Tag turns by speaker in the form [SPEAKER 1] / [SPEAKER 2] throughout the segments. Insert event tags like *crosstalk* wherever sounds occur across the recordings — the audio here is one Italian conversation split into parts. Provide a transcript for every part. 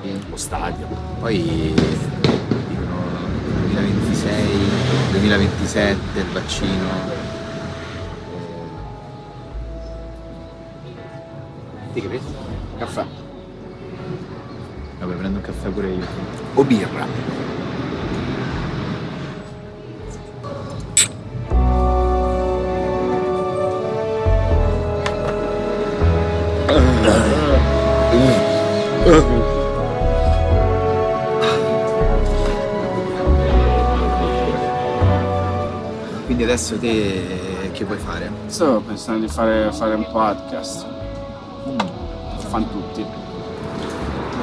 [SPEAKER 1] Eh,
[SPEAKER 2] stadio.
[SPEAKER 1] Poi dicono 2026, 2027 il vaccino.
[SPEAKER 2] Ti capisci? Caffè
[SPEAKER 1] Vabbè, prendo un caffè pure io.
[SPEAKER 2] o birra?
[SPEAKER 1] Quindi adesso te Eh, che vuoi fare?
[SPEAKER 2] Stavo pensando di fare, fare un podcast. Lo fanno tutti.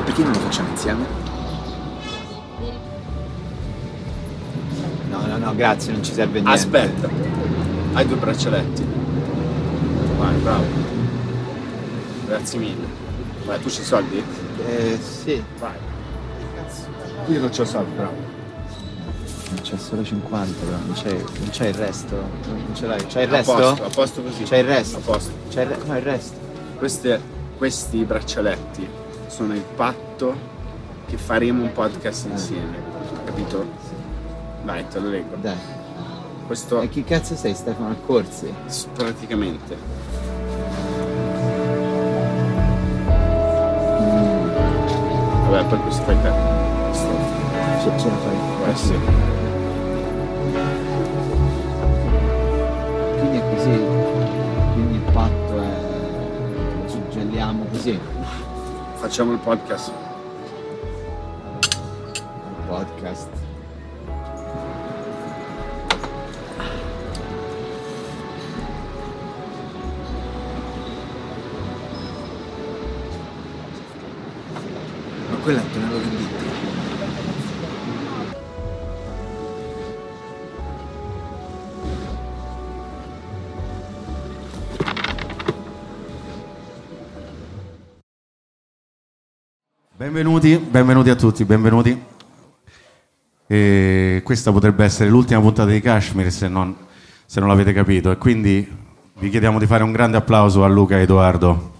[SPEAKER 1] Perché non lo facciamo insieme? No, no, no, grazie, non ci serve niente.
[SPEAKER 2] Aspetta, hai due braccialetti. Vai, bravo. Grazie mille. Vai, tu c'hai i soldi?
[SPEAKER 1] Eh, sì.
[SPEAKER 2] Vai. Io non c'ho soldi, bravo.
[SPEAKER 1] C'è solo 50, però non c'è, Eh, non c'è il resto. Non ce l'hai. C'è il
[SPEAKER 2] A
[SPEAKER 1] resto?
[SPEAKER 2] posto, a posto così.
[SPEAKER 1] C'è il resto.
[SPEAKER 2] A posto.
[SPEAKER 1] C'è il, re- no, il resto.
[SPEAKER 2] Queste- questi braccialetti sono il patto che faremo un
[SPEAKER 1] Eh.
[SPEAKER 2] podcast insieme, capito? Vai, te lo leggo.
[SPEAKER 1] Dai.
[SPEAKER 2] Questo
[SPEAKER 1] E chi cazzo sei Stefano Mm. Accorsi?
[SPEAKER 2] s- praticamente Vabbè, poi questo fai te. Questo,
[SPEAKER 1] Ce, ce la fai.
[SPEAKER 2] eh sì.
[SPEAKER 1] Quindi è così. Quindi il patto è. ci gelliamo così. Il
[SPEAKER 2] Facciamo il podcast.
[SPEAKER 1] podcast. Ma quella è Antonello Venditti.
[SPEAKER 3] Benvenuti, benvenuti a tutti, benvenuti. E questa potrebbe essere l'ultima puntata di Kashmir se non, se non l'avete capito e quindi vi chiediamo di fare un grande applauso a Luca e Edoardo.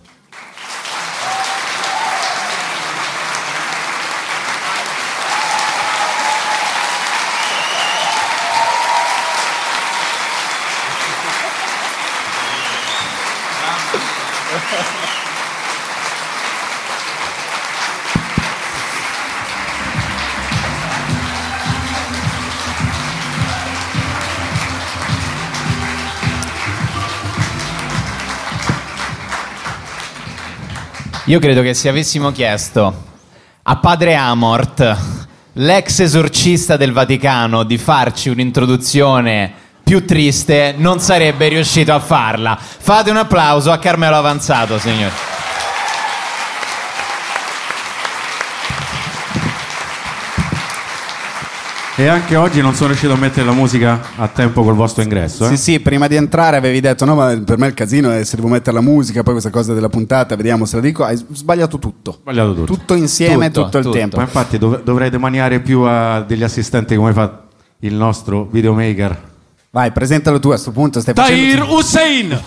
[SPEAKER 4] Io credo che se avessimo chiesto a padre Amort, l'ex esorcista del Vaticano, di farci un'introduzione più triste, non sarebbe riuscito a farla. Fate un applauso a Carmelo Avanzato, signori.
[SPEAKER 3] E anche oggi non sono riuscito a mettere la musica a tempo col vostro ingresso. eh.
[SPEAKER 5] Sì, sì, prima di entrare avevi detto: No, ma per me il casino è se devo mettere la musica, poi questa cosa della puntata, vediamo se la dico. Hai sbagliato tutto.
[SPEAKER 3] Sbagliato tutto.
[SPEAKER 5] Tutto insieme,
[SPEAKER 4] Tutto,
[SPEAKER 5] tutto, il
[SPEAKER 4] tutto.
[SPEAKER 3] Ma
[SPEAKER 5] tempo.
[SPEAKER 3] infatti dov- dovrei demaniare più a degli assistenti come fa il nostro videomaker.
[SPEAKER 5] Vai, presentalo tu a sto punto. Stai
[SPEAKER 3] Tahir
[SPEAKER 5] facendo.
[SPEAKER 3] Hussein!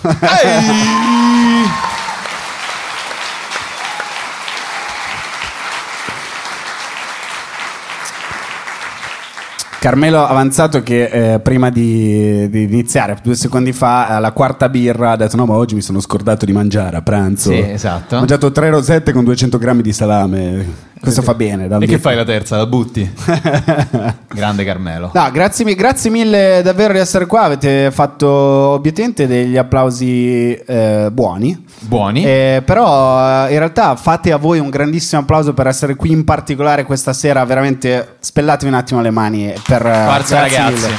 [SPEAKER 5] Carmelo Avanzato, che eh, prima di, di iniziare, due secondi fa, alla quarta birra, ha detto: No, ma oggi mi sono scordato di mangiare a pranzo.
[SPEAKER 4] Sì, esatto.
[SPEAKER 5] Ho mangiato tre rosette con 200 grammi di salame. Questo fa bene. dal
[SPEAKER 4] E che
[SPEAKER 5] dito.
[SPEAKER 4] fai la terza? La *laughs* butti? Grande Carmelo.
[SPEAKER 5] No, grazie, mi- grazie mille davvero di essere qua. Avete fatto obiettivamente degli applausi eh, buoni.
[SPEAKER 4] Buoni.
[SPEAKER 5] Eh, però eh, in realtà fate a voi un grandissimo applauso per essere qui in particolare questa sera. Veramente spellatevi un attimo le mani per eh,
[SPEAKER 4] Forza
[SPEAKER 5] grazie
[SPEAKER 4] ragazzi.
[SPEAKER 5] mille.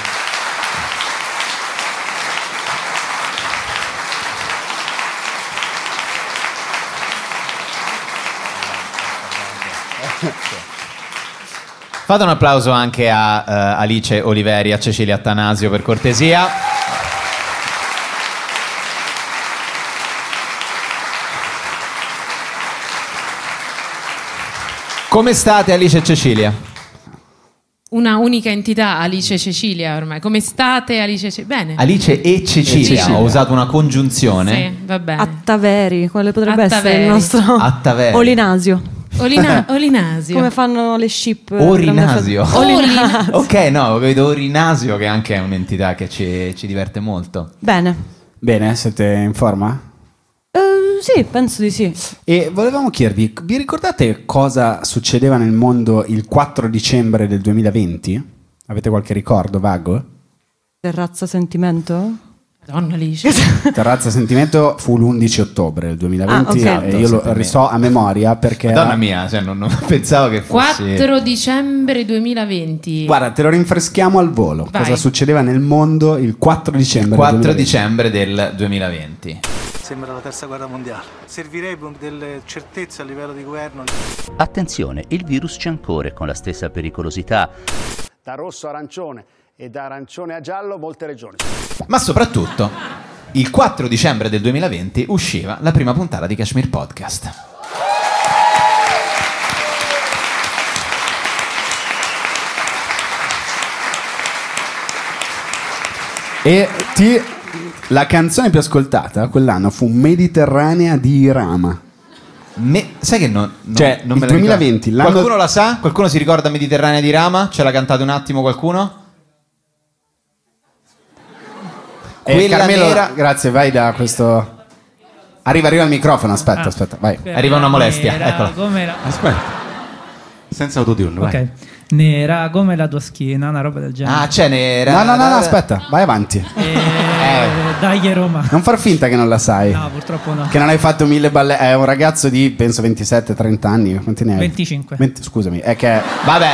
[SPEAKER 4] Fate un applauso anche a eh, Alice Oliveri, a Cecilia Attanasio per cortesia. Come state Alice e Cecilia?
[SPEAKER 6] Una unica entità, Alice Cecilia ormai. Come state, Alice Cecilia? Bene.
[SPEAKER 4] Alice e Cecilia,
[SPEAKER 6] Cecilia.
[SPEAKER 4] ho usato una congiunzione.
[SPEAKER 6] Sì, va bene.
[SPEAKER 7] Attaveri, quale potrebbe essere
[SPEAKER 6] Attaveri.
[SPEAKER 7] il nostro
[SPEAKER 4] Attaveri.
[SPEAKER 7] Olinasio? *laughs*
[SPEAKER 6] Olina- Olinasio.
[SPEAKER 7] Come fanno le ship? eh,
[SPEAKER 4] Orinasio.
[SPEAKER 7] da me- Olina-
[SPEAKER 4] *laughs* ok, no, vedo Orinasio che anche è un'entità che ci, ci diverte molto.
[SPEAKER 7] Bene.
[SPEAKER 5] Bene, siete in forma?
[SPEAKER 7] Eh, sì, penso di sì.
[SPEAKER 5] E volevamo chiedervi, vi ricordate cosa succedeva nel mondo il 4 dicembre del 2020? Avete qualche ricordo vago?
[SPEAKER 7] Terrazza sentimento?
[SPEAKER 6] Madonna
[SPEAKER 7] *laughs*
[SPEAKER 6] Alice.
[SPEAKER 5] Terrazza Sentimento fu l'11 ottobre del 2020
[SPEAKER 7] Ah, ok.
[SPEAKER 5] e io lo riso a memoria perché... era-
[SPEAKER 4] Madonna mia, cioè, non, non pensavo che fosse...
[SPEAKER 6] 4 dicembre 2020.
[SPEAKER 5] Guarda, te lo rinfreschiamo al volo.
[SPEAKER 6] Vai.
[SPEAKER 5] Cosa succedeva nel mondo il 4 dicembre?
[SPEAKER 4] 4
[SPEAKER 5] del 2020.
[SPEAKER 4] dicembre del 2020.
[SPEAKER 8] Sembra la terza guerra mondiale. Servirebbe un- delle certezze a livello di governo.
[SPEAKER 9] Attenzione, il virus c'è ancora e con la stessa pericolosità.
[SPEAKER 10] da rosso a arancione e da arancione a giallo molte regioni.
[SPEAKER 4] Ma soprattutto, il 4 dicembre del 2020 usciva la prima puntata di Kashmir Podcast.
[SPEAKER 5] E ti... la canzone più ascoltata quell'anno fu Mediterranea di Irama.
[SPEAKER 4] Me- sai che non, non-
[SPEAKER 5] Cioè,
[SPEAKER 4] non me
[SPEAKER 5] il
[SPEAKER 4] la
[SPEAKER 5] 2020,
[SPEAKER 4] ricordo.
[SPEAKER 5] l'anno-
[SPEAKER 4] Qualcuno la sa? Qualcuno si ricorda Mediterranea di Rama? Ce la cantate un attimo qualcuno?
[SPEAKER 5] E
[SPEAKER 4] Quella
[SPEAKER 5] Eh, Carmelo,
[SPEAKER 4] nera-
[SPEAKER 5] grazie, vai da questo... Arriva, arriva al microfono, aspetta, aspetta, vai.
[SPEAKER 4] Arriva una molestia, eccola.
[SPEAKER 11] Cioè, Com'era?
[SPEAKER 3] Aspetta. Senza autotune, vai.
[SPEAKER 11] Ok. Nera come la tua schiena, una roba del genere.
[SPEAKER 4] Ah, ce n'era.
[SPEAKER 5] No, no, no, no, aspetta, vai avanti.
[SPEAKER 11] Eh, Dai Roma.
[SPEAKER 5] Non far finta che non la sai.
[SPEAKER 11] No, purtroppo no.
[SPEAKER 5] Che non hai fatto mille balle. È un ragazzo di penso 27-30 anni. Quanti ne hai?
[SPEAKER 11] 25.
[SPEAKER 5] 20 scusami, è che
[SPEAKER 4] Vabbè.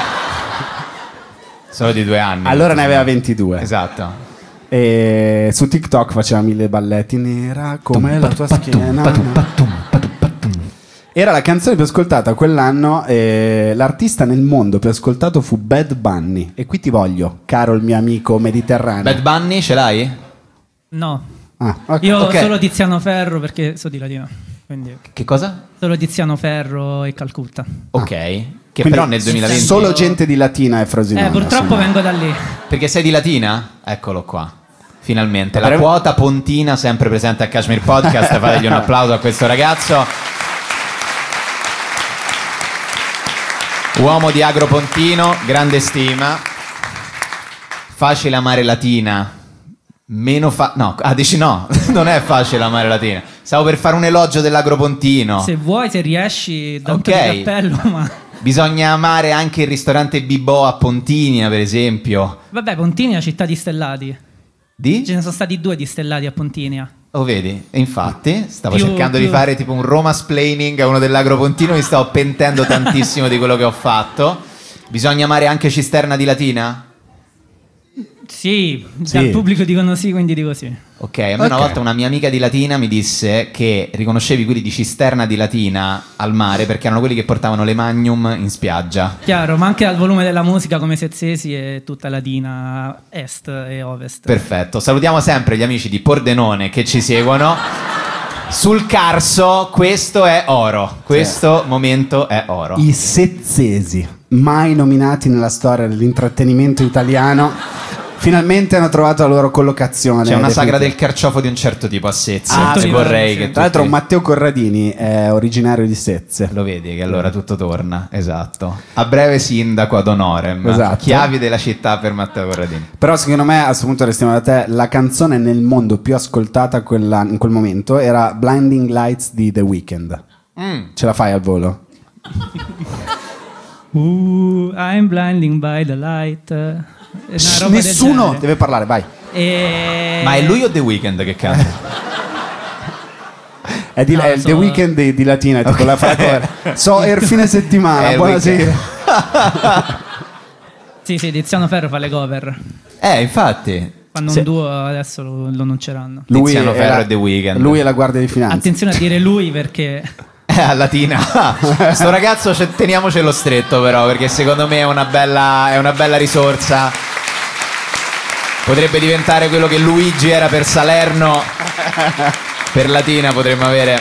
[SPEAKER 4] Solo di due anni.
[SPEAKER 5] allora ne aveva 22.
[SPEAKER 4] Esatto.
[SPEAKER 5] E eh, su TikTok faceva mille balletti. Nera come la tua schiena. Era la canzone più ascoltata quell'anno. E l'artista nel mondo più ascoltato fu Bad Bunny. E qui ti voglio, caro il mio amico mediterraneo.
[SPEAKER 4] Bad Bunny ce l'hai?
[SPEAKER 11] No.
[SPEAKER 5] Ah, ok.
[SPEAKER 11] Io
[SPEAKER 4] ok.
[SPEAKER 11] solo Tiziano Ferro perché so di latino. Quindi
[SPEAKER 4] Che cosa?
[SPEAKER 11] solo Tiziano Ferro e Calcutta.
[SPEAKER 4] Ok. Che
[SPEAKER 5] Ah. Quindi
[SPEAKER 4] però nel 2020...
[SPEAKER 5] Solo gente di Latina e Frosinone.
[SPEAKER 11] Eh, purtroppo
[SPEAKER 5] insomma.
[SPEAKER 11] vengo da lì.
[SPEAKER 4] Perché sei di Latina? Eccolo qua. Finalmente, la
[SPEAKER 5] Però-
[SPEAKER 4] quota pontina sempre presente a Kashmir Podcast. Fategli un applauso a questo ragazzo. Uomo di Agro Pontino, grande stima. Facile amare Latina. Meno fa... No, ah, dici no, *laughs* non è facile amare Latina. Stavo per fare un elogio dell'Agro Pontino.
[SPEAKER 11] Se vuoi, se riesci, da
[SPEAKER 4] Ok.
[SPEAKER 11] un po' di cappello, ma... *laughs*
[SPEAKER 4] Bisogna amare anche il ristorante Bibò a Pontinia, per esempio.
[SPEAKER 11] Vabbè, Pontinia, città di stellati.
[SPEAKER 4] Di?
[SPEAKER 11] Ce ne sono stati due di stellati a Pontinia.
[SPEAKER 4] Oh, vedi, e infatti stavo
[SPEAKER 11] Più-
[SPEAKER 4] cercando di
[SPEAKER 11] più-
[SPEAKER 4] fare tipo un Roma splaining a uno dell'Agro Pontino, mi stavo pentendo tantissimo di quello che ho fatto. Bisogna amare anche Cisterna di Latina?
[SPEAKER 11] Sì,
[SPEAKER 5] Sì.
[SPEAKER 11] dal pubblico dicono sì, quindi dico sì.
[SPEAKER 4] Ok, a me una
[SPEAKER 5] Ok.
[SPEAKER 4] volta una mia amica di Latina mi disse che riconoscevi quelli di Cisterna di Latina al mare perché erano quelli che portavano le magnum in spiaggia.
[SPEAKER 11] Chiaro, ma anche dal volume della musica come Sezzesi è tutta latina, est e ovest.
[SPEAKER 4] Perfetto, salutiamo sempre gli amici di Pordenone che ci seguono. Sul Carso, questo è oro. Questo momento è oro.
[SPEAKER 5] I sezzesi, mai nominati nella storia dell'intrattenimento italiano, finalmente hanno trovato la loro collocazione.
[SPEAKER 4] C'è Cioè, una sagra del
[SPEAKER 5] definitiva.
[SPEAKER 4] carciofo di un certo tipo a Sezze.
[SPEAKER 11] Ah,
[SPEAKER 4] e
[SPEAKER 11] sì,
[SPEAKER 4] vorrei
[SPEAKER 11] sì.
[SPEAKER 4] che
[SPEAKER 5] Tra l'altro,
[SPEAKER 4] tutti-
[SPEAKER 5] Matteo Corradini è originario di Sezze.
[SPEAKER 4] lo vedi che allora tutto torna. Esatto. A breve sindaco ad honorem.
[SPEAKER 5] Esatto.
[SPEAKER 4] Chiavi della città per Matteo Corradini.
[SPEAKER 5] Però, secondo me, a questo punto restiamo da te. La canzone nel mondo più ascoltata quella- in quel momento era Blinding Lights di The Weeknd. Ce la fai al volo?
[SPEAKER 11] Uh, I'm blinding by the light. È una
[SPEAKER 5] Shh,
[SPEAKER 11] roba del
[SPEAKER 5] nessuno
[SPEAKER 11] genere.
[SPEAKER 5] deve parlare, vai.
[SPEAKER 11] E-
[SPEAKER 4] Ma è lui o The Weeknd che canta?
[SPEAKER 5] È, di-
[SPEAKER 11] No,
[SPEAKER 5] è il The
[SPEAKER 11] so-
[SPEAKER 5] Weeknd di, di Latina, è tipo la fra- So, è il
[SPEAKER 4] *laughs*
[SPEAKER 5] fine settimana,
[SPEAKER 4] È il
[SPEAKER 5] buonasera.
[SPEAKER 4] weekend.
[SPEAKER 11] *laughs* Sì, sì, Tiziano Ferro fa le cover.
[SPEAKER 4] Eh, infatti.
[SPEAKER 11] Fanno
[SPEAKER 5] Sì.
[SPEAKER 11] un duo, adesso lo, lo annunceranno.
[SPEAKER 4] Tiziano
[SPEAKER 5] è
[SPEAKER 4] Ferro
[SPEAKER 5] la-
[SPEAKER 4] e The Weeknd.
[SPEAKER 5] Lui è la guardia di finanza.
[SPEAKER 11] Attenzione a dire lui perché...
[SPEAKER 4] *laughs* Eh, a Latina. Sto ragazzo ce- teniamocelo stretto però perché secondo me è una bella, è una bella risorsa. Potrebbe diventare quello che Luigi era per Salerno. Per Latina potremmo avere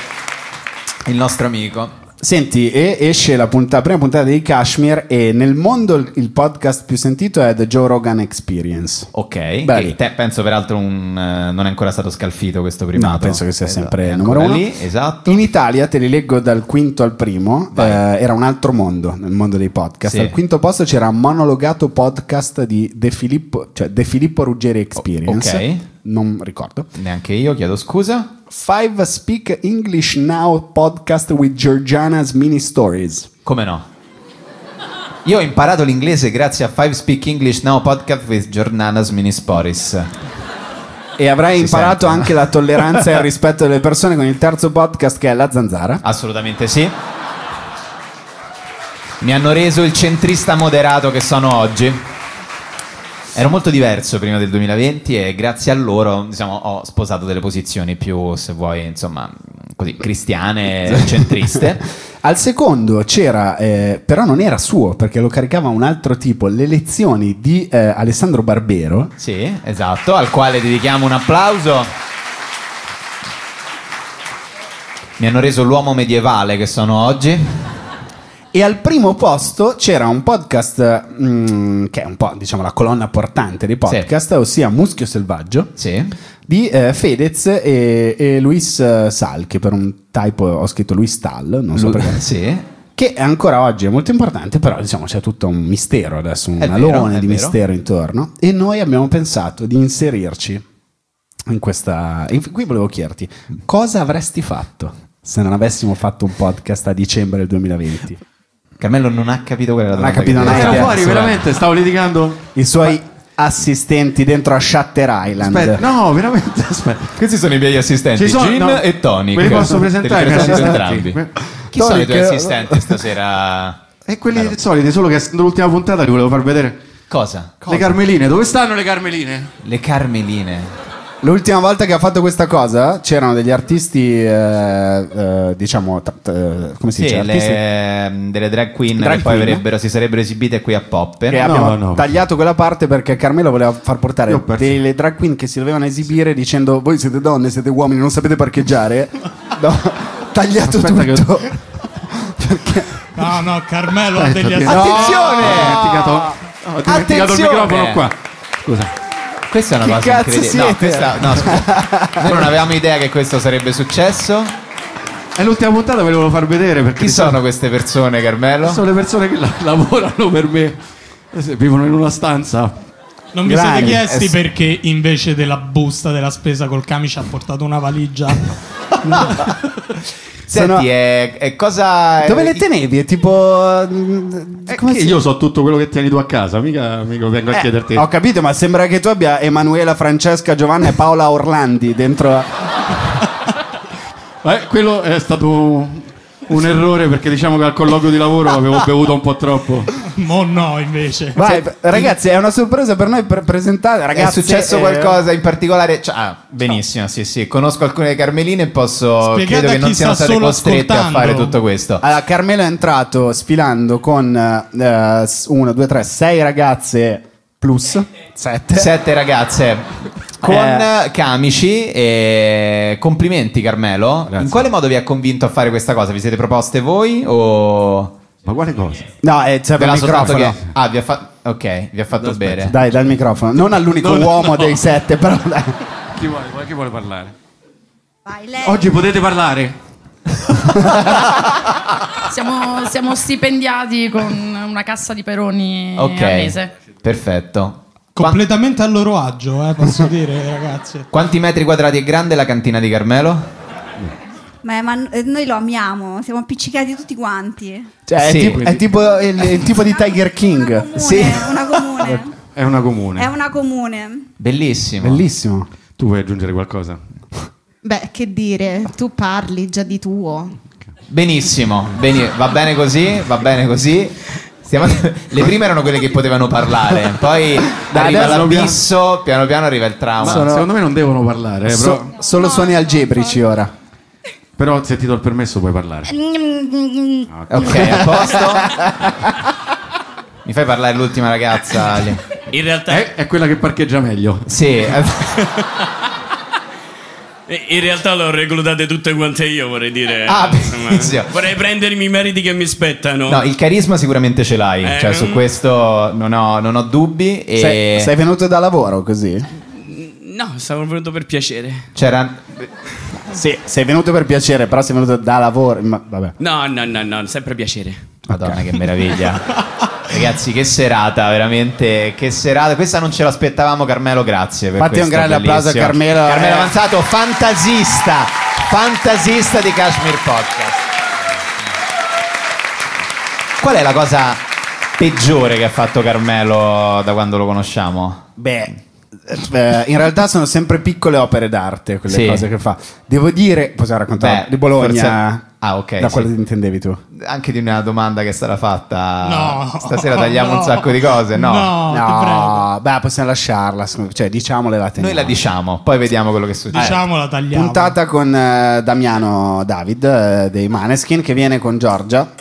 [SPEAKER 4] il nostro amico.
[SPEAKER 5] Senti, e esce la, punta- prima puntata di Kashmir e nel mondo il, il podcast più sentito è The Joe Rogan Experience.
[SPEAKER 4] Ok,
[SPEAKER 5] Bravi.
[SPEAKER 4] che te- penso peraltro un, eh, non è ancora stato scalfito questo primato.
[SPEAKER 5] No, penso che sia
[SPEAKER 4] Esatto,
[SPEAKER 5] sempre
[SPEAKER 4] è ancora
[SPEAKER 5] numero uno.
[SPEAKER 4] lì, esatto.
[SPEAKER 5] In Italia, te li leggo dal quinto al primo, eh, era un altro mondo, nel mondo dei podcast.
[SPEAKER 4] Sì.
[SPEAKER 5] Al quinto posto c'era monologato podcast di De Filippo, cioè De Filippo Ruggeri Experience.
[SPEAKER 4] ok.
[SPEAKER 5] Non ricordo.
[SPEAKER 4] Neanche io, chiedo scusa.
[SPEAKER 5] Five Speak English Now podcast with Georgiana's Mini Stories.
[SPEAKER 4] Come no? Io ho imparato l'inglese grazie a Five Speak English Now podcast with Giornanas Minisporis.
[SPEAKER 5] E avrai
[SPEAKER 4] Si
[SPEAKER 5] imparato
[SPEAKER 4] sentono.
[SPEAKER 5] anche la tolleranza e
[SPEAKER 4] *laughs*
[SPEAKER 5] il rispetto delle persone con il terzo podcast che è La Zanzara.
[SPEAKER 4] Assolutamente sì. Mi hanno reso il centrista moderato che sono oggi. Ero molto diverso prima del 2020 e grazie a loro diciamo, ho sposato delle posizioni più, se vuoi, insomma, così, cristiane, e
[SPEAKER 5] *laughs*
[SPEAKER 4] centriste.
[SPEAKER 5] Al secondo c'era, eh, però non era suo perché lo caricava un altro tipo, le lezioni di eh, Alessandro Barbero.
[SPEAKER 4] Sì, esatto, al quale dedichiamo un applauso. Mi hanno reso l'uomo medievale che sono oggi.
[SPEAKER 5] E al primo posto c'era un podcast mm, che è un po' diciamo la colonna portante dei podcast, ossia Muschio Selvaggio
[SPEAKER 4] Sì.
[SPEAKER 5] di eh, Fedez e, e Luis eh, Sal, che per un typo ho scritto Luis Tal, non so
[SPEAKER 4] Lu-
[SPEAKER 5] perché.
[SPEAKER 4] *laughs* sì.
[SPEAKER 5] Che ancora oggi è molto importante, però diciamo c'è tutto un mistero adesso, un
[SPEAKER 4] È vero,
[SPEAKER 5] alone
[SPEAKER 4] è
[SPEAKER 5] di
[SPEAKER 4] vero.
[SPEAKER 5] mistero intorno. E noi abbiamo pensato di inserirci in questa. in- qui volevo chiederti, cosa avresti fatto se non avessimo fatto un podcast a dicembre del 2020?
[SPEAKER 4] Carmelo non ha capito quella
[SPEAKER 5] Non ha
[SPEAKER 4] domanda.
[SPEAKER 5] capito
[SPEAKER 4] che-
[SPEAKER 5] niente.
[SPEAKER 3] Era fuori,
[SPEAKER 5] Sì.
[SPEAKER 3] veramente, stavo litigando.
[SPEAKER 5] I suoi assistenti dentro a Shutter Island.
[SPEAKER 3] Aspetta, no, veramente, *laughs* aspetta.
[SPEAKER 4] Questi sono i miei assistenti,
[SPEAKER 3] Ci sono-
[SPEAKER 4] Gin
[SPEAKER 3] no,
[SPEAKER 4] e Tony.
[SPEAKER 3] me li posso
[SPEAKER 4] Te
[SPEAKER 3] presentare, i miei
[SPEAKER 4] presento
[SPEAKER 3] assistenti?
[SPEAKER 4] entrambi.
[SPEAKER 3] Que-
[SPEAKER 4] Chi sono i tuoi
[SPEAKER 5] Tonic-
[SPEAKER 4] assistenti stasera?
[SPEAKER 3] *laughs* E quelli soliti, solo che essendo l'ultima puntata li volevo far vedere.
[SPEAKER 4] Cosa?
[SPEAKER 3] Le carmeline, dove stanno le carmeline?
[SPEAKER 4] Le Carmeline.
[SPEAKER 5] L'ultima volta che ha fatto questa cosa c'erano degli artisti, eh, eh, diciamo, t- t- come si
[SPEAKER 4] Sì,
[SPEAKER 5] dice? Artisti
[SPEAKER 4] le- ehm, delle drag queen
[SPEAKER 5] certo. Drag
[SPEAKER 4] che poi
[SPEAKER 5] queen.
[SPEAKER 4] avrebbero- si sarebbero esibite qui a Poppe.
[SPEAKER 5] Che
[SPEAKER 3] No,
[SPEAKER 5] abbiamo
[SPEAKER 3] no.
[SPEAKER 5] tagliato quella parte perché Carmelo voleva
[SPEAKER 3] Io
[SPEAKER 5] far
[SPEAKER 3] ho
[SPEAKER 5] portare
[SPEAKER 3] perso.
[SPEAKER 5] delle drag queen che si dovevano esibire dicendo voi siete donne, siete uomini, non sapete
[SPEAKER 3] *laughs*
[SPEAKER 5] parcheggiare. No, tagliato tutto.
[SPEAKER 12] No, no, Carmelo ha degli
[SPEAKER 3] Aspetta,
[SPEAKER 12] aspetti.
[SPEAKER 5] Attenzione!
[SPEAKER 3] Ho dimenticato, ho dimenticato il
[SPEAKER 4] Attenzione!
[SPEAKER 3] microfono qua. Scusa.
[SPEAKER 4] Questa è una
[SPEAKER 5] Chi
[SPEAKER 4] cosa
[SPEAKER 5] cazzo
[SPEAKER 4] incredibile. No,
[SPEAKER 5] siete?
[SPEAKER 4] questa, no, scusa. Noi non avevamo idea che questo sarebbe successo.
[SPEAKER 3] È l'ultima puntata, ve lo volevo far vedere perché
[SPEAKER 4] Chi sono queste persone, Carmelo?
[SPEAKER 3] sono le persone che la- lavorano per me. Eh, Vivono in una stanza.
[SPEAKER 12] Non vi
[SPEAKER 5] Grani,
[SPEAKER 12] siete chiesti
[SPEAKER 5] eh, sì.
[SPEAKER 12] perché invece della busta della spesa col camice ha portato una valigia?
[SPEAKER 4] Senti,
[SPEAKER 5] Sono-
[SPEAKER 4] eh, eh, cosa.
[SPEAKER 5] Dove le
[SPEAKER 4] eh,
[SPEAKER 5] tenevi? È tipo... mm,
[SPEAKER 3] Eh,
[SPEAKER 5] come
[SPEAKER 3] che
[SPEAKER 5] si-
[SPEAKER 3] Io so tutto quello che tieni tu a casa, mica, mica vengo a
[SPEAKER 5] Eh,
[SPEAKER 3] chiederti.
[SPEAKER 5] Ho capito, ma sembra che tu abbia Emanuela, Francesca, Giovanna e Paola Orlandi dentro... a-
[SPEAKER 3] Eh, quello è stato un errore perché diciamo che al colloquio di lavoro avevo bevuto un po' troppo.
[SPEAKER 12] Mo no, invece.
[SPEAKER 3] Cioè,
[SPEAKER 5] Vai, ragazzi, è una sorpresa per noi per presentare.
[SPEAKER 4] È
[SPEAKER 5] Ragazzi,
[SPEAKER 4] successo
[SPEAKER 5] eh,
[SPEAKER 4] qualcosa in particolare? Cioè, ah, benissimo, sì, sì. Conosco alcune Carmeline e posso.
[SPEAKER 12] Spiegate
[SPEAKER 4] credo
[SPEAKER 12] a
[SPEAKER 4] che
[SPEAKER 12] chi
[SPEAKER 4] non siano
[SPEAKER 12] sta
[SPEAKER 4] state
[SPEAKER 12] solo
[SPEAKER 4] costrette a
[SPEAKER 12] ascoltando.
[SPEAKER 4] fare tutto questo.
[SPEAKER 5] Allora, Carmelo è entrato sfilando con eh, 1, 2, 3, 6 ragazze plus 7.
[SPEAKER 4] Sette ragazze con
[SPEAKER 5] Eh.
[SPEAKER 4] camici e complimenti Carmelo. In quale modo vi ha convinto a fare questa cosa? Vi siete proposte voi o
[SPEAKER 3] Ma quale cosa?
[SPEAKER 5] No, eh, c'è
[SPEAKER 4] ve
[SPEAKER 5] il
[SPEAKER 4] l'ha soltanto
[SPEAKER 5] microfono.
[SPEAKER 4] che Ah, vi ha fa- Ok, vi ha fatto bere.
[SPEAKER 5] Dai, dal microfono. Non all'unico uomo dei 7, però dai.
[SPEAKER 3] Chi vuole, chi vuole parlare? Oggi potete parlare.
[SPEAKER 13] Siamo, siamo stipendiati con una cassa di peroni
[SPEAKER 4] Ok.
[SPEAKER 13] al mese.
[SPEAKER 4] Perfetto. Qua-
[SPEAKER 12] Completamente a loro agio, eh, posso dire, ragazzi.
[SPEAKER 4] Quanti metri quadrati è grande la cantina di Carmelo?
[SPEAKER 14] Ma, ma- eh, noi lo amiamo, siamo appiccicati tutti quanti.
[SPEAKER 5] Cioè, è
[SPEAKER 4] Sì,
[SPEAKER 5] tipo-
[SPEAKER 4] quindi-
[SPEAKER 5] è tipo il, il tipo di Tiger King.
[SPEAKER 14] Comune, una comune.
[SPEAKER 3] È *laughs* una comune.
[SPEAKER 14] È una comune.
[SPEAKER 4] Bellissimo.
[SPEAKER 5] Bellissimo.
[SPEAKER 3] Tu vuoi aggiungere qualcosa?
[SPEAKER 15] Beh, che dire, tu parli già di tuo.
[SPEAKER 4] Benissimo, beni- va bene così, va bene così. Stiamo- Le prime erano quelle che potevano parlare,
[SPEAKER 5] *laughs*
[SPEAKER 4] poi arriva
[SPEAKER 5] adesso-
[SPEAKER 4] l'abisso, piano piano arriva il trauma.
[SPEAKER 3] Ah, Ma secondo me non devono parlare, eh,
[SPEAKER 5] So-
[SPEAKER 3] però,
[SPEAKER 5] solo suoni algebrici ora.
[SPEAKER 3] però se ti do il permesso puoi parlare.
[SPEAKER 4] Ok, a posto. Mi fai parlare l'ultima ragazza? Ali?
[SPEAKER 12] In realtà
[SPEAKER 16] *laughs*
[SPEAKER 3] È, è quella che parcheggia meglio.
[SPEAKER 4] Sì. eh,
[SPEAKER 16] In realtà le ho reclutate tutte quante io, vorrei dire. eh,
[SPEAKER 4] Ah,
[SPEAKER 16] Insomma,
[SPEAKER 4] benissimo.
[SPEAKER 16] Vorrei prendermi i meriti che mi spettano.
[SPEAKER 4] No, il carisma sicuramente ce l'hai,
[SPEAKER 16] Eh,
[SPEAKER 4] cioè su
[SPEAKER 16] mm.
[SPEAKER 4] questo non ho, non ho dubbi. E
[SPEAKER 5] Sei, sei venuto da lavoro così?
[SPEAKER 16] No, stavo venuto per piacere.
[SPEAKER 4] C'era...
[SPEAKER 5] Sì, sei venuto per piacere, però sei venuto da lavoro. Ma vabbè.
[SPEAKER 16] No, no, no, no, sempre piacere.
[SPEAKER 4] Madonna, che
[SPEAKER 5] *laughs*
[SPEAKER 4] *laughs* meraviglia. Ragazzi, che serata, veramente, che serata. Questa non ce l'aspettavamo, Carmelo, grazie. Per
[SPEAKER 5] Fatti un
[SPEAKER 4] questo,
[SPEAKER 5] grande applauso a
[SPEAKER 4] bellissimo.
[SPEAKER 5] Carmelo,
[SPEAKER 4] Carmelo
[SPEAKER 5] eh.
[SPEAKER 4] Avanzato, fantasista, fantasista di Kashmir Podcast. Qual è la cosa peggiore che ha fatto Carmelo da quando lo conosciamo?
[SPEAKER 5] Beh, Eh, in realtà sono sempre piccole opere d'arte quelle
[SPEAKER 4] Sì.
[SPEAKER 5] cose che fa. Devo dire, possiamo raccontare
[SPEAKER 4] Beh,
[SPEAKER 5] di Bologna.
[SPEAKER 4] forse- Ah, ok.
[SPEAKER 5] Da
[SPEAKER 4] sì.
[SPEAKER 5] quello che intendevi tu.
[SPEAKER 4] Anche di una domanda che sarà fatta.
[SPEAKER 5] No,
[SPEAKER 4] Ah, Stasera
[SPEAKER 5] *laughs*
[SPEAKER 4] tagliamo
[SPEAKER 5] no.
[SPEAKER 4] un sacco di cose, no?
[SPEAKER 5] No, beh, possiamo lasciarla. secondo me. Cioè, diciamola e la teniamo.
[SPEAKER 4] Noi la diciamo, poi vediamo quello che succede.
[SPEAKER 5] Diciamo
[SPEAKER 12] Diciamola, tagliamo.
[SPEAKER 5] Puntata con eh, Damiano David eh, dei Maneskin che viene con Giorgia,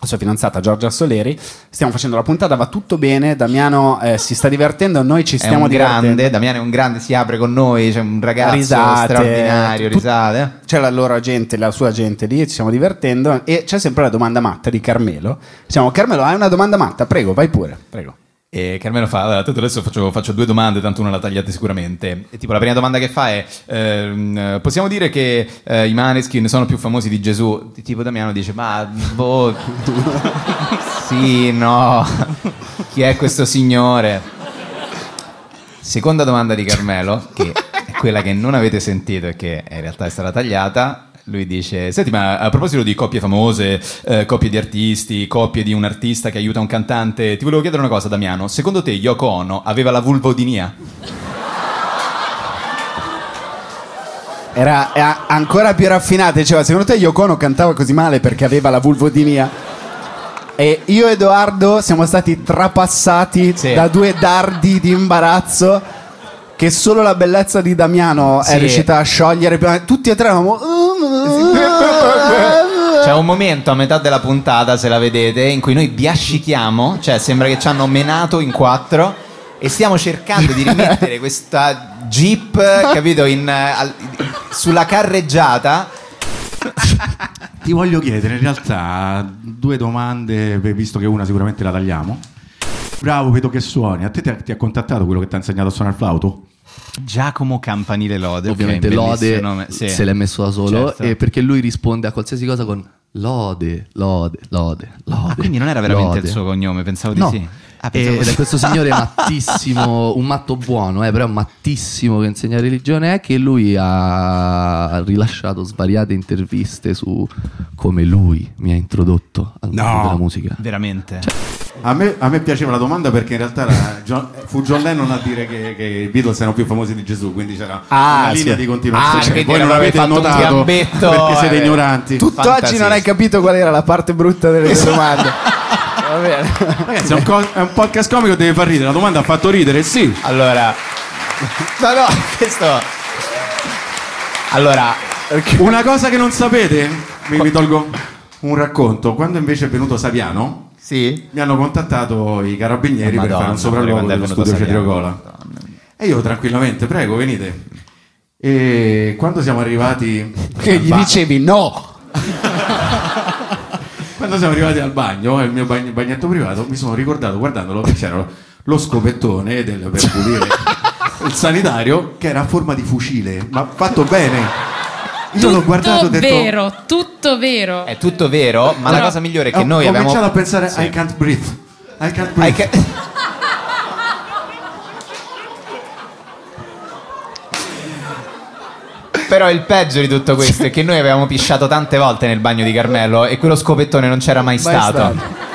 [SPEAKER 5] la sua fidanzata Giorgia Soleri. Stiamo facendo la puntata, va tutto bene. Damiano eh, si sta divertendo, noi ci
[SPEAKER 4] È
[SPEAKER 5] stiamo
[SPEAKER 4] un
[SPEAKER 5] divertendo.
[SPEAKER 4] grande, Damiano è un grande, si apre con noi, c'è un ragazzo
[SPEAKER 5] Risate,
[SPEAKER 4] straordinario,
[SPEAKER 5] tut-
[SPEAKER 4] risate.
[SPEAKER 5] C'è la loro gente, la sua gente lì, ci stiamo divertendo. E c'è sempre la domanda matta di Carmelo. Diciamo, Carmelo, hai una domanda matta? Prego, vai pure. Prego.
[SPEAKER 17] E Carmelo fa, allora, tanto adesso faccio, faccio due domande, tanto una la tagliate sicuramente. E tipo la prima domanda che fa è, ehm, possiamo dire che eh, i Maneskin sono più famosi di Gesù? Tipo Damiano dice, ma boh,
[SPEAKER 4] Sì, no. Chi è questo signore? Seconda domanda di Carmelo, che è quella che non avete sentito e che in realtà è stata tagliata.
[SPEAKER 17] Lui dice: Senti, ma a proposito di coppie famose, eh, coppie di artisti, coppie di un artista che aiuta un cantante, ti volevo chiedere una cosa, Damiano. Secondo te Yoko Ono aveva la vulvodinia?
[SPEAKER 5] Era, era ancora più raffinata. Diceva, secondo te Yoko Ono cantava così male perché aveva la vulvodinia? E io e Edoardo siamo stati trapassati da due dardi di imbarazzo che solo la bellezza di Damiano
[SPEAKER 4] Sì.
[SPEAKER 5] è riuscita a sciogliere. prima- Tutti e tre eravamo...
[SPEAKER 4] C'è un momento a metà della puntata, se la vedete, in cui noi biascichiamo, cioè sembra che ci hanno menato in quattro e stiamo cercando di rimettere questa jeep, capito, in, eh, al- sulla carreggiata.
[SPEAKER 3] Eh, Ti voglio chiedere in realtà due domande, beh, visto che una sicuramente la tagliamo. Bravo, vedo che suoni. A te ti ha, ti ha contattato quello che ti ha insegnato a suonare il flauto?
[SPEAKER 4] Giacomo Campanile Lode.
[SPEAKER 18] Ovviamente Lode se l'è messo da solo
[SPEAKER 4] Certo.
[SPEAKER 18] e perché lui risponde a qualsiasi cosa con Lode, Lode, Lode, Lode.
[SPEAKER 4] Ah, quindi non era veramente
[SPEAKER 18] Lode.
[SPEAKER 4] il suo cognome, pensavo di
[SPEAKER 18] No.
[SPEAKER 4] sì. Ah, pensavo
[SPEAKER 18] Ed
[SPEAKER 4] di-
[SPEAKER 18] è
[SPEAKER 4] *laughs*
[SPEAKER 18] questo signore mattissimo, un matto buono, eh, però mattissimo che insegna religione è che lui ha rilasciato svariate interviste su come lui mi ha introdotto al mondo della musica.
[SPEAKER 4] Veramente.
[SPEAKER 5] Cioè,
[SPEAKER 3] A me, a me piaceva la domanda perché in realtà era John- fu John Lennon a dire che, che i Beatles erano più famosi di Gesù, quindi c'era
[SPEAKER 5] Ah,
[SPEAKER 3] una linea
[SPEAKER 5] sì.
[SPEAKER 3] di continuazione.
[SPEAKER 5] Ah,
[SPEAKER 3] Cioè,
[SPEAKER 5] quindi
[SPEAKER 3] voi non
[SPEAKER 5] era proprio
[SPEAKER 3] l'avete
[SPEAKER 5] fatto un
[SPEAKER 3] notato
[SPEAKER 5] gambetto,
[SPEAKER 3] perché siete
[SPEAKER 5] eh.
[SPEAKER 3] ignoranti. Esatto.
[SPEAKER 5] Tutto oggi non hai capito qual era la parte brutta delle tue domande. Va bene.
[SPEAKER 3] Ragazzi, è un, co- è un podcast comico, deve far ridere. La domanda ha fatto ridere, sì.
[SPEAKER 4] Allora, no, no, questo. Allora,
[SPEAKER 3] una cosa che non sapete, mi, mi tolgo un racconto. Quando invece è venuto Saviano, mi hanno contattato i
[SPEAKER 5] Oh,
[SPEAKER 3] carabinieri per
[SPEAKER 4] Madonna,
[SPEAKER 3] fare un
[SPEAKER 4] quando
[SPEAKER 3] sopralluogo
[SPEAKER 4] è
[SPEAKER 3] dello
[SPEAKER 4] venuto
[SPEAKER 3] studio
[SPEAKER 4] Saviano.
[SPEAKER 3] Cedrio Cola. E io tranquillamente, prego, venite. E quando siamo arrivati.
[SPEAKER 5] Che gli dicevi no!
[SPEAKER 3] Quando siamo arrivati al bagno, al mio bagn- bagnetto privato, mi sono ricordato guardandolo che c'era lo scopettone del, per pulire il sanitario che era a forma di fucile, ma fatto bene. Io l'ho guardato e ho
[SPEAKER 6] Tutto
[SPEAKER 3] detto.
[SPEAKER 6] vero, tutto vero.
[SPEAKER 4] È tutto vero, ma la
[SPEAKER 3] Però-
[SPEAKER 4] cosa migliore è che
[SPEAKER 3] ho-
[SPEAKER 4] noi
[SPEAKER 3] ho
[SPEAKER 4] abbiamo.
[SPEAKER 3] cominciato a pensare
[SPEAKER 4] Sì.
[SPEAKER 3] I can't breathe. I can't breathe.
[SPEAKER 4] *laughs* Però il peggio di tutto questo è che noi avevamo pisciato tante volte nel bagno di Carmelo e quello scopettone non c'era mai
[SPEAKER 5] Mai
[SPEAKER 4] stato.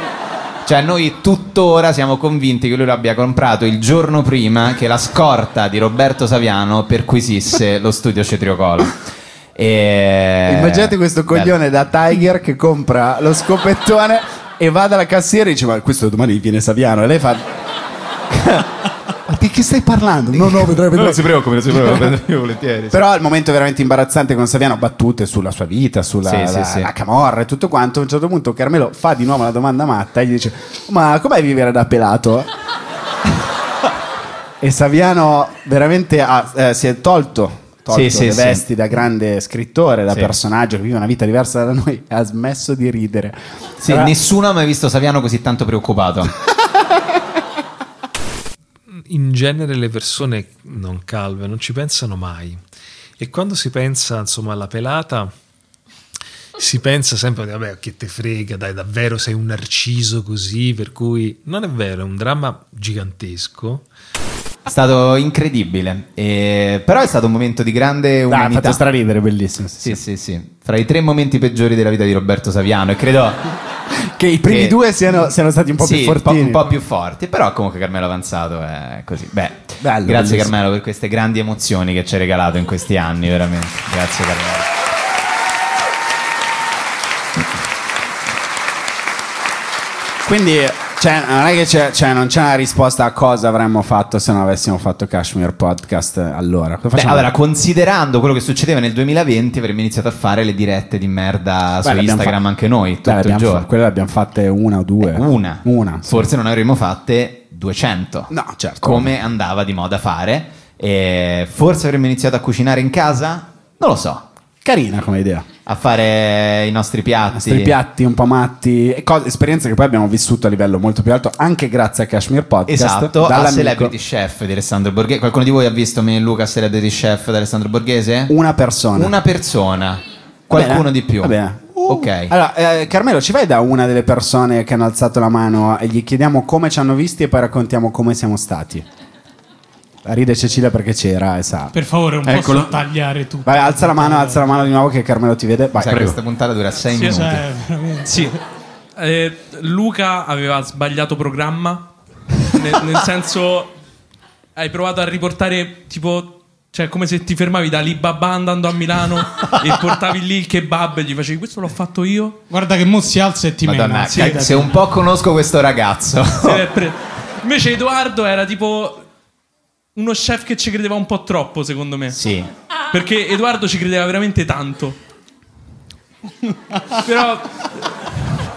[SPEAKER 4] Cioè, noi tuttora siamo convinti che lui l'abbia comprato il giorno prima che la scorta di Roberto Saviano perquisisse lo studio Cetriocola. E...
[SPEAKER 5] Immaginate questo
[SPEAKER 4] Eh, Bello.
[SPEAKER 5] coglione da Tiger che compra lo scopettone e va dalla cassiera e dice: Ma questo domani viene Saviano. E lei fa. *laughs* "Ma Di che stai parlando? No, no, Oh, vedrai, vedrai.
[SPEAKER 17] Non si preoccupi, non si preoccupi, io volentieri.
[SPEAKER 5] Però al momento veramente imbarazzante con Saviano, battute sulla sua vita, sulla
[SPEAKER 17] Sì, sì,
[SPEAKER 5] la-
[SPEAKER 17] sì.
[SPEAKER 5] la camorra e tutto quanto. A un certo punto Carmelo fa di nuovo la domanda matta e gli dice: Ma com'è vivere da
[SPEAKER 4] *laughs*
[SPEAKER 5] pelato? e Saviano veramente ha- eh, si è tolto tolto
[SPEAKER 4] Sì, sì,
[SPEAKER 5] le
[SPEAKER 4] sì.
[SPEAKER 5] vesti da grande scrittore, da
[SPEAKER 4] Sì.
[SPEAKER 5] personaggio che vive una vita diversa da noi, ha smesso di ridere.
[SPEAKER 4] Sì,
[SPEAKER 5] Era-
[SPEAKER 4] nessuno ha mai visto Saviano così tanto preoccupato.
[SPEAKER 19] in genere le persone non calve non ci pensano mai e quando si pensa insomma alla pelata si pensa sempre vabbè che te frega dai davvero sei un narciso così per cui non è vero è un dramma gigantesco
[SPEAKER 4] È stato incredibile, E- però è stato un momento di grande
[SPEAKER 5] ha
[SPEAKER 4] umanità.
[SPEAKER 5] fatto straridere, bellissimo.
[SPEAKER 4] Sì, sì, sì. Fra i tre momenti peggiori della vita di Roberto Saviano, e credo
[SPEAKER 5] *laughs* che i primi due siano, siano stati un po' più fortini.
[SPEAKER 4] un po' più forti, però comunque Carmelo Avanzato è così. Beh,
[SPEAKER 5] Bello,
[SPEAKER 4] grazie
[SPEAKER 5] bellissimo.
[SPEAKER 4] Carmelo per queste grandi emozioni che ci hai regalato in questi anni, veramente. Grazie Carmelo.
[SPEAKER 5] Quindi cioè, non è che c'è, cioè, non c'è una risposta a cosa avremmo fatto se non avessimo fatto Kashmir Podcast allora. Cosa
[SPEAKER 4] Beh,
[SPEAKER 5] facciamo?
[SPEAKER 4] allora, considerando quello che succedeva nel 2020, avremmo iniziato a fare le dirette di merda
[SPEAKER 5] Beh,
[SPEAKER 4] su
[SPEAKER 5] l'abbiamo
[SPEAKER 4] Instagram
[SPEAKER 5] fa-
[SPEAKER 4] anche noi,
[SPEAKER 5] Beh,
[SPEAKER 4] tutto il
[SPEAKER 5] l'abbiamo fa-
[SPEAKER 4] giorno.
[SPEAKER 5] quelle le abbiamo fatte una o due.
[SPEAKER 4] Una.
[SPEAKER 5] Una.
[SPEAKER 4] Forse non avremmo fatte 200. No, certo. Come andava di moda fare. E forse avremmo iniziato a cucinare in casa? Non lo so.
[SPEAKER 5] Carina come idea.
[SPEAKER 4] A fare i nostri piatti.
[SPEAKER 5] I nostri piatti un po' matti, e cose- esperienze che poi abbiamo vissuto a livello molto più alto anche grazie a Kashmir Podcast.
[SPEAKER 4] Esatto, a
[SPEAKER 5] dall'amico-
[SPEAKER 4] Celebrity Chef di Alessandro Borghese. Qualcuno di voi ha visto me e Luca a Celebrity Chef di Alessandro Borghese?
[SPEAKER 5] Una persona.
[SPEAKER 4] Una persona. Qualcuno
[SPEAKER 5] bene,
[SPEAKER 4] di più.
[SPEAKER 5] va bene.
[SPEAKER 4] Ok.
[SPEAKER 5] Allora, eh, Carmelo, ci vai da una delle persone che hanno alzato la mano e gli chiediamo come ci hanno visti e poi raccontiamo come siamo stati. Ride Cecilia perché c'era e sa.
[SPEAKER 12] Per favore, un
[SPEAKER 5] Eccolo.
[SPEAKER 12] po' tagliare tutto.
[SPEAKER 5] Vai, alza la mano, alza la mano di nuovo che Carmelo ti vede. Vai,
[SPEAKER 4] Sai,
[SPEAKER 5] prego.
[SPEAKER 4] questa puntata dura 6
[SPEAKER 12] Sì,
[SPEAKER 4] minuti.
[SPEAKER 20] esatto.
[SPEAKER 12] cioè, veramente.
[SPEAKER 20] Sì. Eh, Luca aveva sbagliato programma. nel, nel senso, hai provato a riportare tipo. Cioè, come se ti fermavi da Alibaba andando a Milano e portavi lì il kebab e gli facevi questo l'ho fatto io.
[SPEAKER 12] Guarda che mo si alza e ti
[SPEAKER 4] Madonna,
[SPEAKER 12] mena.
[SPEAKER 4] ca- se un po' conosco questo ragazzo.
[SPEAKER 20] *laughs* Eh, pre- Invece Edoardo era tipo uno chef che ci credeva un po' troppo, secondo me.
[SPEAKER 4] Sì.
[SPEAKER 20] Perché Edoardo ci credeva veramente tanto. Però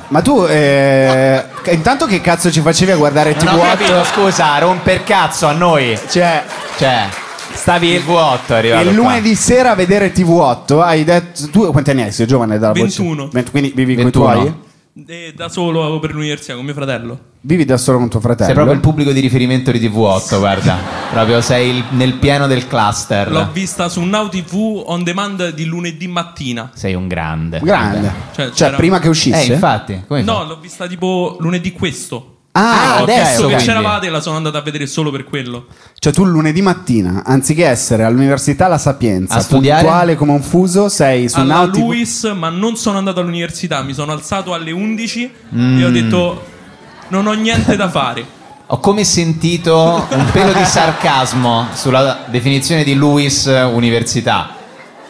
[SPEAKER 5] Ma tu, eh, intanto che cazzo ci facevi a guardare
[SPEAKER 4] Non ho capito,
[SPEAKER 5] TV8?
[SPEAKER 4] scusa, romper cazzo a noi.
[SPEAKER 5] Cioè,
[SPEAKER 4] cioè stavi il vuoto è arrivato
[SPEAKER 5] E
[SPEAKER 4] qua.
[SPEAKER 5] lunedì sera a vedere TV8 hai detto... Tu quanti anni hai? Sei giovane dalla voce?
[SPEAKER 20] 21.
[SPEAKER 5] Vent- Quindi vivi con
[SPEAKER 20] 21.
[SPEAKER 5] i tuoi?
[SPEAKER 20] eh, da solo avevo per l'università con mio fratello.
[SPEAKER 5] Vivi da solo con tuo fratello?
[SPEAKER 4] Sei proprio il pubblico di riferimento di TV8, guarda. Proprio sei il- nel pieno del cluster.
[SPEAKER 20] L'ho vista su Now TV on demand di lunedì mattina.
[SPEAKER 4] Sei un grande.
[SPEAKER 5] Grande.
[SPEAKER 20] Cioè,
[SPEAKER 5] Cioè,
[SPEAKER 20] c'era-
[SPEAKER 5] prima che uscisse?
[SPEAKER 4] Eh, infatti. Come
[SPEAKER 20] no, l'ho vista tipo lunedì questo.
[SPEAKER 5] Ah,
[SPEAKER 20] ho
[SPEAKER 5] adesso,
[SPEAKER 20] visto
[SPEAKER 5] quindi.
[SPEAKER 20] che c'eravate e la sono andata a vedere solo per quello.
[SPEAKER 5] Cioè tu lunedì mattina, anziché essere all'università La Sapienza,
[SPEAKER 20] A studiare?
[SPEAKER 5] puntuale come un fuso, sei su
[SPEAKER 20] alla
[SPEAKER 5] Nauti...
[SPEAKER 20] Luis, ma non sono andato all'università. Mi sono alzato alle 11
[SPEAKER 4] Mm.
[SPEAKER 20] e ho detto: Non ho niente da fare.
[SPEAKER 4] Ho come sentito un pelo di sarcasmo sulla definizione di Lewis eh, Università.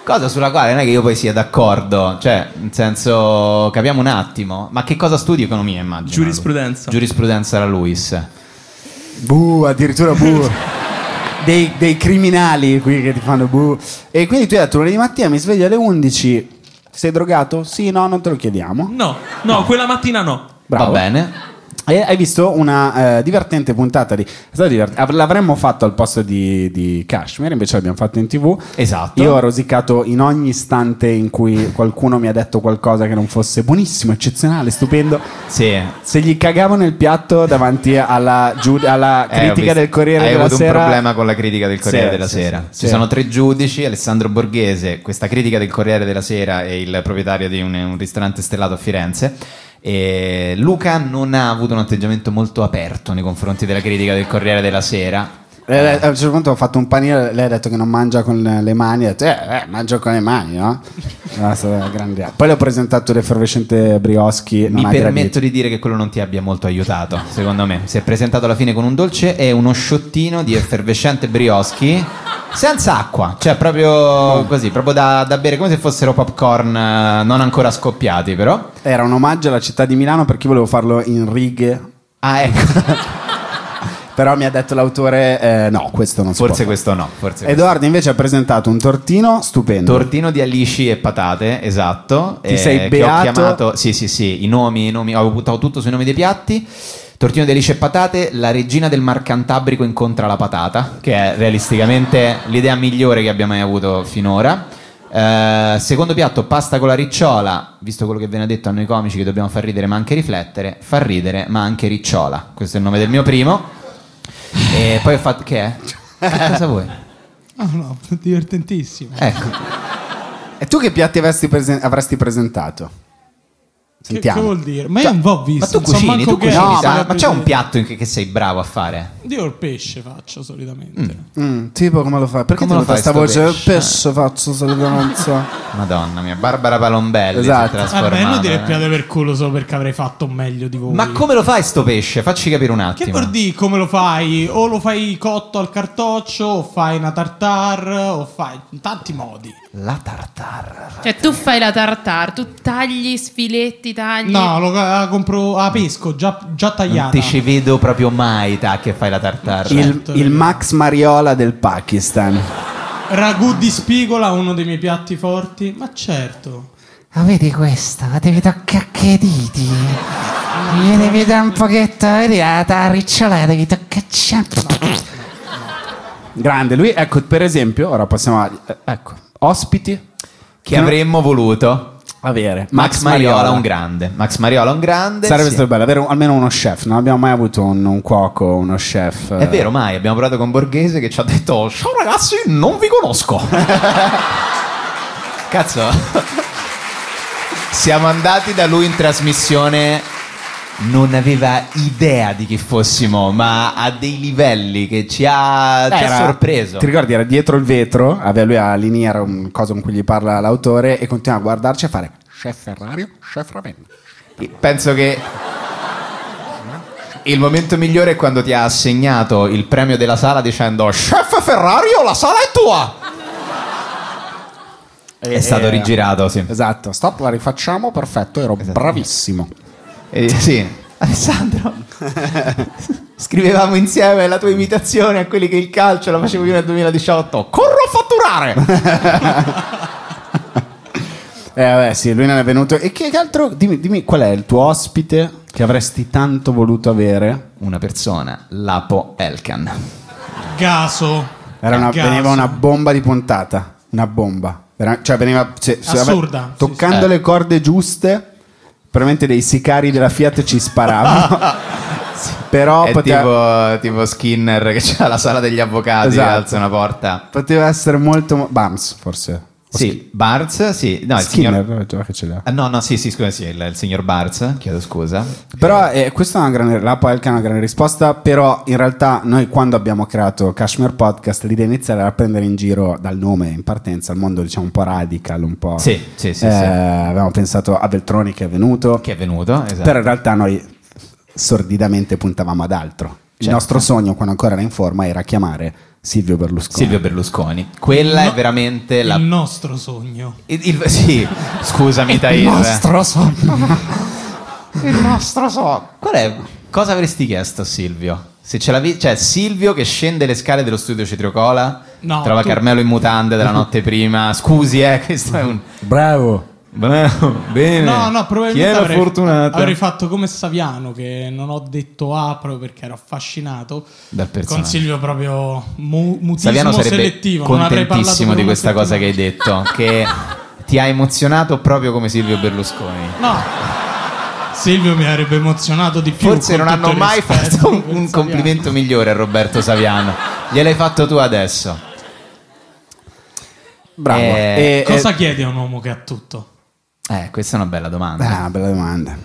[SPEAKER 4] Cosa sulla quale non è che io poi sia d'accordo. Cioè, nel senso, capiamo un attimo. Ma che cosa studi economia, immagino?
[SPEAKER 20] Giurisprudenza.
[SPEAKER 4] Giurisprudenza era Lewis.
[SPEAKER 5] Buh, addirittura buh. dei, dei criminali qui che ti fanno buh. E quindi tu hai detto lunedì mattina mi sveglio alle 11. Sei drogato? Sì, no, non te lo chiediamo.
[SPEAKER 20] No, no, quella mattina no.
[SPEAKER 5] Bravo.
[SPEAKER 4] Va bene.
[SPEAKER 5] E hai visto una eh, divertente puntata di... è stato divert- av- L'avremmo fatto al posto di, di Kashmir, invece l'abbiamo fatto in tv.
[SPEAKER 4] Esatto.
[SPEAKER 5] Io ho rosicato in ogni istante in cui qualcuno mi ha detto qualcosa che non fosse buonissimo, eccezionale, stupendo.
[SPEAKER 4] Sì.
[SPEAKER 5] Se gli cagavo nel piatto davanti alla, giud- alla
[SPEAKER 4] Eh, ho
[SPEAKER 5] critica
[SPEAKER 4] visto-
[SPEAKER 5] del Corriere
[SPEAKER 4] Hai
[SPEAKER 5] della
[SPEAKER 4] avuto
[SPEAKER 5] Sera...
[SPEAKER 4] un problema con la critica del Corriere
[SPEAKER 5] Sì,
[SPEAKER 4] della
[SPEAKER 5] sì,
[SPEAKER 4] Sera.
[SPEAKER 5] sì,
[SPEAKER 4] Ci
[SPEAKER 5] sì.
[SPEAKER 4] sono tre giudici, Alessandro Borghese, questa critica del Corriere della Sera e il proprietario di un, un ristorante stellato a Firenze. E Luca non ha avuto un atteggiamento molto aperto nei confronti della critica del Corriere della Sera.
[SPEAKER 5] Eh, lei- a un certo punto ho fatto un panino, lei ha detto che non mangia con le mani, ho detto eh, eh mangio con le mani,
[SPEAKER 4] *laughs*
[SPEAKER 5] no? Era stata grande. Poi le ho presentato l'effervescente Brioschi. non
[SPEAKER 4] Mi
[SPEAKER 5] ha
[SPEAKER 4] permetto
[SPEAKER 5] gradito.
[SPEAKER 4] di dire che quello non ti abbia molto aiutato, secondo me. Si è presentato alla fine con un dolce e uno sciottino di effervescente brioschi senza acqua, cioè proprio così, proprio da, da bere come se fossero popcorn eh, non ancora scoppiati, però.
[SPEAKER 5] Era un omaggio alla città di Milano perché io volevo farlo in righe.
[SPEAKER 4] Ah, ecco.
[SPEAKER 5] *laughs* Però mi ha detto l'autore, eh, no, questo non si può
[SPEAKER 4] Forse
[SPEAKER 5] fare.
[SPEAKER 4] questo no, forse questo.
[SPEAKER 5] Edoardo invece ha presentato un tortino stupendo.
[SPEAKER 4] Tortino di alici e patate, esatto.
[SPEAKER 5] Ti sei
[SPEAKER 4] che ho
[SPEAKER 5] beato?
[SPEAKER 4] chiamato, sì, sì, sì, i nomi, i nomi, avevo buttato tutto sui nomi dei piatti. Tortino di alice e patate, la regina del Mar Cantabrico incontra la patata, che è realisticamente l'idea migliore che abbia mai avuto finora. Eh, secondo piatto, pasta con la ricciola, visto quello che viene detto a noi comici che dobbiamo far ridere ma anche riflettere, far ridere ma anche ricciola. Questo è il nome del mio primo. E poi ho fatto... Che
[SPEAKER 5] *laughs*
[SPEAKER 4] è? Che cosa vuoi?
[SPEAKER 12] Ah no, divertentissimo.
[SPEAKER 4] Ecco.
[SPEAKER 5] E tu che piatti avresti, presen- avresti presentato? Sentiamo. Cioè,
[SPEAKER 12] che vuol dire? Ma io non ho visto,
[SPEAKER 4] Ma tu
[SPEAKER 12] non so
[SPEAKER 4] cucini,
[SPEAKER 12] manco
[SPEAKER 4] tu
[SPEAKER 12] che-
[SPEAKER 4] cucini,
[SPEAKER 12] No,
[SPEAKER 4] sai, ma,
[SPEAKER 12] ma-
[SPEAKER 4] c'è un piatto in che, che sei bravo a fare?
[SPEAKER 12] Io il pesce faccio solitamente.
[SPEAKER 5] Mm, tipo come lo fai? Perché
[SPEAKER 4] Come
[SPEAKER 5] ti
[SPEAKER 4] lo fai
[SPEAKER 5] nota sta
[SPEAKER 4] sto
[SPEAKER 5] voce?
[SPEAKER 4] pesce?
[SPEAKER 5] Pesce, faccio soltanto.
[SPEAKER 4] Madonna mia, Barbara Palombelli si
[SPEAKER 5] Esatto.
[SPEAKER 4] è
[SPEAKER 12] Vabbè, è
[SPEAKER 4] trasformata.
[SPEAKER 12] inutile
[SPEAKER 4] eh.
[SPEAKER 12] piate per culo solo perché avrei fatto meglio di voi.
[SPEAKER 4] Ma come lo fai sto pesce? Facci capire un
[SPEAKER 12] Che
[SPEAKER 4] attimo.
[SPEAKER 12] vuol dire come lo fai? O lo fai cotto al cartoccio, o fai una tartar, o fai in tanti modi.
[SPEAKER 4] La tartar.
[SPEAKER 6] Cioè, tu fai la tartar, tu tagli sfiletti, tagli.
[SPEAKER 12] No, lo la compro a pesco, già, già
[SPEAKER 4] Non
[SPEAKER 12] tagliata.
[SPEAKER 4] ti ci vedo proprio mai, ta, che fai la tartar.
[SPEAKER 5] Il, il Max Mariola del Pakistan.
[SPEAKER 12] Ragù di spigola, uno dei miei piatti forti. Ma certo.
[SPEAKER 21] Ah, vedi questa? La devi toccare che i diti. Mi devi dare un pochetto, vedi la la ricciola, la devi toccare.
[SPEAKER 5] Grande, lui, ecco, per esempio, ora passiamo a... eh, Ecco, ospiti.
[SPEAKER 4] Che avremmo voluto
[SPEAKER 5] avere.
[SPEAKER 4] Max Mariola, un grande. Max Mariola un grande.
[SPEAKER 5] Sarebbe
[SPEAKER 4] sì.
[SPEAKER 5] stato bello avere un- almeno uno chef, non abbiamo mai avuto un, un cuoco, uno chef.
[SPEAKER 4] È vero, mai. Abbiamo provato con Borghese che ci ha detto: Ciao ragazzi, non vi conosco. *laughs* Cazzo. Siamo andati da lui in trasmissione. Non aveva idea di chi fossimo, ma a dei livelli che ci ha, ci ha
[SPEAKER 5] Era-
[SPEAKER 4] sorpreso.
[SPEAKER 5] Ti ricordi? Era dietro il vetro, aveva lui a liniera un coso con cui gli parla l'autore e continua a guardarci e fare Chef Ferrario, Chef Ravenna.
[SPEAKER 4] Penso che il momento migliore è quando ti ha assegnato il premio della sala dicendo Chef Ferrario, la sala è tua!
[SPEAKER 5] Eh,
[SPEAKER 4] È stato rigirato, sì. Esatto.
[SPEAKER 5] Esatto, stop, la rifacciamo, perfetto, ero bravissimo.
[SPEAKER 4] Eh,
[SPEAKER 5] Eh,
[SPEAKER 4] sì, Alessandro, scrivevamo insieme la tua imitazione a quelli che il calcio la facevo io nel 2018. Corro a *laughs* fatturare!
[SPEAKER 5] Eh, vabbè, sì, lui non è venuto. E che altro? Dimmi, dimmi qual è il tuo ospite che avresti tanto voluto avere?
[SPEAKER 4] Una persona, Lapo Elkan.
[SPEAKER 12] Gaso.
[SPEAKER 5] Era una,
[SPEAKER 12] Cazzo.
[SPEAKER 5] veniva una bomba di puntata, una bomba. Era- cioè, veniva cioè, se-
[SPEAKER 12] Assurda,
[SPEAKER 5] vabbè,
[SPEAKER 12] sì,
[SPEAKER 5] toccando
[SPEAKER 4] Eh.
[SPEAKER 12] sì.
[SPEAKER 5] le corde giuste, probabilmente dei sicari della Fiat ci sparavano.
[SPEAKER 4] *laughs*
[SPEAKER 5] Però
[SPEAKER 4] È
[SPEAKER 5] poteva,
[SPEAKER 4] tipo, tipo Skinner che c'ha la sala degli avvocati,
[SPEAKER 5] Esatto.
[SPEAKER 4] alza una porta.
[SPEAKER 5] poteva essere molto. mo- Barnes, forse.
[SPEAKER 4] Sì, Barnes, sì. No, il
[SPEAKER 5] Skinner, eh,
[SPEAKER 4] signor...
[SPEAKER 5] già che ce l'ha.
[SPEAKER 4] Ah, no, no, sì, sì, scusa, sì, il, il signor Barnes, chiedo scusa.
[SPEAKER 5] Però eh, questa è una grande, la Polka è una grande risposta, però in realtà noi quando abbiamo creato Kashmir Podcast l'idea iniziale era prendere in giro dal nome in partenza il mondo diciamo un po' radical, un po'...
[SPEAKER 4] Sì, sì, sì,
[SPEAKER 5] Eh,
[SPEAKER 4] sì.
[SPEAKER 5] Avevamo pensato a Beltroni che è venuto.
[SPEAKER 4] Che è venuto, esatto.
[SPEAKER 5] Però in realtà noi sordidamente puntavamo ad altro. Il
[SPEAKER 4] Certo.
[SPEAKER 5] nostro sogno quando ancora era in forma era chiamare Silvio Berlusconi.
[SPEAKER 4] Silvio Berlusconi. Quella è veramente la...
[SPEAKER 12] Il nostro sogno.
[SPEAKER 4] il- il- sì,
[SPEAKER 12] *laughs*
[SPEAKER 4] scusami, Tair.
[SPEAKER 5] sogno.
[SPEAKER 4] Il nostro so. Qual è? Cosa avresti chiesto a Silvio? Se ce l'avevi... Cioè, Silvio che scende le scale dello studio Cetriocola,
[SPEAKER 12] No,
[SPEAKER 4] trova
[SPEAKER 12] tu-
[SPEAKER 4] Carmelo in mutande
[SPEAKER 12] *laughs*
[SPEAKER 4] della notte prima. Scusi, eh, questo è un...
[SPEAKER 5] Bravo.
[SPEAKER 4] bene.
[SPEAKER 12] No, no, probabilmente
[SPEAKER 4] Chi era
[SPEAKER 12] avrei,
[SPEAKER 4] fortunato?
[SPEAKER 12] avrei fatto come Saviano che non ho detto A proprio perché ero affascinato.
[SPEAKER 4] Dal personaggio.
[SPEAKER 12] Consiglio proprio mu- mutismo
[SPEAKER 4] Saviano sarebbe
[SPEAKER 12] selettivo. Non avrei parlato
[SPEAKER 4] contentissimo
[SPEAKER 12] per
[SPEAKER 4] di
[SPEAKER 12] una
[SPEAKER 4] questa cosa che hai detto, che
[SPEAKER 12] *laughs*
[SPEAKER 4] ti ha emozionato proprio come Silvio Berlusconi.
[SPEAKER 12] settimana. Silvio mi avrebbe emozionato di più.
[SPEAKER 4] Forse
[SPEAKER 12] con
[SPEAKER 4] non
[SPEAKER 12] tutto
[SPEAKER 4] hanno
[SPEAKER 12] il
[SPEAKER 4] mai
[SPEAKER 12] rispetto
[SPEAKER 4] fatto un,
[SPEAKER 12] per
[SPEAKER 4] un
[SPEAKER 12] Saviano.
[SPEAKER 4] complimento migliore a Roberto Saviano. Gliel'hai fatto tu adesso.
[SPEAKER 5] Bravo.
[SPEAKER 4] Eh,
[SPEAKER 12] Cosa chiedi a un uomo che ha tutto?
[SPEAKER 4] Eh, questa è una bella domanda.
[SPEAKER 5] Ah, bella domanda.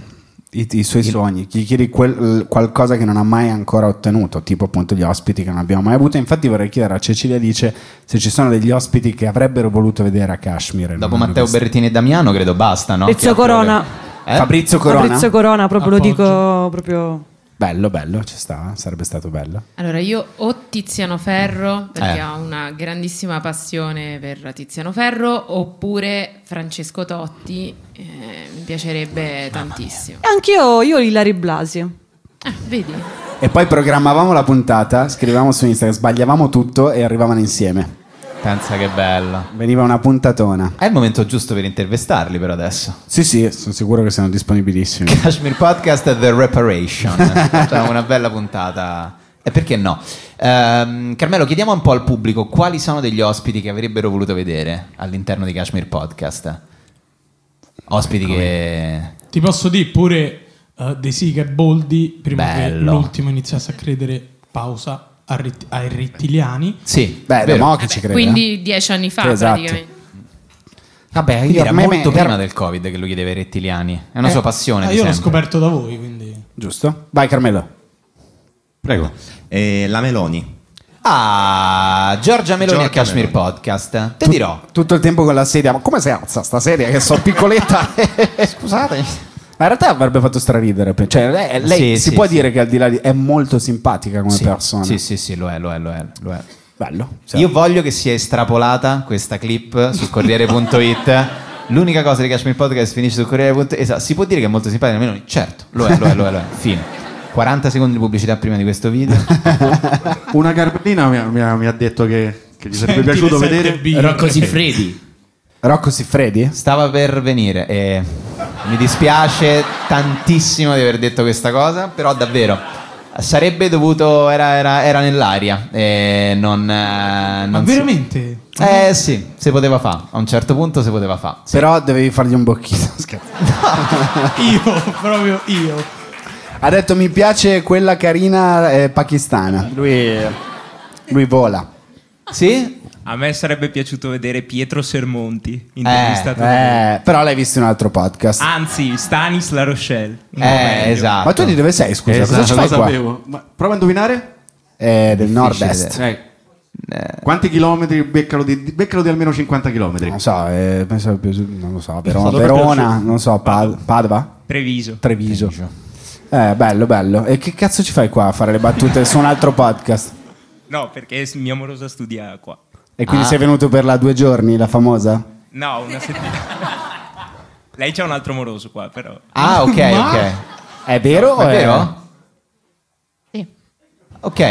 [SPEAKER 5] I, i suoi sogni, gli chiedi quel- qualcosa che non ha mai ancora ottenuto, tipo appunto gli ospiti che non abbiamo mai avuto. Infatti vorrei chiedere a Cecilia Alice se ci sono degli ospiti che avrebbero voluto vedere a Kashmir. e
[SPEAKER 4] Dopo
[SPEAKER 5] non hanno
[SPEAKER 4] Matteo
[SPEAKER 5] visto.
[SPEAKER 4] Berrettini e Damiano credo basta, no?
[SPEAKER 7] Fabrizio
[SPEAKER 4] Che altro-
[SPEAKER 7] Corona.
[SPEAKER 4] Eh?
[SPEAKER 5] Fabrizio Corona.
[SPEAKER 7] Fabrizio Corona, proprio lo dico proprio.
[SPEAKER 5] Bello, bello, ci sta, sarebbe stato bello.
[SPEAKER 6] Allora, io o Tiziano Ferro, perché
[SPEAKER 5] Eh.
[SPEAKER 6] ho una grandissima passione per Tiziano Ferro, oppure Francesco Totti, eh, mi piacerebbe tantissimo.
[SPEAKER 7] E anch'io io Ilari Blasi.
[SPEAKER 6] Ah, vedi?
[SPEAKER 5] E poi programmavamo la puntata, scrivevamo su Instagram, sbagliavamo tutto e arrivavano insieme.
[SPEAKER 4] Pensa che bello.
[SPEAKER 5] Veniva una puntatona.
[SPEAKER 4] È il momento giusto per intervistarli per adesso.
[SPEAKER 5] Sì, sì, sono sicuro che sono disponibilissimi.
[SPEAKER 4] Kashmir Podcast e The Reparation. Facciamo una bella puntata. E perché no? Ehm, Carmelo, chiediamo un po' al pubblico quali sono degli ospiti che avrebbero voluto vedere all'interno di Kashmir Podcast. Ospiti che...
[SPEAKER 12] Ti posso dire pure eh, De Sica e Boldi, prima
[SPEAKER 4] Bello.
[SPEAKER 12] che l'ultimo iniziasse a credere, pausa, a ret- ai rettiliani. Eh
[SPEAKER 4] Sì,
[SPEAKER 5] beh,
[SPEAKER 12] vero.
[SPEAKER 5] da mo' che ci crede.
[SPEAKER 6] Quindi dieci anni fa,
[SPEAKER 5] Esatto.
[SPEAKER 6] praticamente.
[SPEAKER 17] Vabbè,
[SPEAKER 4] Quindi
[SPEAKER 17] io
[SPEAKER 4] era
[SPEAKER 17] ormai
[SPEAKER 4] molto
[SPEAKER 17] me-
[SPEAKER 4] prima del Covid che lui chiedeva i rettiliani. È una
[SPEAKER 5] Eh,
[SPEAKER 4] sua passione.
[SPEAKER 12] Ah,
[SPEAKER 4] di
[SPEAKER 12] io l'ho
[SPEAKER 4] sempre.
[SPEAKER 12] scoperto da voi, quindi...
[SPEAKER 5] *laughs* Giusto? Vai Carmelo.
[SPEAKER 2] Prego. la Meloni.
[SPEAKER 4] Ah, Giorgia Meloni al
[SPEAKER 5] Giorgia
[SPEAKER 4] Kashmir Podcast. Te dirò.
[SPEAKER 5] Tutto il tempo con la sedia. Ma come si alza sta sedia che so
[SPEAKER 4] *laughs*
[SPEAKER 5] piccoletta?
[SPEAKER 4] Scusate.
[SPEAKER 5] Ma in realtà avrebbe fatto straridere. per- Cioè, lei, lei
[SPEAKER 4] Sì,
[SPEAKER 5] si
[SPEAKER 4] sì,
[SPEAKER 5] può
[SPEAKER 4] sì.
[SPEAKER 5] dire che al di là di... è molto simpatica come
[SPEAKER 4] Sì,
[SPEAKER 5] persona.
[SPEAKER 4] Sì, sì, sì, lo è, lo è, lo è. Lo è.
[SPEAKER 5] Bello.
[SPEAKER 4] Io voglio che sia estrapolata questa clip su Corriere.it. L'unica cosa di Kashmir Podcast finisce su Corriere.it. Esatto, si può dire che è molto simpatica, almeno certo, lo è, lo è, lo è, lo è. Fine. 40 secondi di pubblicità prima di questo video.
[SPEAKER 3] Una carpellina mi, ha- mi ha- mi ha detto che, che gli sarebbe
[SPEAKER 4] Senti
[SPEAKER 3] piaciuto
[SPEAKER 4] le sette
[SPEAKER 3] vedere
[SPEAKER 4] B. Rocco Siffredi.
[SPEAKER 5] Rocco Siffredi?
[SPEAKER 4] Stava per venire e mi dispiace tantissimo di aver detto questa cosa, però davvero sarebbe dovuto, era, era- era nell'aria e non... eh, non
[SPEAKER 12] Ma
[SPEAKER 4] si-
[SPEAKER 12] veramente?
[SPEAKER 4] Eh sì, si poteva fare, a un certo punto si poteva fare.
[SPEAKER 5] Però devevi fargli un bocchino. *laughs*
[SPEAKER 4] *laughs*
[SPEAKER 5] Scherzo.
[SPEAKER 12] io, *laughs* proprio io.
[SPEAKER 5] Ha detto mi piace quella carina eh, pakistana. Lui, lui vola.
[SPEAKER 4] Sì?
[SPEAKER 22] *laughs* A me sarebbe piaciuto vedere Pietro Sermonti
[SPEAKER 5] Eh,
[SPEAKER 22] intervistato. da
[SPEAKER 5] eh, però l'hai visto in un altro podcast.
[SPEAKER 22] lui. Anzi, Stanis La Rochelle. un po'
[SPEAKER 5] Eh,
[SPEAKER 22] meglio.
[SPEAKER 5] esatto. Ma tu di dove sei, scusa? Cosa ci fai
[SPEAKER 3] lo
[SPEAKER 5] qua?
[SPEAKER 3] sapevo. Ma prova a indovinare.
[SPEAKER 5] Eh, del nord-est.
[SPEAKER 3] Eh. Quanti chilometri beccalo di, beccalo di almeno 50 chilometri?
[SPEAKER 5] Non so, eh, penso che più- non lo so, Verona,
[SPEAKER 3] Stato
[SPEAKER 5] Verona
[SPEAKER 3] piaciuto.
[SPEAKER 5] non so, Pa- Padova?
[SPEAKER 22] Treviso.
[SPEAKER 5] Treviso. Eh, bello, bello. E che cazzo ci fai qua a fare le battute su un altro podcast?
[SPEAKER 22] No, perché s- mia morosa studia qua.
[SPEAKER 5] E quindi
[SPEAKER 22] Ah.
[SPEAKER 5] sei venuto per la due giorni, la famosa?
[SPEAKER 22] No, una settimana. *laughs* Lei c'ha un altro moroso qua, però.
[SPEAKER 4] Ah, ok,
[SPEAKER 22] Ma-
[SPEAKER 4] ok.
[SPEAKER 5] È vero?
[SPEAKER 4] È
[SPEAKER 5] o è-
[SPEAKER 4] vero? Ok.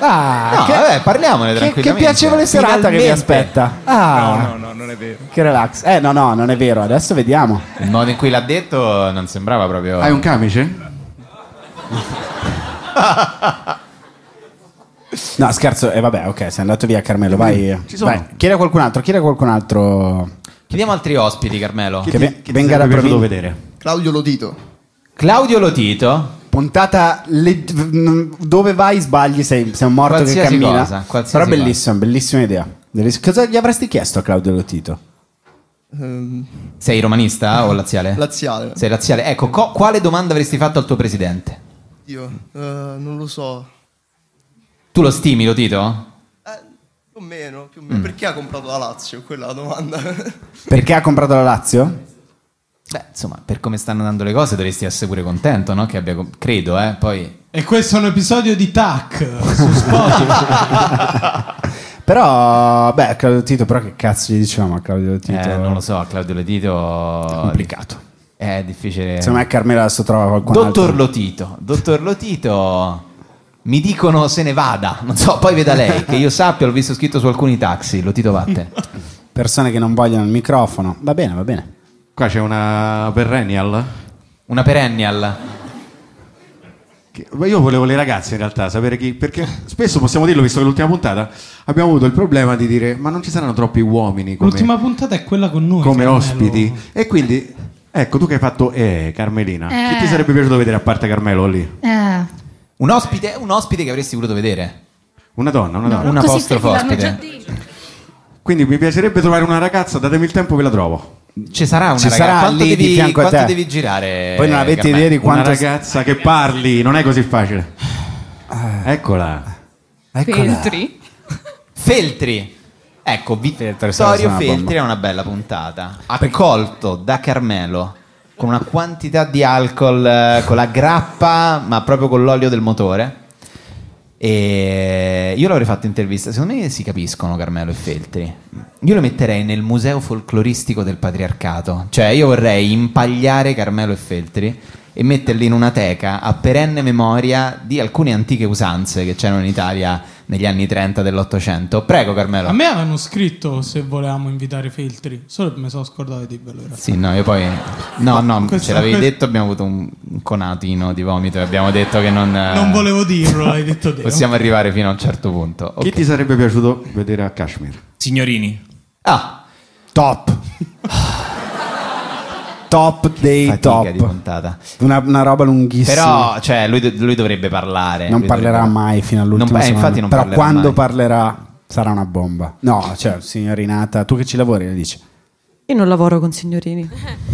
[SPEAKER 5] Ah,
[SPEAKER 4] No,
[SPEAKER 5] che-
[SPEAKER 4] vabbè, parliamone
[SPEAKER 5] che- Che
[SPEAKER 4] tranquillamente.
[SPEAKER 5] piacevole serata che
[SPEAKER 4] Finalmente.
[SPEAKER 5] vi aspetta. Ah,
[SPEAKER 4] No, no,
[SPEAKER 22] non è vero.
[SPEAKER 5] Che relax. Eh, no, no, non è vero. Adesso vediamo.
[SPEAKER 4] Il modo in cui l'ha detto non sembrava proprio...
[SPEAKER 3] Hai un camice?
[SPEAKER 4] *laughs*
[SPEAKER 5] No, scherzo. E vabbè, ok, sei andato via Carmelo, vai.
[SPEAKER 4] Ci sono.
[SPEAKER 5] vai. Chiedi a qualcun altro, chiedi a qualcun altro
[SPEAKER 4] Chiediamo altri ospiti, Carmelo.
[SPEAKER 5] che, ve- venga da provin-
[SPEAKER 23] Claudio Lodito.
[SPEAKER 4] Claudio Lotito.
[SPEAKER 5] Puntata le- n- dove vai sbagli, sei, sei un morto
[SPEAKER 4] Qualsiasi
[SPEAKER 5] che cammina.
[SPEAKER 4] cosa, qualsiasi
[SPEAKER 5] Però
[SPEAKER 4] cosa.
[SPEAKER 5] bellissima, bellissima idea. Belliss- Cosa gli avresti chiesto a Claudio Lotito?
[SPEAKER 23] Ehm,
[SPEAKER 4] Sei romanista o laziale?
[SPEAKER 23] Laziale.
[SPEAKER 4] Sei laziale. Ecco, co- quale domanda avresti fatto al tuo presidente?
[SPEAKER 23] Dio, eh, non lo so.
[SPEAKER 4] Tu lo stimi, Lotito?
[SPEAKER 23] Più o meno, più o meno.
[SPEAKER 4] Mm.
[SPEAKER 23] Perché ha comprato la Lazio? Quella è la domanda.
[SPEAKER 5] *laughs* Perché ha comprato la Lazio?
[SPEAKER 4] Beh, insomma, per come stanno andando le cose dovresti essere pure contento, no? Che abbia... com- Credo, eh, poi...
[SPEAKER 5] *laughs*
[SPEAKER 12] E questo è un episodio di TAC
[SPEAKER 4] *laughs*
[SPEAKER 12] su Spotify.
[SPEAKER 5] Però, beh, Claudio Lotito, però che cazzo gli dicevamo a Claudio Lotito?
[SPEAKER 4] Eh, non lo so, Claudio Lotito... È
[SPEAKER 5] complicato.
[SPEAKER 4] È difficile...
[SPEAKER 5] Secondo me Carmelo adesso trova qualcun altro.
[SPEAKER 4] Dottor Lotito, dottor Lotito, mi dicono se ne vada, non so, poi veda lei, che io sappia, l'ho visto scritto su alcuni taxi, Lotito vatte.
[SPEAKER 5] Persone che non vogliono il microfono. Va bene, va bene.
[SPEAKER 3] Qua c'è una perennial.
[SPEAKER 4] Una perennial.
[SPEAKER 3] io volevo le ragazze in realtà sapere chi, perché spesso possiamo dirlo, visto che l'ultima puntata abbiamo avuto il problema di dire ma non ci saranno troppi uomini come,
[SPEAKER 12] L'ultima puntata è quella con noi.
[SPEAKER 3] come
[SPEAKER 12] Carmelo.
[SPEAKER 3] ospiti. E quindi, ecco, tu che hai fatto, eh, Carmelina,
[SPEAKER 23] Eh.
[SPEAKER 3] chi ti sarebbe piaciuto vedere a parte Carmelo lì?
[SPEAKER 23] Eh,
[SPEAKER 4] Un ospite, un ospite che avresti voluto vedere.
[SPEAKER 3] Una donna, una donna.
[SPEAKER 4] Un apostrofo ospite.
[SPEAKER 3] Quindi mi piacerebbe trovare una ragazza, datemi il tempo, ve la trovo.
[SPEAKER 4] Ci sarà una
[SPEAKER 3] Ci
[SPEAKER 4] ragazza.
[SPEAKER 3] sarà
[SPEAKER 4] quanto
[SPEAKER 3] lì di
[SPEAKER 4] devi,
[SPEAKER 3] fianco a te.
[SPEAKER 4] quanto devi girare?
[SPEAKER 3] Poi non avete
[SPEAKER 4] Carmen?
[SPEAKER 3] idea di quanto. Eh, Una ragazza che parli, non è così facile. Ah. Eccola.
[SPEAKER 6] Feltri.
[SPEAKER 4] Feltri. Ecco,
[SPEAKER 5] sarà
[SPEAKER 4] Vittorio
[SPEAKER 5] una bomba.
[SPEAKER 4] Feltri è una bella puntata. Accolto da Carmelo con una quantità di alcol, eh, con la grappa, ma proprio con l'olio del motore. E io l'avrei fatto intervista. Secondo me si capiscono Carmelo e Feltri. Io lo metterei nel museo folcloristico del patriarcato. Cioè, io vorrei impagliare Carmelo e Feltri e metterli in una teca a perenne memoria di alcune antiche usanze che c'erano in Italia negli anni 30 dell'Ottocento. Prego, Carmelo.
[SPEAKER 12] A me avevano scritto se volevamo invitare Feltri, solo che mi sono scordato di bello. in realtà.
[SPEAKER 4] Sì, no, io poi. No, no,
[SPEAKER 12] Questo-
[SPEAKER 4] ce l'avevi
[SPEAKER 12] questo-
[SPEAKER 4] detto, abbiamo avuto un un conatino di vomito e abbiamo detto che non. eh,
[SPEAKER 12] Non volevo dirlo, l'hai detto te.
[SPEAKER 4] Possiamo arrivare fino a un certo punto.
[SPEAKER 3] Chi ti sarebbe piaciuto vedere a Kashmir?
[SPEAKER 22] Signorini.
[SPEAKER 4] Ah,
[SPEAKER 5] top. top dei top. Una, una roba lunghissima.
[SPEAKER 4] Però, cioè, lui, do- lui dovrebbe parlare.
[SPEAKER 5] non
[SPEAKER 4] Lui
[SPEAKER 5] parlerà
[SPEAKER 4] dovrebbe-
[SPEAKER 5] mai fino all'ultimo
[SPEAKER 4] Non- eh, infatti non
[SPEAKER 5] Però
[SPEAKER 4] parlerà
[SPEAKER 5] quando
[SPEAKER 4] mai.
[SPEAKER 5] parlerà sarà una bomba. No, cioè, signorinata, tu che ci lavori, le dici.
[SPEAKER 7] Io non lavoro con signorini.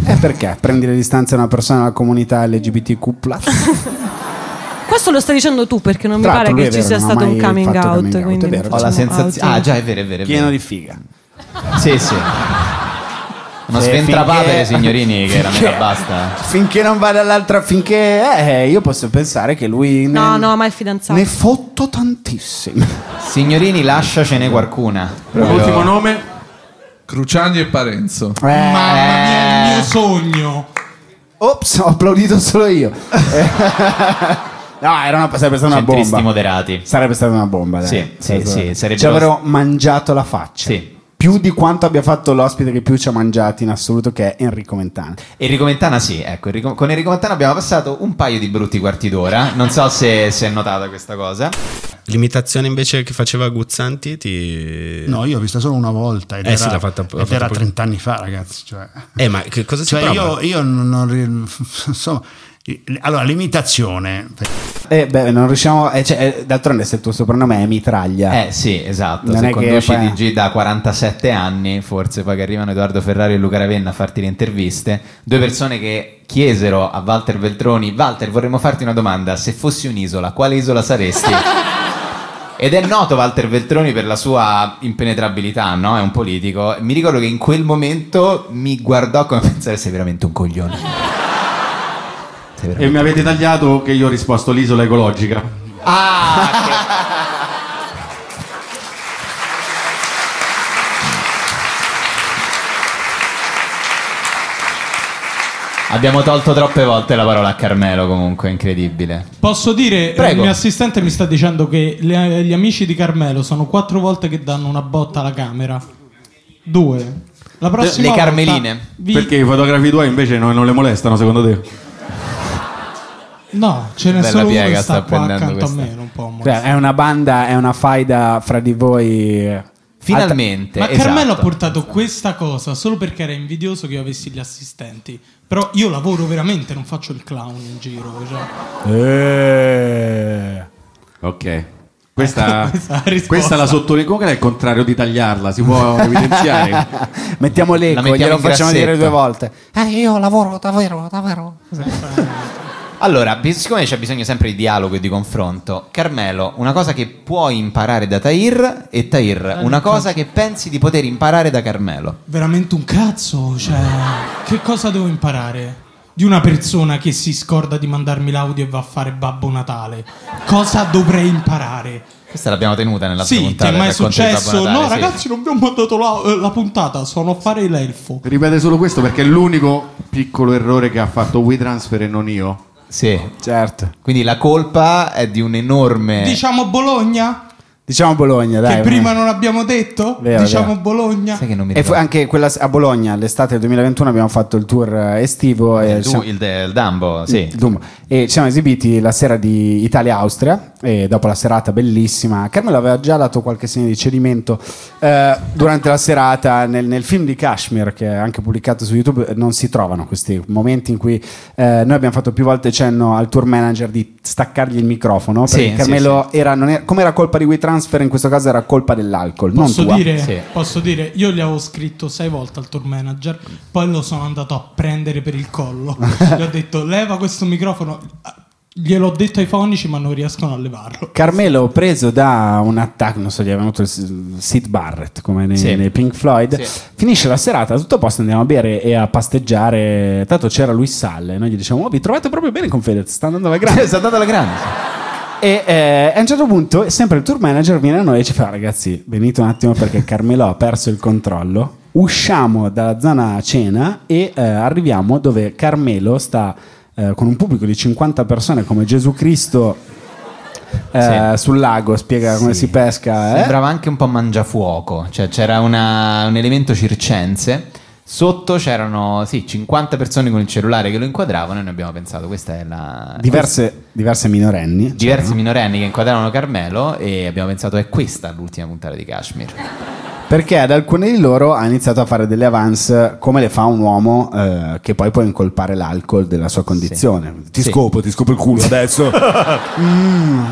[SPEAKER 5] E perché? Prendi le distanze da una persona della comunità LGBTQ.
[SPEAKER 7] Questo lo stai dicendo tu perché non
[SPEAKER 5] Tra
[SPEAKER 7] mi pare
[SPEAKER 5] l'altro,
[SPEAKER 7] che
[SPEAKER 5] lui è
[SPEAKER 7] ci sia
[SPEAKER 5] vero, non ha
[SPEAKER 7] stato un
[SPEAKER 5] mai
[SPEAKER 7] coming
[SPEAKER 5] fatto
[SPEAKER 7] out.
[SPEAKER 5] coming out,
[SPEAKER 7] quindi
[SPEAKER 5] è vero.
[SPEAKER 7] non
[SPEAKER 4] Ho la
[SPEAKER 7] siamo
[SPEAKER 4] sensazione.
[SPEAKER 7] out.
[SPEAKER 4] Ah, già, è vero, è vero.
[SPEAKER 5] Pieno
[SPEAKER 4] di
[SPEAKER 5] figa.
[SPEAKER 4] Sì, sì. Uno
[SPEAKER 5] Eh,
[SPEAKER 4] sventrapapere,
[SPEAKER 5] finché-
[SPEAKER 4] signorini, che era metà
[SPEAKER 5] *laughs* finché-
[SPEAKER 4] basta.
[SPEAKER 5] Finché non va dall'altra, finché eh, io posso pensare che lui ne,
[SPEAKER 7] No, no, ma è fidanzato.
[SPEAKER 5] ne fotto *laughs* tantissimo.
[SPEAKER 4] Signorini, lasciacene qualcuna.
[SPEAKER 1] Ultimo nome? Cruciani e Parenzo.
[SPEAKER 5] Eh,
[SPEAKER 12] Mamma mia, il mio sogno.
[SPEAKER 5] Ops, ho applaudito solo io. Eh, no, era una, sarebbe stata una
[SPEAKER 4] Centristi
[SPEAKER 5] bomba.
[SPEAKER 4] moderati.
[SPEAKER 5] Sarebbe stata una bomba, dai.
[SPEAKER 4] Sì, sì,
[SPEAKER 5] Sarebbe stata- Cioè,
[SPEAKER 4] sì, sarebbero-
[SPEAKER 5] Ci avrebbero mangiato la faccia. Più di quanto abbia fatto l'ospite che più ci ha mangiati in assoluto, che è Enrico Mentana.
[SPEAKER 4] Enrico Mentana, sì, ecco, Enrico- con Enrico Mentana abbiamo passato un paio di brutti quarti d'ora. Non so se, se è notata questa cosa.
[SPEAKER 8] L'imitazione invece che faceva Guzzanti
[SPEAKER 3] Eh,
[SPEAKER 8] ti...
[SPEAKER 9] No, io ho vista solo una volta ed
[SPEAKER 8] Eh
[SPEAKER 9] era,
[SPEAKER 8] sì, l'ha fatta- l'ha
[SPEAKER 9] ed
[SPEAKER 8] fatta
[SPEAKER 9] era
[SPEAKER 8] poi-
[SPEAKER 9] 30 anni fa, ragazzi. Cioè,
[SPEAKER 8] Eh, ma che cosa si
[SPEAKER 9] Cioè,
[SPEAKER 8] prova?
[SPEAKER 9] io, io non, non ri- *laughs* insomma, allora l'imitazione.
[SPEAKER 5] Eh, beh, non riusciamo. eh, cioè, eh, d'altronde, se il tuo soprannome è Mitraglia,
[SPEAKER 4] Eh sì, esatto.
[SPEAKER 5] Non
[SPEAKER 4] se
[SPEAKER 5] è che
[SPEAKER 4] conduci
[SPEAKER 5] poi-
[SPEAKER 4] DG da 47 anni, forse poi che arrivano Edoardo Ferrari e Luca Ravenna a farti le interviste, due persone che chiesero a Walter Veltroni, Walter vorremmo farti una domanda, se fossi un'isola, quale
[SPEAKER 5] *laughs*
[SPEAKER 4] isola saresti? Ed è noto Walter Veltroni per la sua impenetrabilità, no? È un politico. Mi ricordo che in quel momento mi guardò come *laughs* pensare sei veramente un coglione. Sei veramente-
[SPEAKER 3] E mi avete tagliato che io ho risposto l'isola ecologica.
[SPEAKER 4] Ah, Abbiamo tolto troppe volte la parola a Carmelo comunque, incredibile.
[SPEAKER 5] Ecco,
[SPEAKER 12] Posso dire, eh, il
[SPEAKER 4] Prego.
[SPEAKER 12] mio assistente mi sta dicendo che le- gli amici di Carmelo sono quattro volte che danno una botta alla camera. Due. La prossima
[SPEAKER 4] Le
[SPEAKER 12] volta
[SPEAKER 4] Carmeline.
[SPEAKER 12] vi-
[SPEAKER 3] Perché i fotografi tuoi invece non, non le molestano, secondo te?
[SPEAKER 12] No, ce n'è
[SPEAKER 5] Bella
[SPEAKER 12] solo uno
[SPEAKER 5] piega
[SPEAKER 12] che
[SPEAKER 5] sta
[SPEAKER 12] sta qua
[SPEAKER 5] prendendo
[SPEAKER 12] accanto
[SPEAKER 5] questa.
[SPEAKER 12] a me, non può
[SPEAKER 5] Cioè,
[SPEAKER 12] ammazzare.
[SPEAKER 5] è una banda, è una faida fra di voi. eh,
[SPEAKER 4] Finalmente, esatto.
[SPEAKER 5] alta-
[SPEAKER 12] Ma Carmelo ha portato questa cosa solo perché era invidioso che io avessi gli assistenti. Però io lavoro veramente, non faccio il clown in giro. cioè.
[SPEAKER 5] Eh.
[SPEAKER 3] Ok.
[SPEAKER 5] Ecco,
[SPEAKER 3] Questa,
[SPEAKER 12] Questa è la risposta.
[SPEAKER 3] questa la sottolineatura è il contrario di tagliarla, si può evidenziare.
[SPEAKER 5] *laughs* Mettiamo
[SPEAKER 3] La
[SPEAKER 5] l'eco,
[SPEAKER 3] mettiamo
[SPEAKER 5] glielo
[SPEAKER 3] in
[SPEAKER 5] facciamo dire
[SPEAKER 3] grassetta.
[SPEAKER 5] due volte.
[SPEAKER 21] Eh, io lavoro davvero, davvero.
[SPEAKER 4] Allora, bis- siccome c'è bisogno sempre di dialogo e di confronto, Carmelo, una cosa che puoi imparare da Tahir e
[SPEAKER 12] Ah,
[SPEAKER 4] Tahir, una
[SPEAKER 12] ecco.
[SPEAKER 4] cosa che pensi di poter imparare da Carmelo.
[SPEAKER 12] Veramente un cazzo, cioè, che cosa devo imparare? Di una persona che si scorda di mandarmi l'audio e va a fare Babbo Natale. Cosa dovrei imparare?
[SPEAKER 4] Questa l'abbiamo tenuta nella
[SPEAKER 12] Sì, ti
[SPEAKER 4] puntata.
[SPEAKER 12] è mai
[SPEAKER 4] il racconto di Babbo
[SPEAKER 12] successo?
[SPEAKER 4] Natale,
[SPEAKER 12] no,
[SPEAKER 4] sì.
[SPEAKER 12] ragazzi, non vi ho mandato la, eh, la puntata, sono a fare l'elfo.
[SPEAKER 3] Ripete solo questo perché è l'unico piccolo errore che ha fatto WeTransfer e non io.
[SPEAKER 4] Sì,
[SPEAKER 5] certo.
[SPEAKER 4] Quindi la colpa è di un enorme...
[SPEAKER 12] Diciamo Bologna,
[SPEAKER 5] Diciamo Bologna, dai.
[SPEAKER 12] che
[SPEAKER 5] vai.
[SPEAKER 4] eh.
[SPEAKER 12] prima non abbiamo detto.
[SPEAKER 5] Vero,
[SPEAKER 12] diciamo
[SPEAKER 5] vero.
[SPEAKER 12] Bologna.
[SPEAKER 5] E fu anche quella a Bologna l'estate del 2021 abbiamo fatto il tour eh, estivo e
[SPEAKER 4] il,
[SPEAKER 5] ci siamo-
[SPEAKER 4] du- il de- il Dumbo, sì.
[SPEAKER 5] il Dumbo. e ci siamo esibiti la sera di Italia-Austria e dopo la serata bellissima Carmelo aveva già dato qualche segno di cedimento eh, durante la serata nel, nel film di Kashmir che è anche pubblicato su YouTube eh, non si trovano questi momenti in cui eh, noi abbiamo fatto più volte cenno al tour manager di staccargli il microfono perché
[SPEAKER 12] Sì,
[SPEAKER 5] Carmelo era- non era- come era colpa di WeTransfer in questo caso era colpa dell'alcol
[SPEAKER 12] Posso
[SPEAKER 5] non tua
[SPEAKER 12] dire, posso dire, io gli avevo scritto sei volte al tour manager, poi lo sono andato a prendere per il
[SPEAKER 5] *laughs*
[SPEAKER 12] collo. gli ho detto leva questo microfono. Gliel'ho detto ai fonici, ma non riescono a levarlo.
[SPEAKER 5] Carmelo preso da un attacco, non so, gli è venuto il s- Sid Barrett come nei,
[SPEAKER 12] Sì.
[SPEAKER 5] nei Pink Floyd. Finisce la serata, tutto a posto, andiamo a bere e a pasteggiare. Tanto c'era lui Salle, noi gli diciamo: "Oh, Vi trovate proprio bene con Fedez, sta andando alla grande.
[SPEAKER 4] sta andando alla grande.
[SPEAKER 5] E eh, a un certo punto, sempre il tour manager viene a noi e ci fa: Ragazzi, venite un attimo perché Carmelo ha perso il controllo. Usciamo dalla zona cena e eh, arriviamo dove Carmelo sta eh, con un pubblico di 50 persone come Gesù Cristo eh, sul lago, spiega come si pesca. eh?
[SPEAKER 4] Sembrava anche un po' mangiafuoco, cioè c'era una- un elemento circense. Sotto c'erano sì, 50 persone con il cellulare che lo inquadravano e noi abbiamo pensato questa è la...
[SPEAKER 5] Diverse, diverse minorenni. cioè,
[SPEAKER 4] diversi minorenni che inquadravano Carmelo e abbiamo pensato è questa l'ultima puntata di Kashmir.
[SPEAKER 5] Perché ad alcune di loro ha iniziato a fare delle avance come le fa un uomo eh, che poi può incolpare l'alcol della sua condizione. Ti
[SPEAKER 10] Sì.
[SPEAKER 5] scopo, ti scopo il culo
[SPEAKER 4] *laughs*
[SPEAKER 5] adesso. Mm.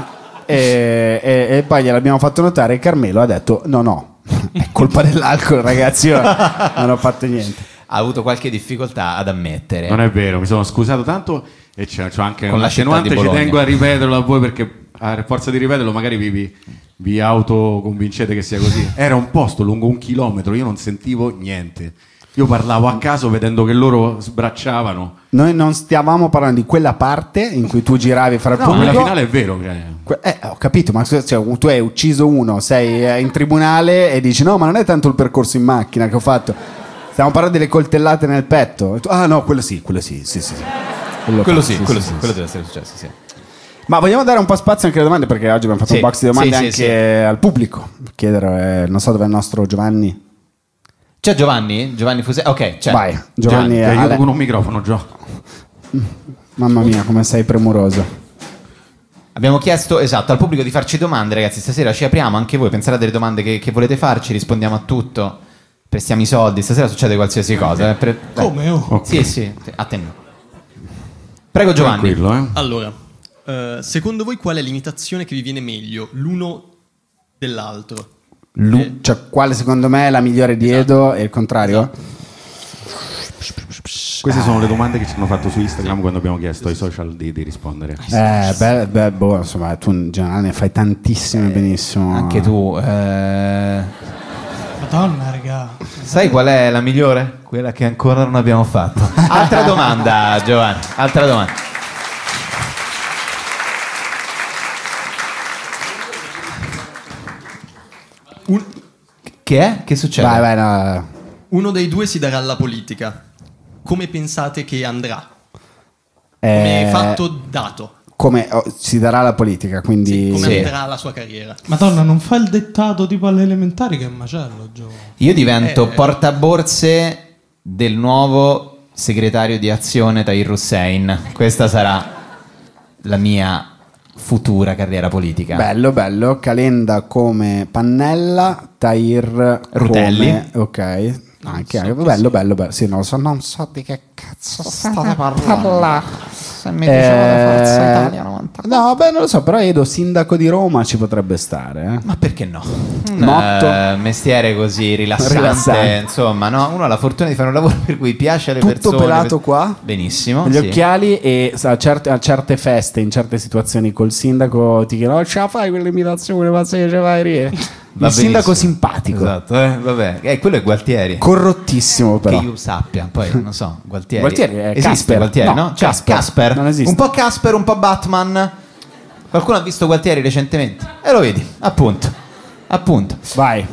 [SPEAKER 5] E, e- e poi gliel'abbiamo fatto notare e Carmelo ha detto no no, è colpa dell'alcol ragazzi, io non ho fatto
[SPEAKER 3] *laughs*
[SPEAKER 5] niente.
[SPEAKER 4] Ha avuto qualche difficoltà ad ammettere.
[SPEAKER 3] Non è vero, mi sono scusato tanto e c'è, c'ho anche
[SPEAKER 4] Eh. Con
[SPEAKER 3] un
[SPEAKER 4] la città di
[SPEAKER 3] attenuante, ci
[SPEAKER 4] Bologna.
[SPEAKER 3] tengo a ripeterlo a voi perché a Ah, forza di ripeterlo magari vi, vi, vi autoconvincete che sia
[SPEAKER 5] *laughs*
[SPEAKER 3] così. Era un posto lungo un chilometro, io non sentivo niente. Io parlavo a caso vedendo che loro sbracciavano.
[SPEAKER 5] Noi non stavamo parlando di quella parte in cui tu giravi fra il
[SPEAKER 3] No,
[SPEAKER 5] pubblico.
[SPEAKER 3] alla finale è vero. cioè.
[SPEAKER 5] Que- Eh, ho capito, ma se- cioè, tu hai ucciso uno, sei eh, in tribunale e dici no, ma non è tanto il percorso in macchina che ho fatto. Stiamo parlando delle coltellate nel petto. E tu, ah no, quello sì, quello sì, sì, sì. sì. Quello,
[SPEAKER 4] Quello
[SPEAKER 5] fa-
[SPEAKER 4] sì, quello sì, quello deve essere successo, sì.
[SPEAKER 5] Ma vogliamo dare un po' spazio anche alle domande perché oggi abbiamo fatto
[SPEAKER 4] Sì,
[SPEAKER 5] un box di domande
[SPEAKER 4] sì,
[SPEAKER 5] anche
[SPEAKER 4] sì,
[SPEAKER 5] al pubblico. Chiedere, eh, non so dove è il nostro Giovanni.
[SPEAKER 4] C'è Giovanni? Giovanni Fuse? Ok, c'è.
[SPEAKER 5] Vai, Giovanni, eh,
[SPEAKER 4] Ti
[SPEAKER 5] Ale.
[SPEAKER 4] aiuto
[SPEAKER 3] con un microfono, Gio.
[SPEAKER 5] Mamma mia, come sei premuroso.
[SPEAKER 4] Abbiamo chiesto esatto al pubblico di farci domande, ragazzi. Stasera ci apriamo anche voi. Pensate a delle domande che, che volete farci, rispondiamo a tutto. Prestiamo i soldi. Stasera succede qualsiasi cosa. eh, pre- dai.
[SPEAKER 22] Come, oh?
[SPEAKER 4] Sì, sì, sì, a te no. Prego, Giovanni.
[SPEAKER 22] Allora, eh, secondo voi qual è l'imitazione che vi viene meglio l'uno dell'altro?
[SPEAKER 5] Lu- cioè, quale secondo me è la migliore di
[SPEAKER 4] Esatto.
[SPEAKER 5] Edo e il contrario?
[SPEAKER 3] Queste sono le
[SPEAKER 4] Cioè.
[SPEAKER 3] domande che ci hanno fatto su Instagram quando abbiamo chiesto ai social di, di rispondere.
[SPEAKER 5] Eh, beh, beh, boh, insomma, tu in generale ne fai tantissime benissimo.
[SPEAKER 4] Eh, Anche tu. eh,
[SPEAKER 12] Madonna, raga.
[SPEAKER 4] Sai qual è la migliore? Quella che ancora non abbiamo fatto. Altra domanda, Giovanni. Altra domanda. Che è? Che succede?
[SPEAKER 5] Vai, vai, no.
[SPEAKER 22] Uno dei due si darà alla politica. Come pensate che andrà? Come
[SPEAKER 5] Eh,
[SPEAKER 22] fatto dato?
[SPEAKER 5] Come oh, si darà la politica, quindi...
[SPEAKER 22] Come andrà Ah, la sua carriera?
[SPEAKER 12] Madonna, non fa il dettato tipo alle elementari che è un macello, Gio.
[SPEAKER 4] Io divento
[SPEAKER 12] Eh.
[SPEAKER 4] portaborse del nuovo segretario di azione Tahir Hussein. Questa sarà la mia futura carriera politica.
[SPEAKER 5] Bello, bello. Calenda come Pannella, Tair
[SPEAKER 4] Rutelli.
[SPEAKER 5] come- Ok. Anche, anche- bello, bello, bello. Sì, non lo so, non so di che cazzo state parlando.
[SPEAKER 4] Se mi dicevano Forza Italia
[SPEAKER 5] 90. Eh, No, beh, non lo so, però Edo, sindaco di Roma, ci potrebbe stare. eh.
[SPEAKER 4] Ma perché no? Un
[SPEAKER 5] Motto.
[SPEAKER 4] eh, mestiere così rilassante,
[SPEAKER 5] Rilassante.
[SPEAKER 4] insomma, no? uno ha la fortuna di fare un lavoro per cui piace alle
[SPEAKER 5] Tutto
[SPEAKER 4] persone.
[SPEAKER 5] pelato qua?
[SPEAKER 4] Benissimo.
[SPEAKER 5] Gli
[SPEAKER 4] sì.
[SPEAKER 5] occhiali e a certe, a certe feste, in certe situazioni, col sindaco ti chiedono: "Oh, Ce la fai quell'imitazione, ma se ce la fai rie."
[SPEAKER 4] *laughs* Va
[SPEAKER 5] Il sindaco
[SPEAKER 4] benissimo.
[SPEAKER 5] simpatico.
[SPEAKER 4] Esatto, eh, vabbè. Eh, quello è Gualtieri.
[SPEAKER 5] Corrottissimo, però.
[SPEAKER 4] Che io sappia, poi non so, Gualtieri.
[SPEAKER 5] Gualtieri è
[SPEAKER 4] esiste
[SPEAKER 5] Casper.
[SPEAKER 4] Gualtieri,
[SPEAKER 5] No,
[SPEAKER 4] no? Cioè,
[SPEAKER 5] Casper.
[SPEAKER 4] Casper.
[SPEAKER 5] Non esiste.
[SPEAKER 4] Un po' Casper, un po' Batman. Qualcuno ha visto Gualtieri recentemente? E lo vedi, appunto. Appunto.
[SPEAKER 5] Vai.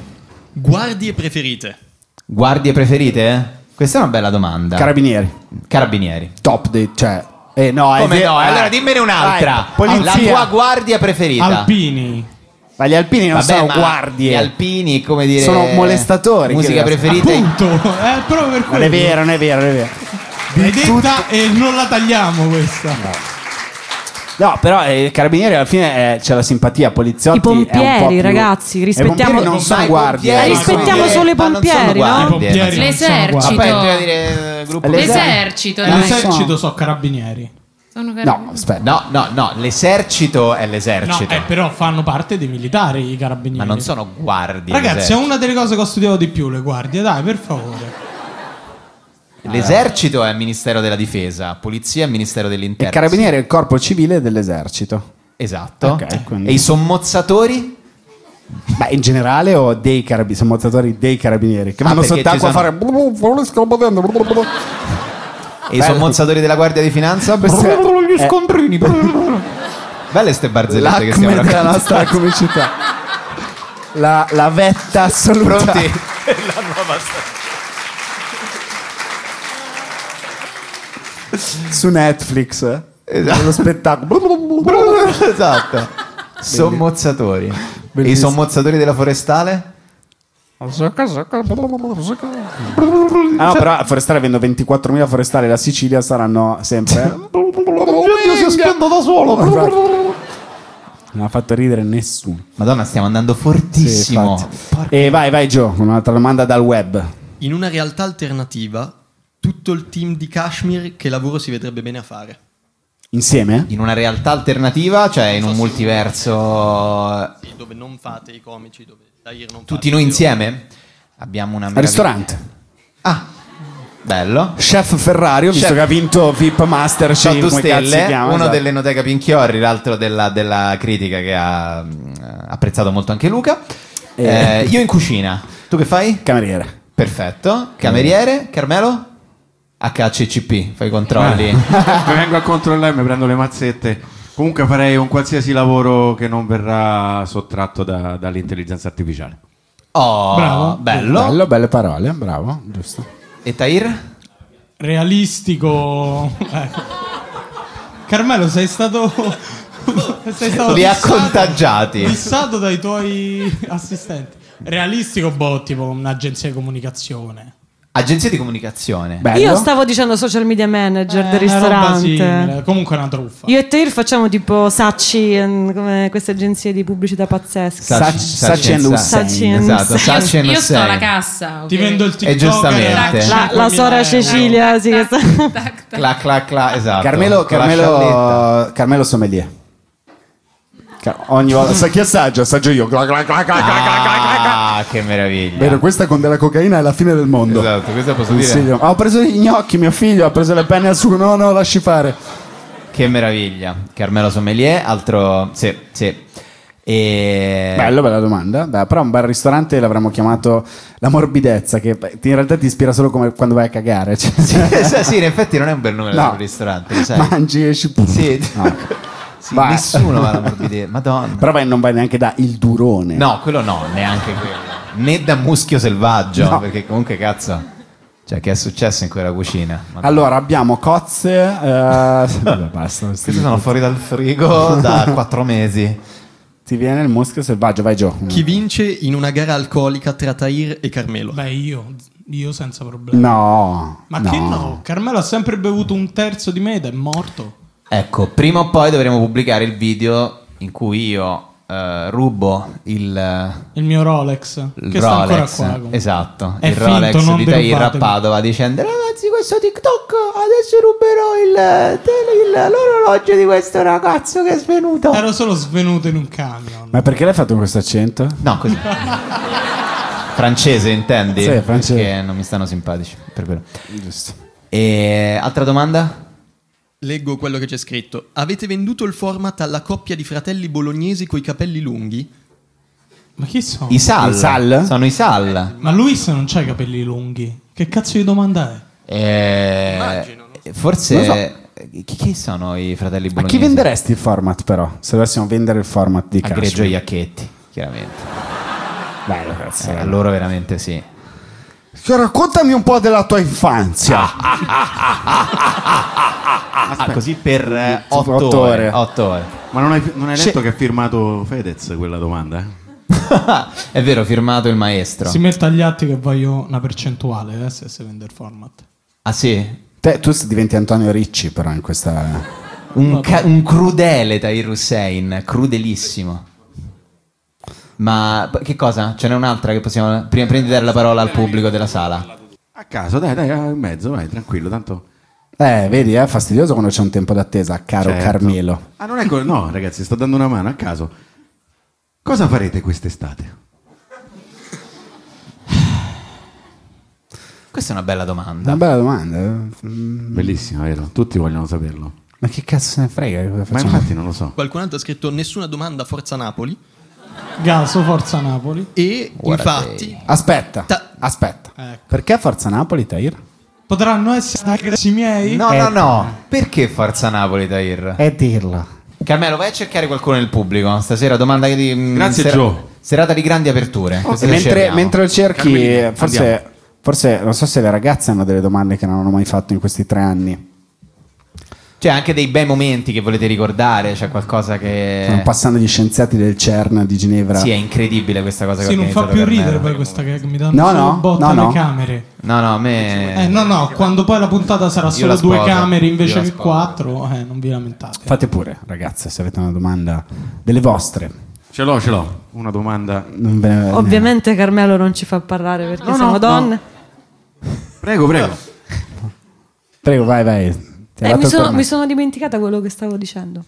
[SPEAKER 22] Guardie preferite?
[SPEAKER 4] Guardie preferite? Questa è una bella domanda.
[SPEAKER 5] Carabinieri.
[SPEAKER 4] Carabinieri.
[SPEAKER 5] Top dei, cioè. Eh, no, è
[SPEAKER 4] Come
[SPEAKER 5] vero,
[SPEAKER 4] no?
[SPEAKER 5] eh.
[SPEAKER 4] Allora dimmene un'altra.
[SPEAKER 5] Vai, polizia.
[SPEAKER 4] La tua guardia preferita.
[SPEAKER 5] Alpini. Ma gli alpini non
[SPEAKER 4] Vabbè,
[SPEAKER 5] sono
[SPEAKER 4] ma
[SPEAKER 5] guardie.
[SPEAKER 4] Gli alpini, come dire.
[SPEAKER 5] Sono molestatori, che-
[SPEAKER 4] Musica preferita?
[SPEAKER 12] Appunto, Eh, è proprio per quello.
[SPEAKER 5] Non è vero, non è vero, non è vero.
[SPEAKER 12] L'hai detta e non la tagliamo questa.
[SPEAKER 5] No, però eh, i carabinieri alla fine eh, c'è la simpatia, poliziotti.
[SPEAKER 7] I pompieri,
[SPEAKER 5] è un po' più-
[SPEAKER 7] ragazzi,
[SPEAKER 5] Eh, i
[SPEAKER 7] rispettiamo-
[SPEAKER 5] pompieri non
[SPEAKER 7] Ma
[SPEAKER 5] sono
[SPEAKER 7] i
[SPEAKER 5] guardie.
[SPEAKER 7] pompieri-
[SPEAKER 5] eh,
[SPEAKER 7] rispettiamo
[SPEAKER 5] sono-
[SPEAKER 7] solo i
[SPEAKER 5] ma non sono
[SPEAKER 7] pompieri, no?
[SPEAKER 5] guardie.
[SPEAKER 7] I pompieri
[SPEAKER 5] non sono
[SPEAKER 7] L'esercito.
[SPEAKER 5] guardie.
[SPEAKER 4] Ma poi devo dire eh, gruppo
[SPEAKER 6] L'esercito, dai.
[SPEAKER 12] L'esercito so carabinieri.
[SPEAKER 6] Sono
[SPEAKER 5] No, aspetta.
[SPEAKER 4] No, no, no, l'esercito è
[SPEAKER 12] No,
[SPEAKER 4] l'esercito.
[SPEAKER 12] eh, però fanno parte dei militari i carabinieri.
[SPEAKER 4] Ma non sono guardie.
[SPEAKER 12] Ragazzi, è
[SPEAKER 5] eh.
[SPEAKER 4] l'esercito.
[SPEAKER 12] una delle cose che ho studiato di più, le guardie, dai, per favore.
[SPEAKER 4] L'esercito è Ministero della Difesa, Polizia è Ministero dell'Interno.
[SPEAKER 5] I carabinieri è il corpo civile dell'esercito.
[SPEAKER 4] Esatto.
[SPEAKER 5] Ok, quindi-
[SPEAKER 4] E i sommozzatori?
[SPEAKER 5] Beh, in generale o dei carabinieri, sommozzatori dei carabinieri che
[SPEAKER 4] Ah,
[SPEAKER 5] vanno
[SPEAKER 4] perché
[SPEAKER 5] sott'acqua
[SPEAKER 4] ci sono-
[SPEAKER 5] a fare...
[SPEAKER 4] E i sommozzatori della Guardia di Finanza?
[SPEAKER 5] gli
[SPEAKER 4] scontrini. Belle ste barzellette che stiamo
[SPEAKER 5] L'acme della
[SPEAKER 4] raccontando.
[SPEAKER 5] nostra comicità. La, la vetta assoluta.
[SPEAKER 4] Pronti?
[SPEAKER 22] La nuova
[SPEAKER 5] Su Netflix. Esatto. Lo spettacolo.
[SPEAKER 4] esatto. Sommozzatori. E i
[SPEAKER 17] Bellissimo.
[SPEAKER 4] sommozzatori della forestale?
[SPEAKER 5] Ah, no, però forestale avendo 24.000 forestali la Sicilia saranno
[SPEAKER 4] *laughs*
[SPEAKER 5] sempre.
[SPEAKER 17] Io si spendo da solo.
[SPEAKER 5] non ha fatto ridere nessuno.
[SPEAKER 4] Madonna, stiamo andando fortissimo.
[SPEAKER 5] e vai, vai, Gio, con un'altra domanda dal web.
[SPEAKER 22] In una realtà alternativa, tutto il team di Kashmir che lavoro si vedrebbe bene a fare?
[SPEAKER 5] Insieme?
[SPEAKER 4] In una realtà alternativa, cioè in un multiverso.
[SPEAKER 22] Sì, dove non fate i comici, dove Tahir non
[SPEAKER 4] Tutti noi insieme? Abbiamo una.
[SPEAKER 5] Al ristorante.
[SPEAKER 4] meraviglia- Bello.
[SPEAKER 5] Chef Ferrario, visto
[SPEAKER 4] Chef-
[SPEAKER 5] che ha vinto VIP Master Chef,
[SPEAKER 4] Otto
[SPEAKER 5] come cazzo si
[SPEAKER 4] stelle,
[SPEAKER 5] chiama,
[SPEAKER 4] uno
[SPEAKER 5] esatto.
[SPEAKER 4] dell'Enoteca Pinchiorri, l'altro della, della critica che ha mh, apprezzato molto anche Luca.
[SPEAKER 5] Eh.
[SPEAKER 4] Eh, io in cucina, tu che fai?
[SPEAKER 5] Cameriere.
[SPEAKER 4] Perfetto, cameriere, Carmelo? HCCP, fai i controlli.
[SPEAKER 3] Eh,
[SPEAKER 5] Ah.
[SPEAKER 3] Mi vengo a controllare e mi prendo le mazzette. Comunque farei un qualsiasi lavoro che non verrà sottratto da- dall'intelligenza artificiale.
[SPEAKER 4] Oh, bello.
[SPEAKER 5] Bello, belle parole, bravo, giusto.
[SPEAKER 4] E Tair?
[SPEAKER 12] Realistico. Ecco. Carmelo, sei stato. sei stato
[SPEAKER 4] Li ha
[SPEAKER 12] fissato-
[SPEAKER 4] contagiati.
[SPEAKER 12] Fissato dai tuoi assistenti. Realistico, boh, tipo un'agenzia di comunicazione.
[SPEAKER 4] Agenzia di comunicazione.
[SPEAKER 7] Io stavo dicendo social media manager del
[SPEAKER 12] Eh, Una roba simile,
[SPEAKER 7] ristorante.
[SPEAKER 12] Comunque è una truffa.
[SPEAKER 7] Io e Tair facciamo tipo Sacci, ehm, come queste agenzie di pubblicità pazzesche.
[SPEAKER 4] Sacci- Sacci Sacci and and Hussein.
[SPEAKER 7] Sacci and
[SPEAKER 4] Esatto,
[SPEAKER 7] Hussein.
[SPEAKER 4] Sacci and
[SPEAKER 6] Io sto alla
[SPEAKER 4] Hussein.
[SPEAKER 6] cassa. ok?
[SPEAKER 12] Ti vendo il
[SPEAKER 4] E giustamente.
[SPEAKER 7] Ah, La, la sora Cecilia, sì, che sta-
[SPEAKER 4] Clac, clac, clac, esatto.
[SPEAKER 5] Carmelo,
[SPEAKER 4] Con la
[SPEAKER 5] Carmelo, Carmelo Sommelier. Car- ogni volta, sa chi assaggia? Assaggio io. Clac, clac, clac, clac, clac, clac, clac.
[SPEAKER 4] Ah, che meraviglia.
[SPEAKER 5] Vero, questa con della cocaina è la fine del mondo.
[SPEAKER 4] Esatto, questa posso
[SPEAKER 5] Consiglio.
[SPEAKER 4] dire.
[SPEAKER 5] Ah, Ho preso gli gnocchi, mio figlio, ha preso le penne al sugo. No, no, lasci fare.
[SPEAKER 4] Che meraviglia. Carmelo Sommelier, altro... Sì, sì. E...
[SPEAKER 5] Bello, bella domanda. Beh, però un bel ristorante l'avremmo chiamato La Morbidezza, che beh, in realtà ti ispira solo come quando vai a cagare. Cioè, *laughs*
[SPEAKER 4] sì, sì, in effetti non è un bel nome
[SPEAKER 5] No.
[SPEAKER 4] del ristorante, lo sai.
[SPEAKER 5] Mangi, esci. Sì.
[SPEAKER 4] *laughs* Sì, nessuno va alla morbidezza. Madonna.
[SPEAKER 5] Però vai- non vai neanche da Il Durone.
[SPEAKER 4] No, quello no, neanche quello. Né da muschio selvaggio,
[SPEAKER 5] No.
[SPEAKER 4] perché comunque cazzo... Cioè, che è successo in quella cucina? Madonna.
[SPEAKER 5] Allora, abbiamo cozze. eh, vabbè, basta.
[SPEAKER 4] Questi sono fuori dal frigo
[SPEAKER 5] *laughs*
[SPEAKER 4] da quattro mesi.
[SPEAKER 5] Ti viene il muschio selvaggio, vai giù.
[SPEAKER 4] Mm.
[SPEAKER 22] Chi vince in una gara alcolica tra Tahir e Carmelo?
[SPEAKER 12] Beh, io, io senza problemi.
[SPEAKER 5] No.
[SPEAKER 12] Ma che no? Carmelo ha sempre bevuto un terzo di me ed è morto.
[SPEAKER 4] Ecco, prima o poi dovremo pubblicare il video in cui io eh, rubo il, eh,
[SPEAKER 12] Il mio Rolex,
[SPEAKER 4] il
[SPEAKER 12] che sta ancora
[SPEAKER 4] Rolex.
[SPEAKER 12] qua. comunque.
[SPEAKER 4] esatto,
[SPEAKER 12] È
[SPEAKER 4] il
[SPEAKER 12] finto,
[SPEAKER 4] Rolex
[SPEAKER 12] non
[SPEAKER 4] di Tahir a
[SPEAKER 12] derubatemi.
[SPEAKER 4] Padova dicendo "Eh,
[SPEAKER 10] Ragazzi, questo TikTok adesso ruberò il, tele- il- l'orologio di questo ragazzo che è svenuto.
[SPEAKER 12] Ero solo svenuto in un camion.
[SPEAKER 5] Ma perché l'hai fatto con questo accento? *laughs*
[SPEAKER 4] No, così. francese, intendi?
[SPEAKER 5] Sì, francese.
[SPEAKER 4] Perché non mi stanno simpatici, per quello. E altra domanda?
[SPEAKER 22] Leggo quello che c'è scritto. Avete venduto il format alla coppia di fratelli bolognesi coi capelli lunghi?
[SPEAKER 12] Ma chi sono?
[SPEAKER 4] I Sal. Sono i Sal.
[SPEAKER 12] Ma Luis non c'ha i capelli lunghi. Che cazzo di domanda è?
[SPEAKER 4] Eh,
[SPEAKER 5] Non lo
[SPEAKER 4] Forse...
[SPEAKER 5] so.
[SPEAKER 4] Chi, chi sono i fratelli
[SPEAKER 5] A
[SPEAKER 4] bolognesi?
[SPEAKER 5] chi venderesti il format, però? Se dovessimo vendere il format di
[SPEAKER 4] A Greggio
[SPEAKER 5] Cashmere.
[SPEAKER 4] Iacchetti, chiaramente.
[SPEAKER 5] Bello, cazzo.
[SPEAKER 4] Eh, a loro veramente sì.
[SPEAKER 5] Cioè, Raccontami un po' della tua infanzia.
[SPEAKER 4] Ah, così per eh,
[SPEAKER 5] Otto
[SPEAKER 4] otto,
[SPEAKER 5] ore.
[SPEAKER 4] ore. otto ore.
[SPEAKER 3] Ma non hai, non hai
[SPEAKER 4] C'è-
[SPEAKER 3] letto che ha firmato Fedez quella domanda? eh?
[SPEAKER 4] *laughs* È vero, firmato il maestro.
[SPEAKER 12] Si mette agli atti che voglio una percentuale eh, se si vende il format.
[SPEAKER 4] Ah sì?
[SPEAKER 5] Te, tu diventi Antonio Ricci, però, in questa.
[SPEAKER 4] Un, ca- un crudele Tahir Hussein, crudelissimo. Ma p- che cosa? Ce n'è un'altra che possiamo... Prima prendi dare la parola al pubblico della sala.
[SPEAKER 3] A caso, dai, dai, in mezzo, vai, tranquillo, tanto...
[SPEAKER 5] Eh, vedi, è fastidioso quando c'è un tempo d'attesa, caro
[SPEAKER 3] Certo.
[SPEAKER 5] Carmelo.
[SPEAKER 3] Ah, non è co- No, ragazzi, sto dando una mano a caso. Cosa farete quest'estate?
[SPEAKER 4] Questa è una bella domanda.
[SPEAKER 5] Una bella domanda. eh.
[SPEAKER 3] Bellissimo, vero? Tutti vogliono saperlo.
[SPEAKER 5] Ma che cazzo ne frega? che cosa
[SPEAKER 3] Ma
[SPEAKER 5] facciamo?
[SPEAKER 3] infatti non lo so.
[SPEAKER 22] Qualcun altro ha scritto nessuna domanda, forza Napoli.
[SPEAKER 12] Gaso, forza Napoli.
[SPEAKER 22] E
[SPEAKER 5] Guarda
[SPEAKER 22] infatti
[SPEAKER 5] Aspetta, aspetta. Perché Forza Napoli, Tahir?
[SPEAKER 12] Ecco. potranno essere aggressivi miei?
[SPEAKER 4] No,
[SPEAKER 5] Eh.
[SPEAKER 23] Ecco.
[SPEAKER 4] no, no. Perché Forza Napoli,
[SPEAKER 23] Eh.
[SPEAKER 4] Tahir?
[SPEAKER 5] È dirla.
[SPEAKER 4] Carmelo, vai a cercare qualcuno nel pubblico. Stasera domanda di... mh,
[SPEAKER 3] Grazie, Gio.
[SPEAKER 4] Serata di grandi aperture. Cosa
[SPEAKER 5] E mentre,
[SPEAKER 4] cerchiamo?
[SPEAKER 5] mentre lo cerchi,
[SPEAKER 4] Carmelina,
[SPEAKER 5] forse,
[SPEAKER 4] andiamo.
[SPEAKER 5] forse non so se le ragazze hanno delle domande che non hanno mai fatto in questi tre anni.
[SPEAKER 4] Cioè, anche dei bei momenti che volete ricordare, c'è qualcosa che.
[SPEAKER 5] Stanno passando gli scienziati del CERN di Ginevra.
[SPEAKER 4] Sì, è incredibile questa cosa che
[SPEAKER 12] Sì, non fa
[SPEAKER 4] organizzato
[SPEAKER 12] più
[SPEAKER 4] Carmelo.
[SPEAKER 12] ridere poi questa gag, mi danno
[SPEAKER 4] No,
[SPEAKER 12] solo
[SPEAKER 4] no,
[SPEAKER 12] botta
[SPEAKER 4] no,
[SPEAKER 12] alle
[SPEAKER 4] no.
[SPEAKER 12] camere.
[SPEAKER 4] No, no, a me.
[SPEAKER 12] Eh, no, no, quando poi la puntata sarà
[SPEAKER 4] Io
[SPEAKER 12] solo
[SPEAKER 4] la
[SPEAKER 12] due
[SPEAKER 4] sposo,
[SPEAKER 12] camere invece
[SPEAKER 4] io la
[SPEAKER 12] che
[SPEAKER 4] sposo.
[SPEAKER 12] quattro, eh, non vi lamentate.
[SPEAKER 5] Fate pure, ragazze, se avete una domanda delle vostre.
[SPEAKER 3] Ce l'ho, ce l'ho. Una domanda.
[SPEAKER 5] Non ve ne-
[SPEAKER 7] *laughs* Ovviamente Carmelo non ci fa parlare perché
[SPEAKER 3] No, no,
[SPEAKER 7] siamo
[SPEAKER 3] no.
[SPEAKER 7] donne.
[SPEAKER 3] Prego, prego.
[SPEAKER 5] Prego, vai, vai. Ti ha
[SPEAKER 7] Eh,
[SPEAKER 5] dato
[SPEAKER 7] mi,
[SPEAKER 5] il
[SPEAKER 7] sono,
[SPEAKER 5] tornato.
[SPEAKER 7] mi sono dimenticata quello che stavo dicendo.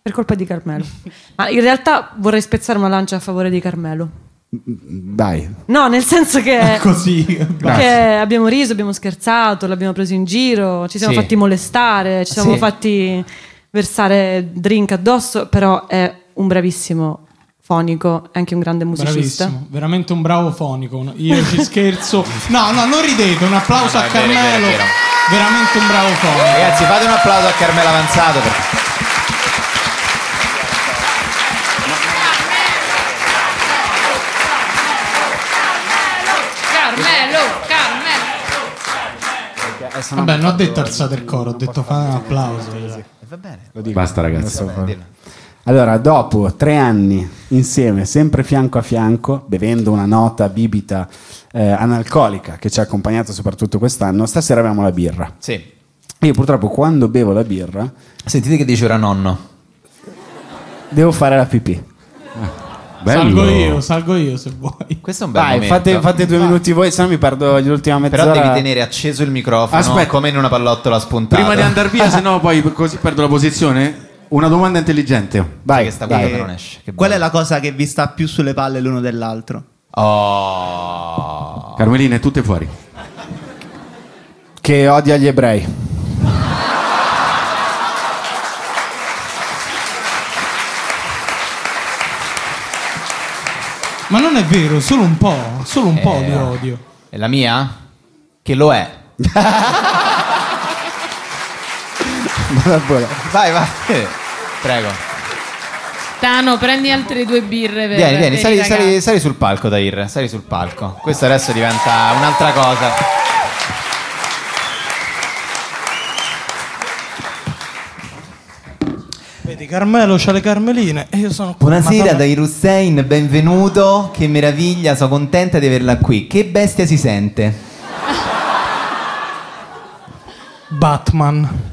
[SPEAKER 7] Per colpa di Carmelo. *laughs* Ma in realtà vorrei spezzare una lancia a favore di Carmelo.
[SPEAKER 10] Mm,
[SPEAKER 5] Vai.
[SPEAKER 7] No, nel
[SPEAKER 12] *laughs*
[SPEAKER 7] senso che,
[SPEAKER 12] Così.
[SPEAKER 7] che abbiamo riso, abbiamo scherzato, l'abbiamo preso in giro, ci siamo
[SPEAKER 12] Sì. Ah,
[SPEAKER 7] fatti molestare, ci
[SPEAKER 12] Sì.
[SPEAKER 7] siamo fatti versare drink addosso, però è un bravissimo fonico, è anche un grande musicista.
[SPEAKER 12] Bravissimo, veramente un bravo fonico. no? Io ci
[SPEAKER 4] *laughs*
[SPEAKER 12] scherzo. No, no, non ridete, un applauso a Carmelo. Veramente un bravo fonico.
[SPEAKER 4] Ragazzi, fate un applauso a Carmelo Avanzato. perché-
[SPEAKER 6] Carmelo, Carmelo.
[SPEAKER 4] Eh,
[SPEAKER 12] Vabbè, non ho detto alzate il coro, ho detto fate un applauso.
[SPEAKER 4] Eh, Va bene.
[SPEAKER 5] Lo dico.
[SPEAKER 3] Basta, ragazzi.
[SPEAKER 5] Adesso fa- Allora, dopo tre anni insieme, sempre fianco a fianco, bevendo una nota bibita eh, analcolica che ci ha accompagnato soprattutto quest'anno, stasera abbiamo la birra.
[SPEAKER 4] Sì.
[SPEAKER 5] Io purtroppo quando bevo la birra...
[SPEAKER 4] Sentite che dice ora nonno.
[SPEAKER 5] Devo fare la pipì.
[SPEAKER 12] Salgo io, salgo io se vuoi.
[SPEAKER 4] Questo è un
[SPEAKER 5] Vai, fate, fate due minuti voi, se no mi perdo l'ultima mezz'ora.
[SPEAKER 4] Però devi tenere acceso il microfono
[SPEAKER 5] Aspetta.
[SPEAKER 4] come in una pallottola spuntata.
[SPEAKER 3] Prima di andare
[SPEAKER 5] *laughs*
[SPEAKER 3] via, se no poi così perdo la posizione. Una domanda intelligente.
[SPEAKER 5] Vai,
[SPEAKER 4] sta
[SPEAKER 3] dai.
[SPEAKER 4] guardando non esce. Che
[SPEAKER 23] Qual è la cosa che vi sta più sulle palle l'uno dell'altro?
[SPEAKER 4] Oh.
[SPEAKER 3] Carmelina, è tutte fuori.
[SPEAKER 5] Che odia gli ebrei.
[SPEAKER 12] Ma non è vero, solo un po', solo un po'
[SPEAKER 4] Eh.
[SPEAKER 12] di odio.
[SPEAKER 4] È la mia? Che lo *laughs* è. Vai, vai. Prego.
[SPEAKER 6] Tano, prendi altre due birre. Per,
[SPEAKER 4] Vieni, vieni,
[SPEAKER 6] per i
[SPEAKER 4] sali,
[SPEAKER 6] ragazzi.
[SPEAKER 4] sali- sali sul palco, Dair. Sali sul palco. Questo adesso diventa un'altra cosa.
[SPEAKER 12] Vedi, Carmelo c'ha le carmeline e io sono qua.
[SPEAKER 4] Buonasera
[SPEAKER 12] Madonna.
[SPEAKER 4] Dair Hussein, benvenuto. Che meraviglia, sono contenta di averla qui. Che bestia si sente?
[SPEAKER 12] Batman.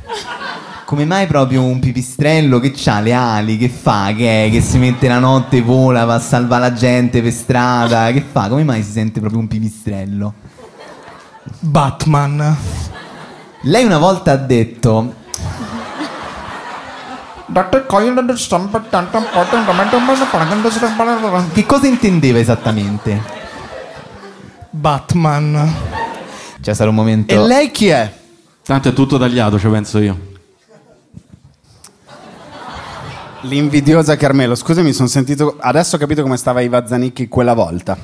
[SPEAKER 4] Come mai proprio un pipistrello che ha le ali? Che fa? Che, è? che si mette la notte, vola, va a salvare la gente per strada? Che fa? Come mai si sente proprio un pipistrello?
[SPEAKER 12] Batman.
[SPEAKER 4] Lei una volta ha detto Che cosa intendeva esattamente?
[SPEAKER 12] Batman.
[SPEAKER 4] C'è stato un momento.
[SPEAKER 3] chi è? Tanto è tutto tagliato, ci penso io.
[SPEAKER 5] L'invidiosa Carmelo, scusami, sono sentito. Adesso ho capito come stava Iva Zanicchi quella
[SPEAKER 4] *laughs*
[SPEAKER 5] volta.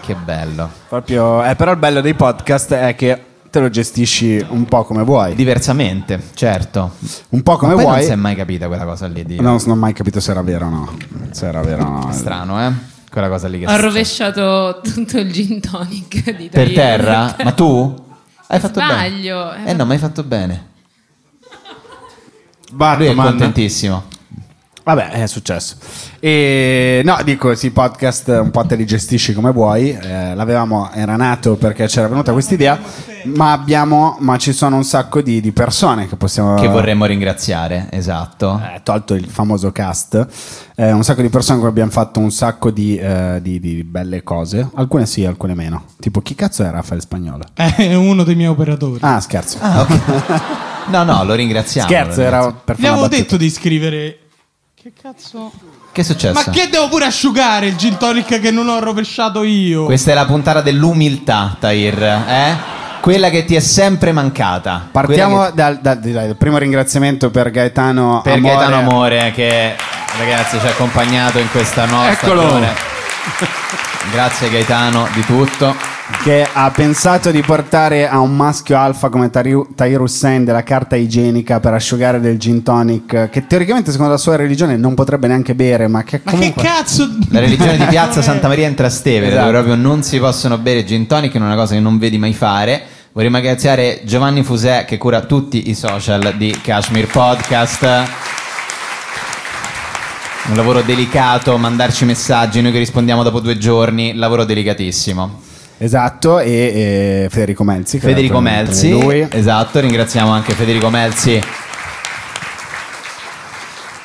[SPEAKER 4] Che bello.
[SPEAKER 5] Proprio, eh, però il bello dei podcast è che te lo gestisci un po' come vuoi.
[SPEAKER 4] Diversamente, certo.
[SPEAKER 5] Un po' come
[SPEAKER 4] Ma poi
[SPEAKER 5] vuoi.
[SPEAKER 4] non si è mai capita quella cosa lì di
[SPEAKER 5] No, non ho mai capito se era vero o no. Se era vero o no.
[SPEAKER 4] strano, eh? Quella cosa lì che
[SPEAKER 6] Ho rovesciato tutto il gin tonic di
[SPEAKER 4] per
[SPEAKER 6] Tahir.
[SPEAKER 4] terra? Ma tu? Hai fatto
[SPEAKER 6] Sbaglio.
[SPEAKER 4] bene. Eh no, ma hai fatto bene.
[SPEAKER 5] Batman.
[SPEAKER 4] Lui è contentissimo.
[SPEAKER 5] Vabbè, è successo. E no, dico, sì, podcast un po' te li gestisci come vuoi. eh, l'avevamo, era nato perché c'era venuta questa idea, ma abbiamo, ma ci sono un sacco di, di persone che possiamo.
[SPEAKER 4] Che vorremmo ringraziare, esatto.
[SPEAKER 5] eh, tolto il famoso cast, eh, un sacco di persone con cui abbiamo fatto un sacco di, eh, di- di belle cose, alcune sì, alcune meno. Tipo, chi cazzo è Raffaele Spagnolo?
[SPEAKER 12] È uno dei miei operatori.
[SPEAKER 5] Ah, scherzo.
[SPEAKER 4] No, no, lo ringraziamo.
[SPEAKER 5] Scherzo,
[SPEAKER 4] lo
[SPEAKER 5] era
[SPEAKER 4] ringraziamo.
[SPEAKER 5] per
[SPEAKER 12] Vi avevo detto di scrivere. Che cazzo?
[SPEAKER 4] Che è successo?
[SPEAKER 12] Ma che devo pure asciugare il gin tonic che non ho rovesciato io?
[SPEAKER 4] Questa è la puntata dell'umiltà, Tahir, eh? Quella che ti è sempre mancata.
[SPEAKER 5] Partiamo
[SPEAKER 4] Quella che-
[SPEAKER 5] dal, dal- dai, dal primo ringraziamento per Gaetano
[SPEAKER 4] per
[SPEAKER 5] Amore.
[SPEAKER 4] Gaetano Amore che ragazzi ci ha accompagnato in questa nuova
[SPEAKER 5] Eccolo.
[SPEAKER 4] stagione. Grazie Gaetano di tutto.
[SPEAKER 5] che ha pensato di portare a un maschio alfa come Tari- Tahir Hussein della carta igienica per asciugare del gin tonic che teoricamente secondo la sua religione non potrebbe neanche bere ma che
[SPEAKER 12] Ma che
[SPEAKER 5] comunque
[SPEAKER 12] cazzo?
[SPEAKER 4] La religione di Piazza Santa Maria in Trastevere,
[SPEAKER 5] Esatto.
[SPEAKER 4] dove proprio non si possono bere gin tonic, è una cosa che non vedi mai fare. Vorrei ringraziare Giovanni Fusè che cura tutti i social di Kashmir Podcast. Un lavoro delicato, mandarci messaggi, noi che rispondiamo dopo due giorni, lavoro delicatissimo.
[SPEAKER 5] Esatto, e, e Federico Melzi. che
[SPEAKER 4] Federico
[SPEAKER 5] naturalmente
[SPEAKER 4] Melzi,
[SPEAKER 5] è lui.
[SPEAKER 4] esatto, ringraziamo anche Federico Melzi.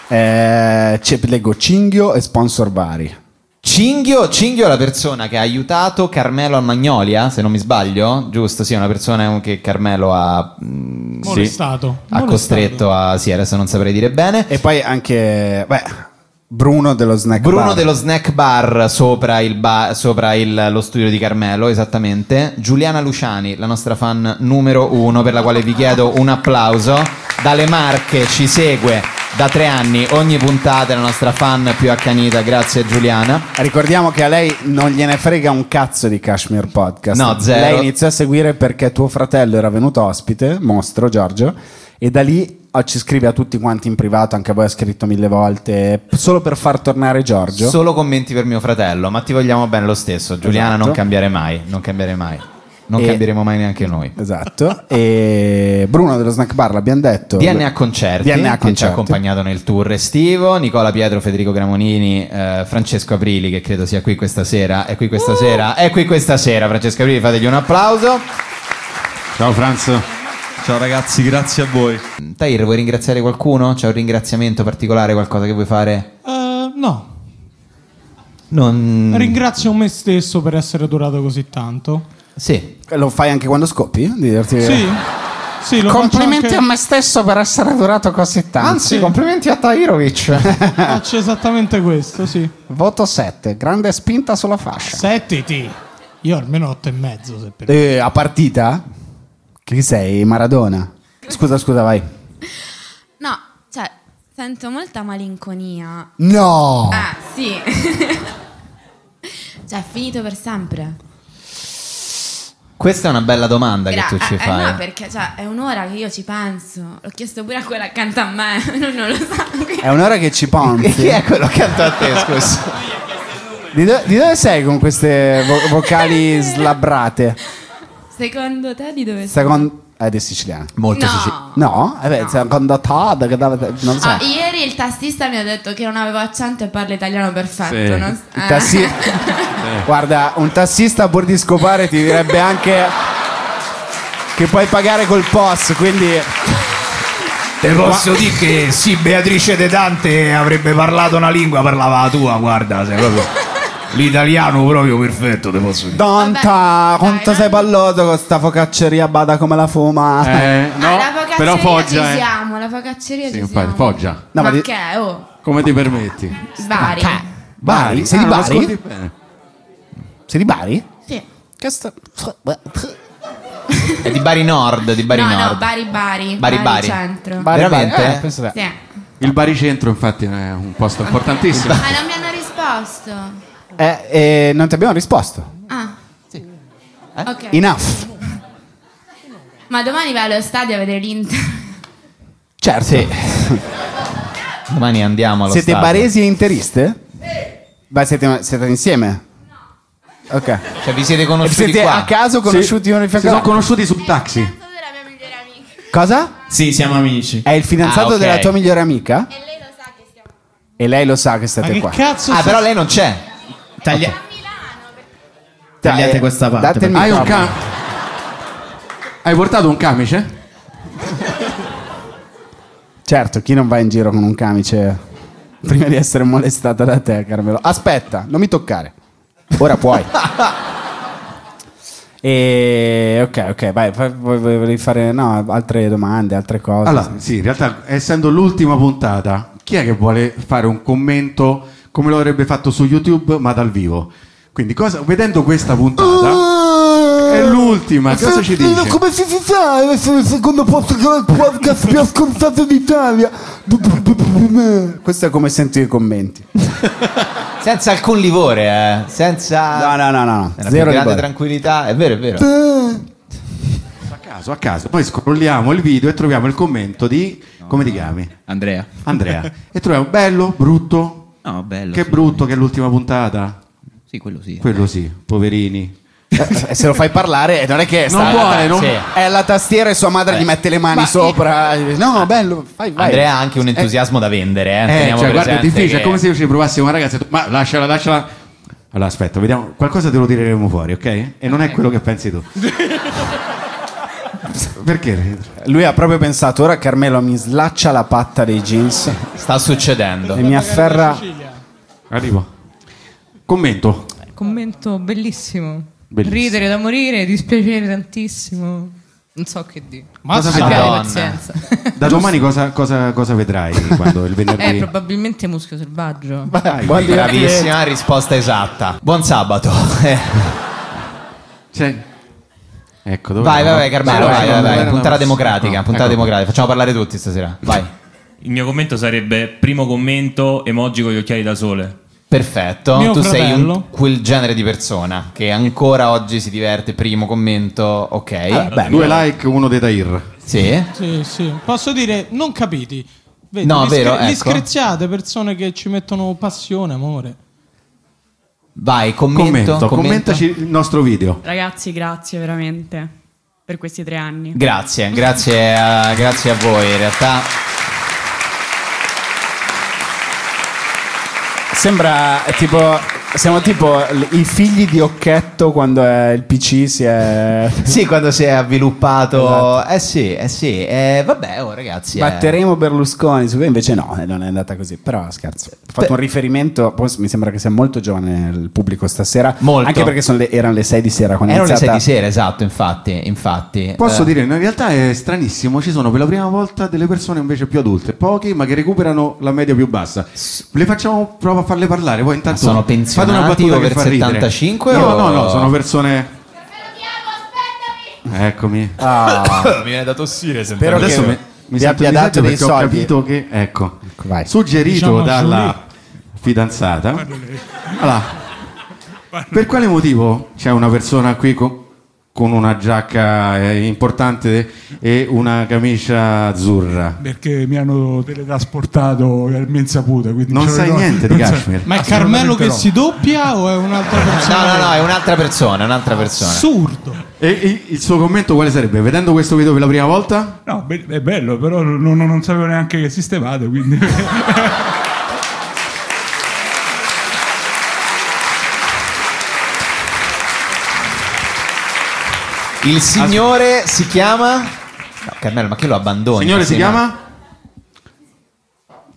[SPEAKER 5] Eh, c'è- leggo Cinghio e sponsor vari.
[SPEAKER 4] Cinghio, Cinghio è la persona che ha aiutato Carmelo a Magnolia, se non mi sbaglio, giusto? Sì, è una persona che Carmelo ha mh, sì,
[SPEAKER 12] Molestato.
[SPEAKER 4] ha costretto a sì, adesso non saprei dire bene.
[SPEAKER 5] E poi anche beh, Bruno dello snack
[SPEAKER 4] Bruno
[SPEAKER 5] bar.
[SPEAKER 4] dello snack bar sopra, il ba- sopra il- lo studio di Carmelo, esattamente. Giuliana Luciani, la nostra fan numero uno, per la quale vi chiedo un applauso. Dalle Marche ci segue da tre anni ogni puntata, è la nostra fan più accanita. Grazie Giuliana.
[SPEAKER 5] Ricordiamo che a lei non gliene frega un cazzo di Kashmir Podcast.
[SPEAKER 4] No, zero.
[SPEAKER 5] Lei iniziò a seguire perché tuo fratello era venuto ospite, mostro Giorgio, e da lì ah, ci scrive a tutti quanti in privato, anche a voi ha scritto mille volte, p- solo per far tornare Giorgio.
[SPEAKER 4] Solo commenti per mio fratello, ma ti vogliamo bene lo stesso. Giuliana,
[SPEAKER 5] Esatto.
[SPEAKER 4] non cambiare mai, non cambiare mai. Non
[SPEAKER 5] E-
[SPEAKER 4] cambieremo mai neanche noi.
[SPEAKER 5] Esatto. e Bruno dello snack bar l'abbiamo detto.
[SPEAKER 21] Esatto.
[SPEAKER 4] DNA Concerti,
[SPEAKER 5] DNA
[SPEAKER 4] che ci ha
[SPEAKER 5] Concerti.
[SPEAKER 4] accompagnato nel tour estivo, Nicola Pietro, Federico Gramonini, eh, Francesco Aprili che credo sia qui questa sera, è qui questa
[SPEAKER 21] Uh!
[SPEAKER 4] sera, è qui questa sera Francesco Aprili, fategli un applauso.
[SPEAKER 24] Ciao Franz. Ciao ragazzi, grazie a voi.
[SPEAKER 4] Tair, vuoi ringraziare qualcuno? C'è un ringraziamento particolare, qualcosa che vuoi fare?
[SPEAKER 12] Eh, no,
[SPEAKER 4] Non...
[SPEAKER 5] Mm.
[SPEAKER 12] ringrazio me stesso per essere durato così tanto.
[SPEAKER 4] Sì.
[SPEAKER 5] Lo fai anche quando scoppi? Di dirti...
[SPEAKER 12] Sì. Sì, lo
[SPEAKER 25] Eh. Complimenti
[SPEAKER 12] faccio
[SPEAKER 25] a
[SPEAKER 12] anche-
[SPEAKER 25] me stesso per essere durato così tanto.
[SPEAKER 12] Anzi,
[SPEAKER 25] complimenti a
[SPEAKER 5] *laughs*
[SPEAKER 25] Tairovic.
[SPEAKER 12] *laughs* Faccio esattamente questo, sì.
[SPEAKER 25] Voto 7, grande spinta sulla fascia.
[SPEAKER 12] Settiti. Io almeno otto e mezzo, se per...
[SPEAKER 5] Eh, a partita? Chi sei? Maradona? Scusa, scusa, vai.
[SPEAKER 21] No, cioè, sento molta malinconia.
[SPEAKER 5] No!
[SPEAKER 21] Ah, sì. *laughs* cioè, è finito per sempre.
[SPEAKER 4] Questa è una bella domanda
[SPEAKER 21] Gra-
[SPEAKER 4] che tu ci
[SPEAKER 21] eh, eh,
[SPEAKER 4] fai.
[SPEAKER 21] no, perché cioè, è un'ora che io ci penso. L'ho chiesto pure a quella accanto a me. *laughs* Non, non lo so.
[SPEAKER 5] È un'ora che ci ponti.
[SPEAKER 4] Chi è quello accanto a te, scusa?
[SPEAKER 5] Di, do- di dove sei con queste vo- vocali slabbrate?
[SPEAKER 21] Secondo te di dove
[SPEAKER 5] Secondo... Ed è siciliana.
[SPEAKER 21] Molto No.
[SPEAKER 5] siciliana.
[SPEAKER 21] sicil-
[SPEAKER 5] eh, No? Eh beh, secondo Todd, che dava- non so.
[SPEAKER 21] Ah, ieri il tassista mi ha detto che non avevo accento e parla italiano perfetto.
[SPEAKER 5] Sì.
[SPEAKER 21] non- eh.
[SPEAKER 5] Il tassi- *laughs* Guarda, un tassista a bordi scopare ti direbbe anche che puoi pagare col POS, quindi...
[SPEAKER 3] Te posso dire che sì, Beatrice De Dante avrebbe parlato una lingua, parlava la tua, guarda, sei proprio l'italiano proprio perfetto, te posso dire.
[SPEAKER 5] Donta, quanto sei palloso con sta focacceria bada come la fuma.
[SPEAKER 3] Eh,
[SPEAKER 21] Ah, la focacceria
[SPEAKER 3] però
[SPEAKER 21] ci
[SPEAKER 3] Foggia, eh.
[SPEAKER 21] siamo, la focacceria ci siamo.
[SPEAKER 3] Foggia.
[SPEAKER 21] ma che? Oh,
[SPEAKER 3] Come ti permetti?
[SPEAKER 21] svari.
[SPEAKER 5] Bari? Sei di
[SPEAKER 3] Ah, non
[SPEAKER 5] Bari?
[SPEAKER 3] ascolti bene.
[SPEAKER 5] Sei di Bari?
[SPEAKER 21] Sì.
[SPEAKER 5] Che sta...
[SPEAKER 4] È di Bari Nord, di Bari
[SPEAKER 21] no,
[SPEAKER 4] Nord.
[SPEAKER 21] no, Bari Bari.
[SPEAKER 4] Bari Bari.
[SPEAKER 21] Centro.
[SPEAKER 4] Bari Bari. Veramente? Eh,
[SPEAKER 21] Sì.
[SPEAKER 4] penso te.
[SPEAKER 3] Il baricentro, infatti, è un posto importantissimo.
[SPEAKER 21] Ma non mi hanno risposto.
[SPEAKER 5] Eh, eh, non ti abbiamo risposto.
[SPEAKER 21] Ah. Sì. Ok.
[SPEAKER 5] Enough.
[SPEAKER 21] Ma domani vai allo stadio a vedere l'Inter.
[SPEAKER 5] Certo.
[SPEAKER 4] *laughs* Domani andiamo allo
[SPEAKER 5] Siete
[SPEAKER 4] stadio.
[SPEAKER 5] baresi e interiste? Ma siete, siete insieme? Ok.
[SPEAKER 4] Cioè, vi siete conosciuti
[SPEAKER 5] Siete
[SPEAKER 4] qua?
[SPEAKER 5] a caso conosciuti uno di fianco
[SPEAKER 3] Si sono
[SPEAKER 5] all'altro?
[SPEAKER 3] conosciuti sul taxi.
[SPEAKER 5] Cosa?
[SPEAKER 3] Sì, siamo amici.
[SPEAKER 5] È il fidanzato
[SPEAKER 3] Ah, ok.
[SPEAKER 5] della tua migliore amica? E lei lo sa che siamo. E lei
[SPEAKER 3] che
[SPEAKER 5] lo sa che state qua.
[SPEAKER 3] cazzo
[SPEAKER 4] Ah,
[SPEAKER 3] sei-
[SPEAKER 4] però lei non c'è.
[SPEAKER 5] Taglia-
[SPEAKER 3] Tagliate
[SPEAKER 5] questa parte, date il
[SPEAKER 3] Hai, un
[SPEAKER 5] microfono.
[SPEAKER 3] ca- Hai portato un camice?
[SPEAKER 5] Certo, chi non va in giro con un camice prima di essere molestata da te, Carmelo? Aspetta, non mi toccare. Ora puoi. E ok, ok, vai, fa- voi- voi volevi fare no, altre domande, altre cose.
[SPEAKER 3] Allora, sì, in realtà, essendo l'ultima puntata, chi è che vuole fare un commento come lo avrebbe fatto su YouTube, ma dal vivo? Quindi, cosa- vedendo questa puntata, è l'ultima, cosa ci dici?
[SPEAKER 26] Come si si sa, è il secondo posto che il podcast più ascoltato d'Italia.
[SPEAKER 5] Questo è come sento i commenti.
[SPEAKER 4] Senza alcun livore, eh. Senza.
[SPEAKER 5] No, no, no, no. Zero
[SPEAKER 4] Nella più grande
[SPEAKER 5] livore.
[SPEAKER 4] tranquillità. È vero, è vero.
[SPEAKER 3] A caso, a caso. Poi scrolliamo il video e troviamo il commento di. come ti chiami? Andrea. Andrea. e troviamo bello, brutto.
[SPEAKER 27] No, bello.
[SPEAKER 3] che
[SPEAKER 27] sì.
[SPEAKER 3] brutto che è l'ultima puntata.
[SPEAKER 27] Sì, quello sì.
[SPEAKER 3] Quello sì, poverini.
[SPEAKER 4] Eh, se lo fai parlare, eh, non è che
[SPEAKER 5] Non
[SPEAKER 4] sta alla
[SPEAKER 5] vuole,
[SPEAKER 4] ta-
[SPEAKER 5] non-
[SPEAKER 4] sì.
[SPEAKER 5] È alla tastiera e sua madre
[SPEAKER 4] Eh.
[SPEAKER 5] gli mette le mani
[SPEAKER 4] Ma-
[SPEAKER 5] sopra. No, bello, fai, vai.
[SPEAKER 4] Andrea ha anche un entusiasmo da vendere. Eh.
[SPEAKER 3] Eh,
[SPEAKER 4] Teniamo
[SPEAKER 3] cioè, guarda, è
[SPEAKER 4] presente
[SPEAKER 3] difficile,
[SPEAKER 4] che-
[SPEAKER 3] è come se io ci provassi una ragazza e tu, ma lasciala, lasciala. Allora, aspetta, vediamo, qualcosa te lo tireremo fuori, ok? E non è quello che pensi tu. *laughs* Perché?
[SPEAKER 5] Lui ha proprio pensato, ora Carmelo mi slaccia la patta dei jeans.
[SPEAKER 4] Sta succedendo.
[SPEAKER 5] E mi afferra...
[SPEAKER 3] Arrivo. Commento.
[SPEAKER 14] *laughs* Commento bellissimo.
[SPEAKER 3] Bellissimo.
[SPEAKER 14] Ridere da morire, dispiacere tantissimo. Non so che dire.
[SPEAKER 3] Cosa
[SPEAKER 14] Abbiate
[SPEAKER 3] vedrai?
[SPEAKER 14] pazienza. *laughs*
[SPEAKER 3] Da domani cosa, cosa- cosa vedrai quando il
[SPEAKER 14] Eh,
[SPEAKER 3] venerdì?
[SPEAKER 14] probabilmente muschio selvaggio.
[SPEAKER 3] Buon dia-
[SPEAKER 4] Bravissima, risposta esatta. Buon sabato. *laughs* Eh.
[SPEAKER 3] Cioè, Ecco, dove
[SPEAKER 4] Vai, vai, vai, Carmelo,
[SPEAKER 3] Carmelo
[SPEAKER 4] vai, vai, vai. Puntata democratica,
[SPEAKER 3] ecco.
[SPEAKER 4] puntata democratica. Facciamo parlare tutti stasera. Vai.
[SPEAKER 15] Il mio commento sarebbe primo commento emoji con gli occhiali da sole.
[SPEAKER 4] Perfetto,
[SPEAKER 15] Mio
[SPEAKER 4] tu sei
[SPEAKER 15] fratello.
[SPEAKER 4] un- quel genere di persona che ancora oggi si diverte, primo commento, ok.
[SPEAKER 3] Ah, beh, due like, uno dei Dair.
[SPEAKER 4] Sì.
[SPEAKER 12] Sì, sì. Posso dire, non capiti. Vedi,
[SPEAKER 4] No,
[SPEAKER 12] li
[SPEAKER 4] vero,
[SPEAKER 12] scre- li
[SPEAKER 4] ecco.
[SPEAKER 12] screziate persone che ci mettono passione, amore.
[SPEAKER 4] Vai, commento,
[SPEAKER 3] Commento,
[SPEAKER 4] commento.
[SPEAKER 3] commentaci il nostro video.
[SPEAKER 16] Ragazzi, grazie veramente per questi tre anni.
[SPEAKER 4] Grazie, grazie a, grazie a voi in realtà.
[SPEAKER 5] Sembra tipo... Siamo tipo l- i figli di Occhetto quando eh, il PC si è...
[SPEAKER 4] *laughs*
[SPEAKER 5] Esatto.
[SPEAKER 4] Sì, quando si è avviluppato... Eh sì, eh sì, eh, vabbè, oh, ragazzi. eh.
[SPEAKER 5] Batteremo Berlusconi, su- invece no, eh, non è andata così. Però scherzo, ho fatto un riferimento, poi mi sembra che sia molto giovane il pubblico stasera,
[SPEAKER 4] Molto.
[SPEAKER 5] anche perché sono le- erano le 6 di sera quando è
[SPEAKER 4] Erano le 6
[SPEAKER 5] iniziata.
[SPEAKER 4] di sera, esatto, infatti, infatti.
[SPEAKER 3] Posso
[SPEAKER 4] Eh,
[SPEAKER 3] dire, in realtà è stranissimo, ci sono per la prima volta delle persone invece più adulte, pochi ma che recuperano la media più bassa. Le facciamo, prova a farle parlare, poi intanto
[SPEAKER 4] sono
[SPEAKER 3] fate una
[SPEAKER 4] pensionati,
[SPEAKER 3] battuta che
[SPEAKER 4] over
[SPEAKER 3] fa ridere.
[SPEAKER 4] 75
[SPEAKER 3] No,
[SPEAKER 4] o-
[SPEAKER 3] no, no, sono persone... Eccomi.
[SPEAKER 4] mi viene da tossire
[SPEAKER 3] Però adesso mi, mi
[SPEAKER 5] vi
[SPEAKER 3] sento
[SPEAKER 5] abbia
[SPEAKER 3] in disagio
[SPEAKER 5] dato dei
[SPEAKER 3] perché ho
[SPEAKER 5] soldi.
[SPEAKER 3] capito che, ecco,
[SPEAKER 5] vai.
[SPEAKER 3] suggerito
[SPEAKER 5] Diciamo
[SPEAKER 3] dalla fidanzata. Allora, per quale motivo c'è una persona qui co- con una giacca eh, importante e una camicia azzurra?
[SPEAKER 28] Perché mi hanno teletrasportato al mensaputa. quindi
[SPEAKER 3] Non
[SPEAKER 28] ce lo
[SPEAKER 3] sai
[SPEAKER 28] ricordo-
[SPEAKER 3] niente di
[SPEAKER 28] non so-
[SPEAKER 3] Kashmir.
[SPEAKER 12] Ma è
[SPEAKER 28] Assolutamente
[SPEAKER 12] Carmelo che
[SPEAKER 28] no.
[SPEAKER 12] si doppia o è un'altra persona?
[SPEAKER 4] No, no, no, è un'altra persona, un'altra persona.
[SPEAKER 12] Assurdo.
[SPEAKER 3] E i- il suo commento quale sarebbe? Vedendo questo video per la prima volta?
[SPEAKER 28] No, be- è bello, però non, non sapevo neanche che esistevate,
[SPEAKER 5] *laughs*
[SPEAKER 28] quindi...
[SPEAKER 4] Il signore si chiama... No, Carmelo, ma che lo abbandoni?
[SPEAKER 3] Signore si
[SPEAKER 4] Sì, ma-
[SPEAKER 3] chiama?
[SPEAKER 13] Eh.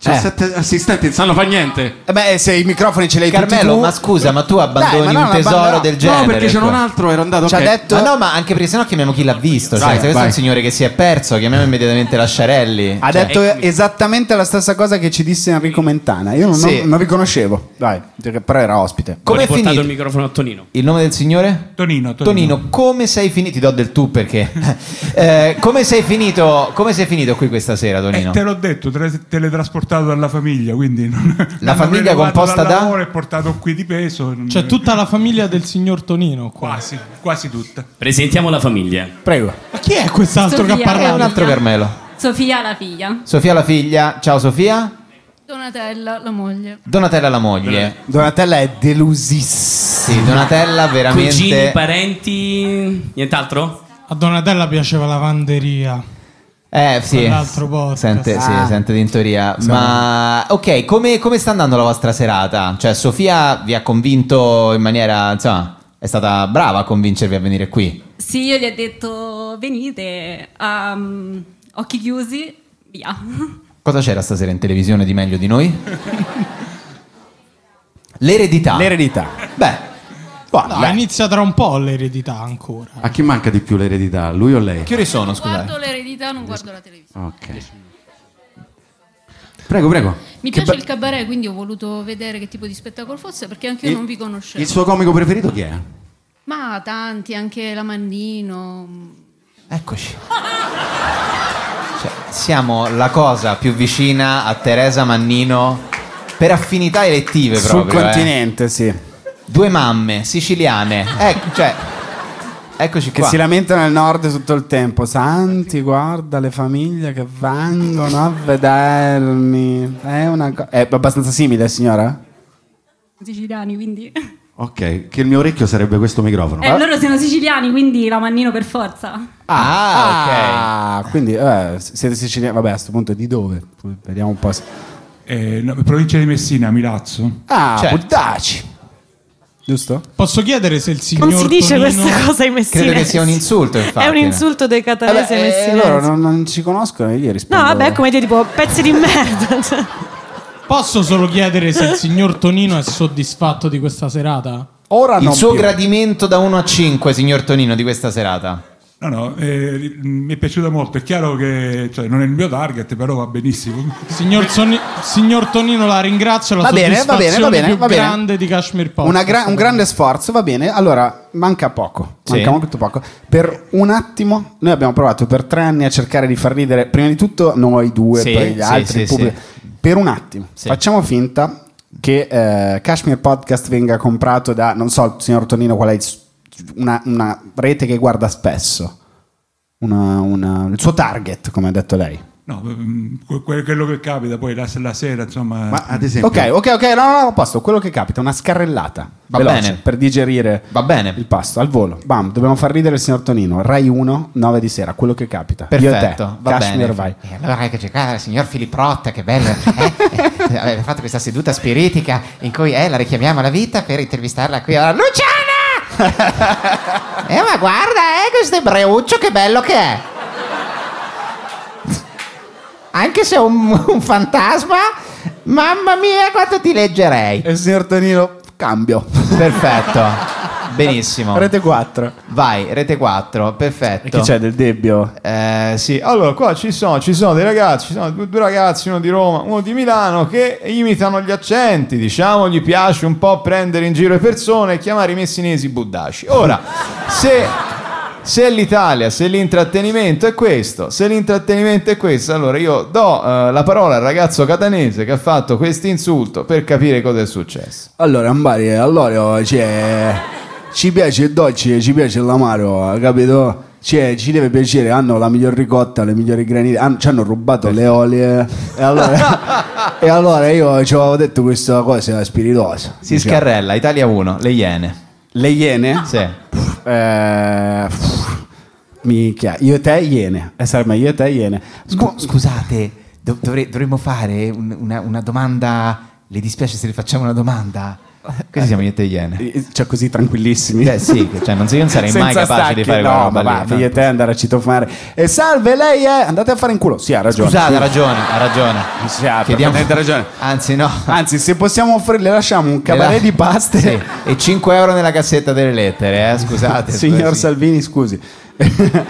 [SPEAKER 3] C'ha
[SPEAKER 4] Eh.
[SPEAKER 3] sette assistenti, non sanno fa niente.
[SPEAKER 5] Eh beh, se i microfoni ce li hai
[SPEAKER 4] Carmelo, ma scusa, ma tu abbandoni
[SPEAKER 3] Dai, ma no,
[SPEAKER 4] un
[SPEAKER 3] non
[SPEAKER 4] tesoro
[SPEAKER 3] abbandonare.
[SPEAKER 4] del
[SPEAKER 3] No,
[SPEAKER 4] genere?
[SPEAKER 3] perché c'era
[SPEAKER 4] tu?
[SPEAKER 3] un altro, ero andato,
[SPEAKER 4] Ci
[SPEAKER 3] ok.
[SPEAKER 4] ha detto,
[SPEAKER 3] Ah,
[SPEAKER 4] no, ma anche perché sennò chiamiamo chi l'ha visto.
[SPEAKER 5] Vai,
[SPEAKER 4] sai, se questo è
[SPEAKER 5] vai.
[SPEAKER 4] un signore che si è perso, chiamiamo immediatamente Lasciarelli.
[SPEAKER 5] Ha
[SPEAKER 4] Cioè,
[SPEAKER 5] detto esattamente la stessa cosa che ci disse Enrico Mentana. Io non,
[SPEAKER 4] Sì.
[SPEAKER 5] non vi conoscevo, dai, perché- però era ospite.
[SPEAKER 4] Come è finito?
[SPEAKER 28] microfono a Tonino.
[SPEAKER 4] Il nome del signore?
[SPEAKER 28] Tonino,
[SPEAKER 4] Tonino, come sei finito? Ti do del tu perché. Eh, come, sei finito, come sei finito qui questa sera, Tonino?
[SPEAKER 28] Eh, Te l'ho detto, tre- teletrasportato dalla famiglia, quindi... Non... *laughs*
[SPEAKER 4] La famiglia composta da.
[SPEAKER 28] lavoro e portato qui di peso.
[SPEAKER 12] C'è Cioè, tutta la famiglia del signor Tonino qua.
[SPEAKER 28] Quasi, quasi tutta.
[SPEAKER 29] Presentiamo la famiglia.
[SPEAKER 5] Prego.
[SPEAKER 12] Ma chi è quest'altro che ha
[SPEAKER 29] Sofia.
[SPEAKER 12] parlato?
[SPEAKER 29] È un altro
[SPEAKER 4] Carmelo.
[SPEAKER 29] Sofia la figlia.
[SPEAKER 4] Sofia la figlia. Ciao Sofia.
[SPEAKER 11] Donatella, la moglie.
[SPEAKER 4] Donatella la moglie.
[SPEAKER 5] Donatella è delusissima.
[SPEAKER 4] Sì, Donatella veramente.
[SPEAKER 29] Cugini, parenti, nient'altro?
[SPEAKER 12] A Donatella piaceva la lavanderia.
[SPEAKER 4] Eh sì,
[SPEAKER 12] Quell'altro podcast.
[SPEAKER 4] sente,
[SPEAKER 12] Ah.
[SPEAKER 4] sì, sente di in teoria. Ma ok, come, come sta andando la vostra serata? Cioè, Sofia vi ha convinto in maniera. insomma, è stata brava a convincervi a venire qui.
[SPEAKER 29] Sì, io gli ho detto venite, ehm, occhi chiusi, via. *laughs*
[SPEAKER 4] Cosa c'era stasera in televisione di meglio di noi? L'eredità.
[SPEAKER 5] L'eredità.
[SPEAKER 4] Beh.
[SPEAKER 12] No, inizia tra un po' l'eredità ancora.
[SPEAKER 3] A chi manca di più l'eredità, lui o lei?
[SPEAKER 4] Che ore sono,
[SPEAKER 11] Guardo l'eredità, non guardo la televisione.
[SPEAKER 3] Ok. Prego, prego.
[SPEAKER 11] Mi
[SPEAKER 3] Che
[SPEAKER 11] piace
[SPEAKER 3] be-
[SPEAKER 11] il cabaret, quindi ho voluto vedere che tipo di spettacolo fosse perché anche io
[SPEAKER 3] Il-
[SPEAKER 11] non vi conoscevo.
[SPEAKER 3] Il suo comico preferito chi è?
[SPEAKER 11] Ma tanti, anche la Mannino.
[SPEAKER 4] Eccoci. Cioè, siamo la cosa più vicina a Teresa Mannino per affinità elettive
[SPEAKER 5] Sul
[SPEAKER 4] proprio. eh.
[SPEAKER 5] continente, sì.
[SPEAKER 4] Due mamme siciliane. Ecco, cioè, eccoci
[SPEAKER 5] Che
[SPEAKER 4] qua.
[SPEAKER 5] si lamentano al nord tutto il tempo. Santi, guarda le famiglie che vengono a vedermi. È, una co- è abbastanza simile, signora?
[SPEAKER 29] Siciliani, quindi...
[SPEAKER 3] Ok, che il mio orecchio sarebbe questo microfono.
[SPEAKER 29] Eh, loro sono siciliani, quindi la mannino per forza.
[SPEAKER 5] Ah, ok. Quindi eh, siete siciliani, vabbè, a questo punto di dove? Vediamo un po'. se-
[SPEAKER 28] Eh, no, provincia di Messina, Milazzo.
[SPEAKER 5] Ah,
[SPEAKER 28] Certo.
[SPEAKER 5] buttaci. Giusto?
[SPEAKER 12] Posso chiedere se il signor
[SPEAKER 7] Non si dice
[SPEAKER 12] Tonino-
[SPEAKER 7] questa cosa ai messinesi. È un insulto dei catalesi ai
[SPEAKER 5] Eh,
[SPEAKER 7] messinesi.
[SPEAKER 5] loro non, non ci conoscono, io
[SPEAKER 7] No,
[SPEAKER 5] rispondo.
[SPEAKER 7] vabbè, è come dire tipo pezzi di merda. *laughs* cioè.
[SPEAKER 12] Posso solo chiedere se il signor Tonino è soddisfatto di questa serata?
[SPEAKER 5] Ora
[SPEAKER 4] Il suo gradimento da 1 a 5, signor Tonino, di questa serata.
[SPEAKER 28] No, no, eh, mi è piaciuta molto. È chiaro che cioè, non è il mio target, però va benissimo.
[SPEAKER 12] Signor, Soni- signor Tonino, la ringrazio. La
[SPEAKER 5] Va bene, va
[SPEAKER 12] soddisfazione
[SPEAKER 5] bene, va bene,
[SPEAKER 12] più
[SPEAKER 5] va bene.
[SPEAKER 12] grande di Kashmir Podcast.
[SPEAKER 5] Una gra- un grande sforzo, va bene. Allora, manca poco.
[SPEAKER 12] Sì.
[SPEAKER 5] Manca molto poco. Per un attimo, noi abbiamo provato per tre anni a cercare di far ridere, prima di tutto noi due,
[SPEAKER 4] Sì,
[SPEAKER 5] poi gli
[SPEAKER 4] sì,
[SPEAKER 5] altri.
[SPEAKER 4] sì,
[SPEAKER 5] il pubblico. Per un attimo, facciamo finta che eh, Kashmir Podcast venga comprato da, non so, signor Tonino, qual è il s- una, una rete che guarda spesso. Una- una- il suo target, come ha detto lei.
[SPEAKER 28] No, ehm, que- que- quello che capita poi la, la sera, insomma.
[SPEAKER 5] Ma Ok, ok, ok, no, no, no, a posto, quello che capita, una scarrellata.
[SPEAKER 28] Va
[SPEAKER 5] veloce,
[SPEAKER 28] bene.
[SPEAKER 5] Per digerire il pasto, al volo. Bam, dobbiamo far ridere il signor Tonino. Rai 1, 9 di sera, quello che capita.
[SPEAKER 21] Perfetto,
[SPEAKER 5] Io e te,
[SPEAKER 21] va
[SPEAKER 5] Kashmir
[SPEAKER 21] bene.
[SPEAKER 5] vai.
[SPEAKER 21] E allora hai che giocare al signor Filipprotta,
[SPEAKER 5] *laughs*
[SPEAKER 21] che bello. eh? Eh, avete fatto questa seduta spiritica in cui eh, la richiamiamo alla vita per intervistarla qui.
[SPEAKER 5] *laughs*
[SPEAKER 21] Allora, Luciana! eh, ma guarda, eh, questo ebreuccio, che bello che è. Anche se è un, un fantasma, mamma mia, quanto ti leggerei.
[SPEAKER 5] E il signor Tonino, cambio.
[SPEAKER 4] Perfetto.
[SPEAKER 5] *laughs*
[SPEAKER 4] Benissimo.
[SPEAKER 5] Rete 4.
[SPEAKER 4] Vai, rete 4, perfetto.
[SPEAKER 5] E chi c'è del debbio?
[SPEAKER 4] Eh, sì, allora qua ci sono, ci sono dei ragazzi, ci sono due, due ragazzi, uno di Roma, uno di Milano, che imitano gli accenti, diciamo, gli piace un po' prendere in giro le persone e chiamare i messinesi buddaci. Ora, se, se l'Italia, se l'intrattenimento è questo, se l'intrattenimento è questo, allora io do eh, la parola al ragazzo catanese che ha fatto questo insulto per capire cosa è successo.
[SPEAKER 1] Allora, Ambari, allora, cioè, ci piace il dolce, ci piace l'amaro, capito? Cioè, ci deve piacere, hanno la miglior ricotta, le migliori granite, han- ci hanno rubato le olie. E allora, e allora io ci avevo detto questa cosa spiritosa. diciamo.
[SPEAKER 4] Si scarrella, Italia 1, le iene.
[SPEAKER 5] Le iene?
[SPEAKER 4] Sì.
[SPEAKER 5] Eh, pff, minchia, io e te iene. Eh, sarà meglio io e te iene.
[SPEAKER 21] Scu- scusate, do- dovre- dovremmo fare un- una, una domanda. Le dispiace se le facciamo una domanda?
[SPEAKER 4] Questi siamo io e te iene.
[SPEAKER 5] Eh. Cioè, così tranquillissimi.
[SPEAKER 4] Beh, sì, cioè, non, so- io non sarei mai
[SPEAKER 5] Senza
[SPEAKER 4] capace
[SPEAKER 5] stacchi,
[SPEAKER 4] di fare quella
[SPEAKER 5] no, ma
[SPEAKER 4] roba lì,
[SPEAKER 5] va,
[SPEAKER 4] tanto.
[SPEAKER 5] io e te andare a citofare. E salve, lei è... Andate a fare in culo. Sì, ha ragione.
[SPEAKER 4] Scusate, ha ragione, ha ragione. Chiediamo-
[SPEAKER 5] perfettamente ragione.
[SPEAKER 4] Anzi, no.
[SPEAKER 5] Anzi, se possiamo offrire, le lasciamo un cabaret di
[SPEAKER 4] Nella-
[SPEAKER 5] paste.
[SPEAKER 4] Sì, E 5 euro nella cassetta delle lettere, eh, scusate.
[SPEAKER 5] Signor
[SPEAKER 4] Sì.
[SPEAKER 5] Salvini, scusi. No,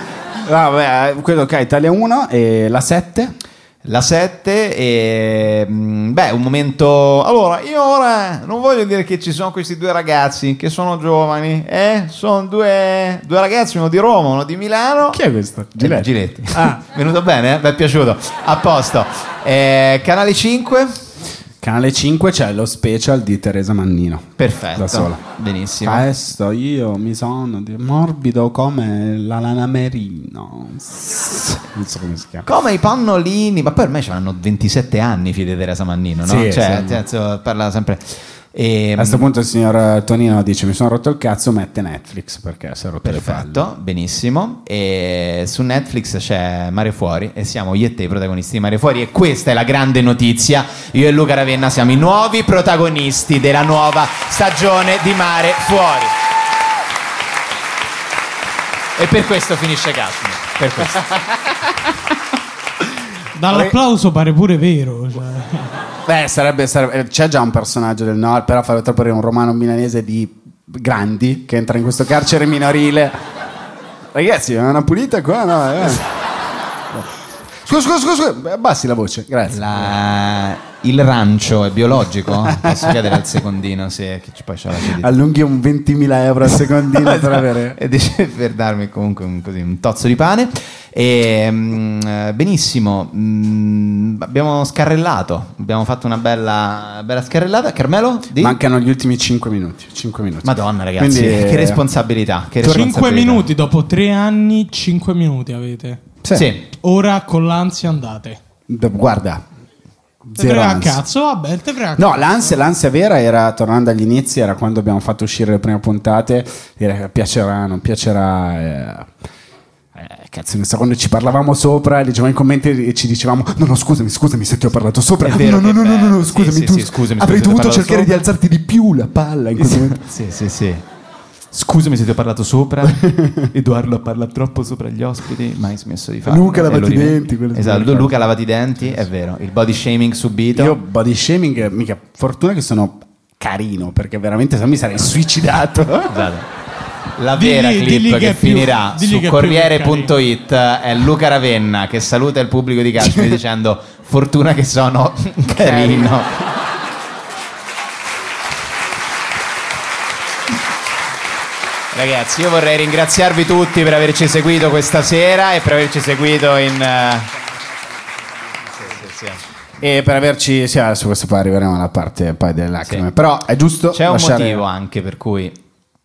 [SPEAKER 5] Ah, vabbè, eh, quello che ha Italia 1 e la 7.
[SPEAKER 4] La 7 e... mm, Beh, un momento... Allora, io ora non voglio dire che ci sono questi due ragazzi che sono giovani, eh? Sono due, due ragazzi, uno di Roma, uno di Milano.
[SPEAKER 5] Chi è questo? Ah.
[SPEAKER 4] Giletti. *laughs* Venuto bene? eh? Vi è piaciuto? A posto. Eh, canale 5?
[SPEAKER 5] Canale 5 c'è lo special di Teresa Mannino.
[SPEAKER 4] Perfetto.
[SPEAKER 5] Da sola.
[SPEAKER 4] Certo. Benissimo.
[SPEAKER 5] Questo io mi sono di- morbido come la lana merino. Non so come si chiama.
[SPEAKER 4] Come i pannolini, ma poi ormai ce l'hanno 27 anni, figli di Teresa Mannino, no?
[SPEAKER 5] Sì,
[SPEAKER 4] cioè,
[SPEAKER 5] sì.
[SPEAKER 4] nel senso, parla sempre. Ehm, E,
[SPEAKER 5] A questo punto il signor eh, Tonino dice mi sono rotto il cazzo, mette Netflix perché si è rotto il cazzo.
[SPEAKER 4] Perfetto, benissimo. E su Netflix c'è Mare Fuori e siamo io e te i protagonisti di Mare Fuori e questa è la grande notizia. Io e Luca Ravenna siamo i nuovi protagonisti della nuova stagione di Mare Fuori. E per questo finisce Cashmere. Per questo.
[SPEAKER 12] Dall'applauso pare pure vero. cioè.
[SPEAKER 5] Beh, sarebbe, sarebbe- eh, c'è già un personaggio del nord, però farò troppo ridere un romano milanese di grandi che entra in questo carcere minorile. Ragazzi, è una pulita qua, no? eh. Scusa, scusa, scusa, scusa, Beh, *laughs* abbassi la voce, grazie.
[SPEAKER 4] La- Il rancio è biologico? Posso chiedere al secondino se che ci- poi
[SPEAKER 5] *laughs*
[SPEAKER 4] c'è la CD.
[SPEAKER 5] Allunghi un 20.000 euro al secondino per avere...
[SPEAKER 4] Esatto. E dice, per darmi comunque un, così, un tozzo di pane. E, mm, eh, benissimo, mm, abbiamo scarrellato, abbiamo fatto una bella, bella scarrellata. Carmelo? di?
[SPEAKER 5] Mancano gli ultimi 5 minuti. 5 minuti.
[SPEAKER 4] Madonna ragazzi, eh,
[SPEAKER 5] Quindi, eh,
[SPEAKER 4] che responsabilità. Che
[SPEAKER 12] 5
[SPEAKER 4] responsabilità.
[SPEAKER 12] minuti dopo 3 anni, 5 minuti avete.
[SPEAKER 4] Sì. Sì.
[SPEAKER 12] Ora con l'ansia andate.
[SPEAKER 5] d- Guarda,
[SPEAKER 12] Te
[SPEAKER 5] Zero
[SPEAKER 12] frega a
[SPEAKER 5] ansia.
[SPEAKER 12] cazzo, vabbè, te
[SPEAKER 17] Ah,
[SPEAKER 12] frega a
[SPEAKER 5] No,
[SPEAKER 12] cazzo.
[SPEAKER 5] l'ansia, l'ansia vera era, tornando agli inizi, era quando abbiamo fatto uscire le prime puntate, dire piacerà, non piacerà. eh, eh, cazzo, ne so, quando ci parlavamo sopra, leggevamo i commenti e ci dicevamo: No, no, scusami, scusami se ti ho parlato sopra.
[SPEAKER 17] È vero
[SPEAKER 5] no, no,
[SPEAKER 17] che
[SPEAKER 5] no,
[SPEAKER 17] è
[SPEAKER 5] no, no,
[SPEAKER 17] bello.
[SPEAKER 5] no,
[SPEAKER 17] Sì,
[SPEAKER 5] scusami,
[SPEAKER 17] sì,
[SPEAKER 5] tu
[SPEAKER 17] sì, scusami,
[SPEAKER 5] avrei
[SPEAKER 17] scusami se ti ho
[SPEAKER 5] dovuto
[SPEAKER 17] parlato
[SPEAKER 5] cercare di
[SPEAKER 17] sopra.
[SPEAKER 5] alzarti di più la palla in quel
[SPEAKER 4] *laughs*
[SPEAKER 5] *laughs* momento.
[SPEAKER 17] Sì, sì, sì. Scusami se ti ho parlato
[SPEAKER 5] *laughs*
[SPEAKER 17] sopra. Edoardo parla troppo sopra gli ospiti. Mai smesso di farlo.
[SPEAKER 5] Luca,
[SPEAKER 17] E lo
[SPEAKER 5] lavati i
[SPEAKER 17] rimet-
[SPEAKER 5] denti, quello sì.
[SPEAKER 17] Esatto, Luca lavati i denti, è vero. Il body shaming subito.
[SPEAKER 5] Io body shaming, eh, mica, fortuna che sono carino, perché veramente se no mi sarei suicidato.
[SPEAKER 17] Esatto.
[SPEAKER 4] La vera
[SPEAKER 5] Digli-
[SPEAKER 4] clip
[SPEAKER 5] digli
[SPEAKER 4] che,
[SPEAKER 5] che è più-
[SPEAKER 4] finirà
[SPEAKER 5] digli
[SPEAKER 4] su
[SPEAKER 5] che è più
[SPEAKER 4] Corriere.it è Luca Ravenna che saluta il pubblico di *laughs* Cashmere dicendo fortuna che sono carino. Ragazzi, io vorrei ringraziarvi tutti per averci seguito questa sera e per averci seguito in... eh,
[SPEAKER 5] E per averci, sì, adesso questo poi arriveremo alla parte poi delle lacrime. Però è giusto.
[SPEAKER 4] C'è un
[SPEAKER 5] lasciare-
[SPEAKER 4] motivo anche per cui...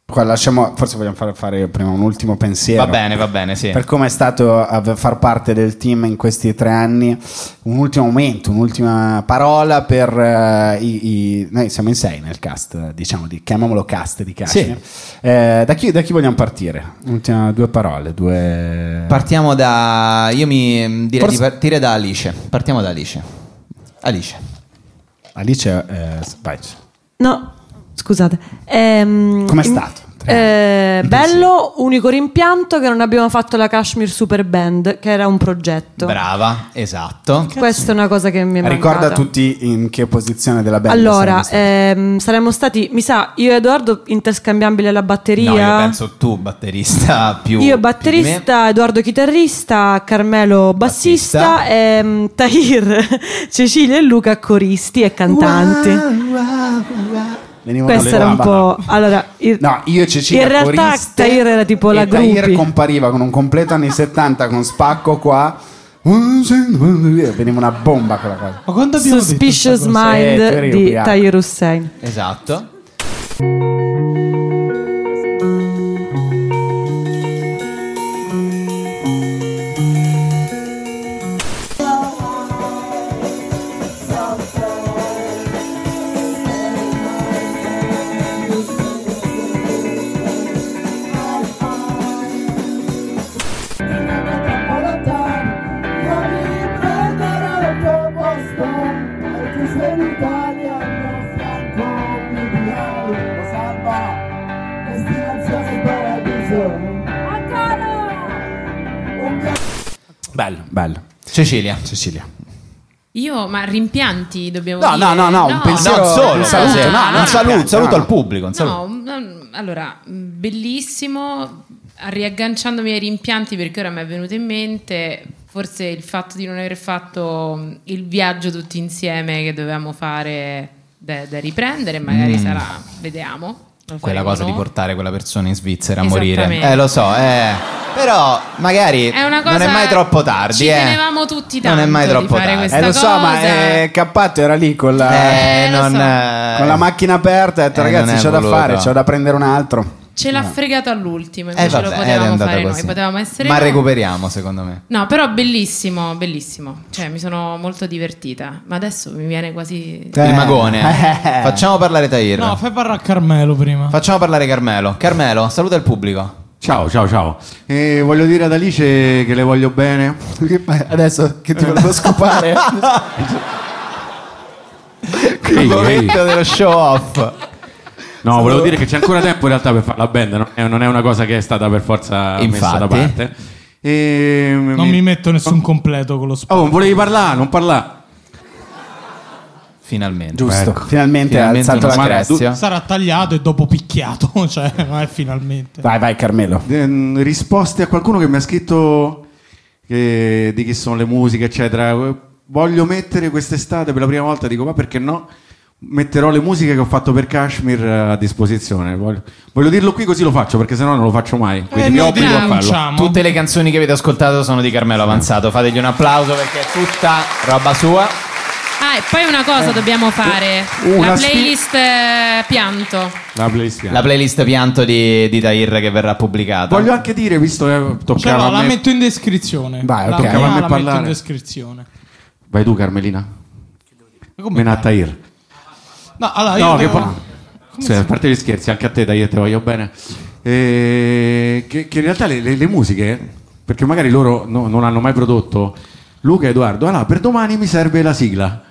[SPEAKER 5] Qua lasciamo, forse vogliamo fare, fare prima un ultimo pensiero.
[SPEAKER 4] Va bene, va bene, sì.
[SPEAKER 5] Per come è stato a- far parte del team in questi tre anni, un ultimo momento, un'ultima parola per eh, i, i- Noi siamo in sei nel cast, eh, diciamo, di, chiamiamolo cast di Cashmere. Eh, da, chi, da chi vogliamo partire? Ultima, due parole, due...
[SPEAKER 4] Partiamo da. Io mi mm, direi
[SPEAKER 5] Forse-
[SPEAKER 4] di partire da Alice. Partiamo da Alice. Alice.
[SPEAKER 5] Alice, eh, vai.
[SPEAKER 7] No, scusate. Ehm,
[SPEAKER 5] Com'è
[SPEAKER 7] in-
[SPEAKER 5] stato?
[SPEAKER 7] eh, bello, unico rimpianto che non abbiamo fatto la Kashmir Super Band, che era un progetto.
[SPEAKER 4] Brava, esatto.
[SPEAKER 7] Questa è una cosa che mi è
[SPEAKER 5] Eh, Ricorda
[SPEAKER 7] mancata.
[SPEAKER 5] tutti in che posizione della band
[SPEAKER 7] allora,
[SPEAKER 5] saremo
[SPEAKER 7] ehm, saremmo stati, mi sa, io e Edoardo interscambiabili alla batteria.
[SPEAKER 4] No, io penso tu, batterista più.
[SPEAKER 7] Io
[SPEAKER 4] più di me.
[SPEAKER 7] batterista, Edoardo chitarrista, Carmelo bassista, ehm, Tahir, *laughs* Cecilia e Luca coristi e cantanti.
[SPEAKER 5] Venivano
[SPEAKER 7] Questo era un
[SPEAKER 5] alle
[SPEAKER 7] po'. Allora, il-
[SPEAKER 5] No, io e Cecilia
[SPEAKER 7] In realtà
[SPEAKER 5] coriste,
[SPEAKER 7] Tahir era tipo la
[SPEAKER 5] e Tahir
[SPEAKER 7] groupie.
[SPEAKER 5] compariva con un completo anni 70 con spacco qua. Veniva una bomba quella cosa.
[SPEAKER 12] Ma quando abbiamo detto
[SPEAKER 7] Suspicious
[SPEAKER 5] sta cosa?
[SPEAKER 7] Mind
[SPEAKER 5] Eh, tu eri
[SPEAKER 7] di
[SPEAKER 5] ubriaco.
[SPEAKER 7] Tahir Hussein.
[SPEAKER 4] Esatto.
[SPEAKER 5] Bello, bello.
[SPEAKER 4] Cecilia.
[SPEAKER 5] Cecilia.
[SPEAKER 6] Io, ma rimpianti dobbiamo
[SPEAKER 5] No,
[SPEAKER 6] dire?
[SPEAKER 5] no, no, no, un pensiero-
[SPEAKER 4] Non solo,
[SPEAKER 5] un saluto,
[SPEAKER 4] sì.
[SPEAKER 5] no, no,
[SPEAKER 4] un saluto,
[SPEAKER 5] no.
[SPEAKER 4] saluto al pubblico. un saluto.
[SPEAKER 6] No, mm, allora, mm, bellissimo, riagganciandomi ai rimpianti perché ora mi è venuto in mente forse il fatto di non aver fatto mm, il viaggio tutti insieme che dovevamo fare da, da riprendere, magari
[SPEAKER 4] Mm.
[SPEAKER 6] sarà, vediamo. Lo
[SPEAKER 4] Quella
[SPEAKER 6] faremo
[SPEAKER 4] cosa di
[SPEAKER 6] noi.
[SPEAKER 4] portare quella persona in Svizzera a morire.
[SPEAKER 6] Esattamente.
[SPEAKER 4] Eh, lo so, eh. Però magari
[SPEAKER 6] È una
[SPEAKER 4] non
[SPEAKER 6] cosa-
[SPEAKER 4] è mai troppo tardi.
[SPEAKER 6] ci
[SPEAKER 4] eh.
[SPEAKER 6] tenevamo tutti tanto
[SPEAKER 4] Non è mai
[SPEAKER 6] di
[SPEAKER 4] troppo
[SPEAKER 6] fare
[SPEAKER 4] tardi.
[SPEAKER 6] questa
[SPEAKER 5] Eh, lo so, ma
[SPEAKER 6] cosa.
[SPEAKER 5] eh, Cappato era lì con la,
[SPEAKER 4] Eh, Eh, lo non, so. eh,
[SPEAKER 5] con la macchina aperta e ha detto
[SPEAKER 4] eh, non
[SPEAKER 5] ragazzi
[SPEAKER 4] è
[SPEAKER 5] c'ho da
[SPEAKER 4] voluto."
[SPEAKER 5] fare, c'ho da prendere un altro.
[SPEAKER 6] Ce l'ha
[SPEAKER 4] No.
[SPEAKER 6] fregato all'ultimo,
[SPEAKER 4] Eh,
[SPEAKER 6] invece
[SPEAKER 4] vabbè,
[SPEAKER 6] lo
[SPEAKER 4] era
[SPEAKER 6] potevamo
[SPEAKER 4] andata
[SPEAKER 6] fare noi,
[SPEAKER 4] così.
[SPEAKER 6] potevamo essere
[SPEAKER 4] Ma
[SPEAKER 6] noi.
[SPEAKER 4] recuperiamo, secondo me.
[SPEAKER 6] No, però bellissimo, bellissimo. Cioè, mi sono molto divertita. Ma adesso mi viene quasi.
[SPEAKER 5] Eh. *laughs*
[SPEAKER 4] Il magone. Facciamo parlare Tahir.
[SPEAKER 12] No, fai parlare a Carmelo prima.
[SPEAKER 4] Facciamo parlare Carmelo. Carmelo, saluta il pubblico.
[SPEAKER 13] Ciao, ciao, ciao. E voglio dire ad Alice che le voglio bene.
[SPEAKER 5] Adesso che ti
[SPEAKER 13] *laughs*
[SPEAKER 5] volevo scopare.
[SPEAKER 4] Il momento dello show off.
[SPEAKER 13] No, volevo dire che c'è ancora tempo in realtà per fare la band, no? Eh, non è una cosa che è stata per forza messa da
[SPEAKER 4] Infatti.
[SPEAKER 13] parte. E,
[SPEAKER 12] Non mi metto nessun completo con lo sport.
[SPEAKER 13] ehm, Oh, non volevi parlare, non parlare.
[SPEAKER 4] Finalmente.
[SPEAKER 5] Giusto,
[SPEAKER 13] Ecco.
[SPEAKER 5] finalmente, ha
[SPEAKER 4] Finalmente
[SPEAKER 5] alzato
[SPEAKER 4] una
[SPEAKER 5] la
[SPEAKER 4] screzia.
[SPEAKER 5] cresta.
[SPEAKER 12] Sarà tagliato e dopo picchiato. *laughs* Cioè, non è finalmente.
[SPEAKER 5] Vai, vai Carmelo.
[SPEAKER 13] Ehm, risposte a qualcuno che mi ha scritto che- di chi sono le musiche, eccetera. Voglio mettere quest'estate per la prima volta, dico, ma perché no? Metterò le musiche che ho fatto per Kashmir eh, a disposizione. Voglio, voglio dirlo qui così lo faccio, perché sennò non lo faccio mai.
[SPEAKER 3] Eh,
[SPEAKER 4] Eh,
[SPEAKER 13] Quindi mi obbligo
[SPEAKER 3] diciamo.
[SPEAKER 13] a farlo.
[SPEAKER 12] Diciamo.
[SPEAKER 4] Tutte le canzoni che avete ascoltato sono di Carmelo Avanzato. Fategli un applauso perché è tutta roba sua.
[SPEAKER 6] Ah, e poi una cosa dobbiamo fare:
[SPEAKER 4] una
[SPEAKER 6] la
[SPEAKER 4] sfi-
[SPEAKER 6] playlist eh, pianto.
[SPEAKER 13] La playlist
[SPEAKER 4] La playlist pianto di, di Tahir che verrà pubblicata.
[SPEAKER 13] Voglio anche dire, visto che
[SPEAKER 12] Cioè,
[SPEAKER 13] toccava
[SPEAKER 12] no,
[SPEAKER 13] a
[SPEAKER 12] la
[SPEAKER 13] me...
[SPEAKER 12] metto in descrizione.
[SPEAKER 13] Vai,
[SPEAKER 12] La
[SPEAKER 13] ok.
[SPEAKER 12] mia
[SPEAKER 13] Fammi
[SPEAKER 12] la metto
[SPEAKER 13] parlare.
[SPEAKER 12] in descrizione.
[SPEAKER 13] Vai tu, Carmelina.
[SPEAKER 3] Menatair.
[SPEAKER 12] No, allora io
[SPEAKER 3] No,
[SPEAKER 12] devo-
[SPEAKER 3] che poi-
[SPEAKER 12] Come
[SPEAKER 3] Cioè,
[SPEAKER 12] si-
[SPEAKER 3] a parte gli scherzi, anche a te, dai, io te voglio bene. Eh, che, che in realtà le, le- le musiche, perché magari loro no- non hanno mai prodotto, Luca e Edoardo, allora per domani mi serve la sigla.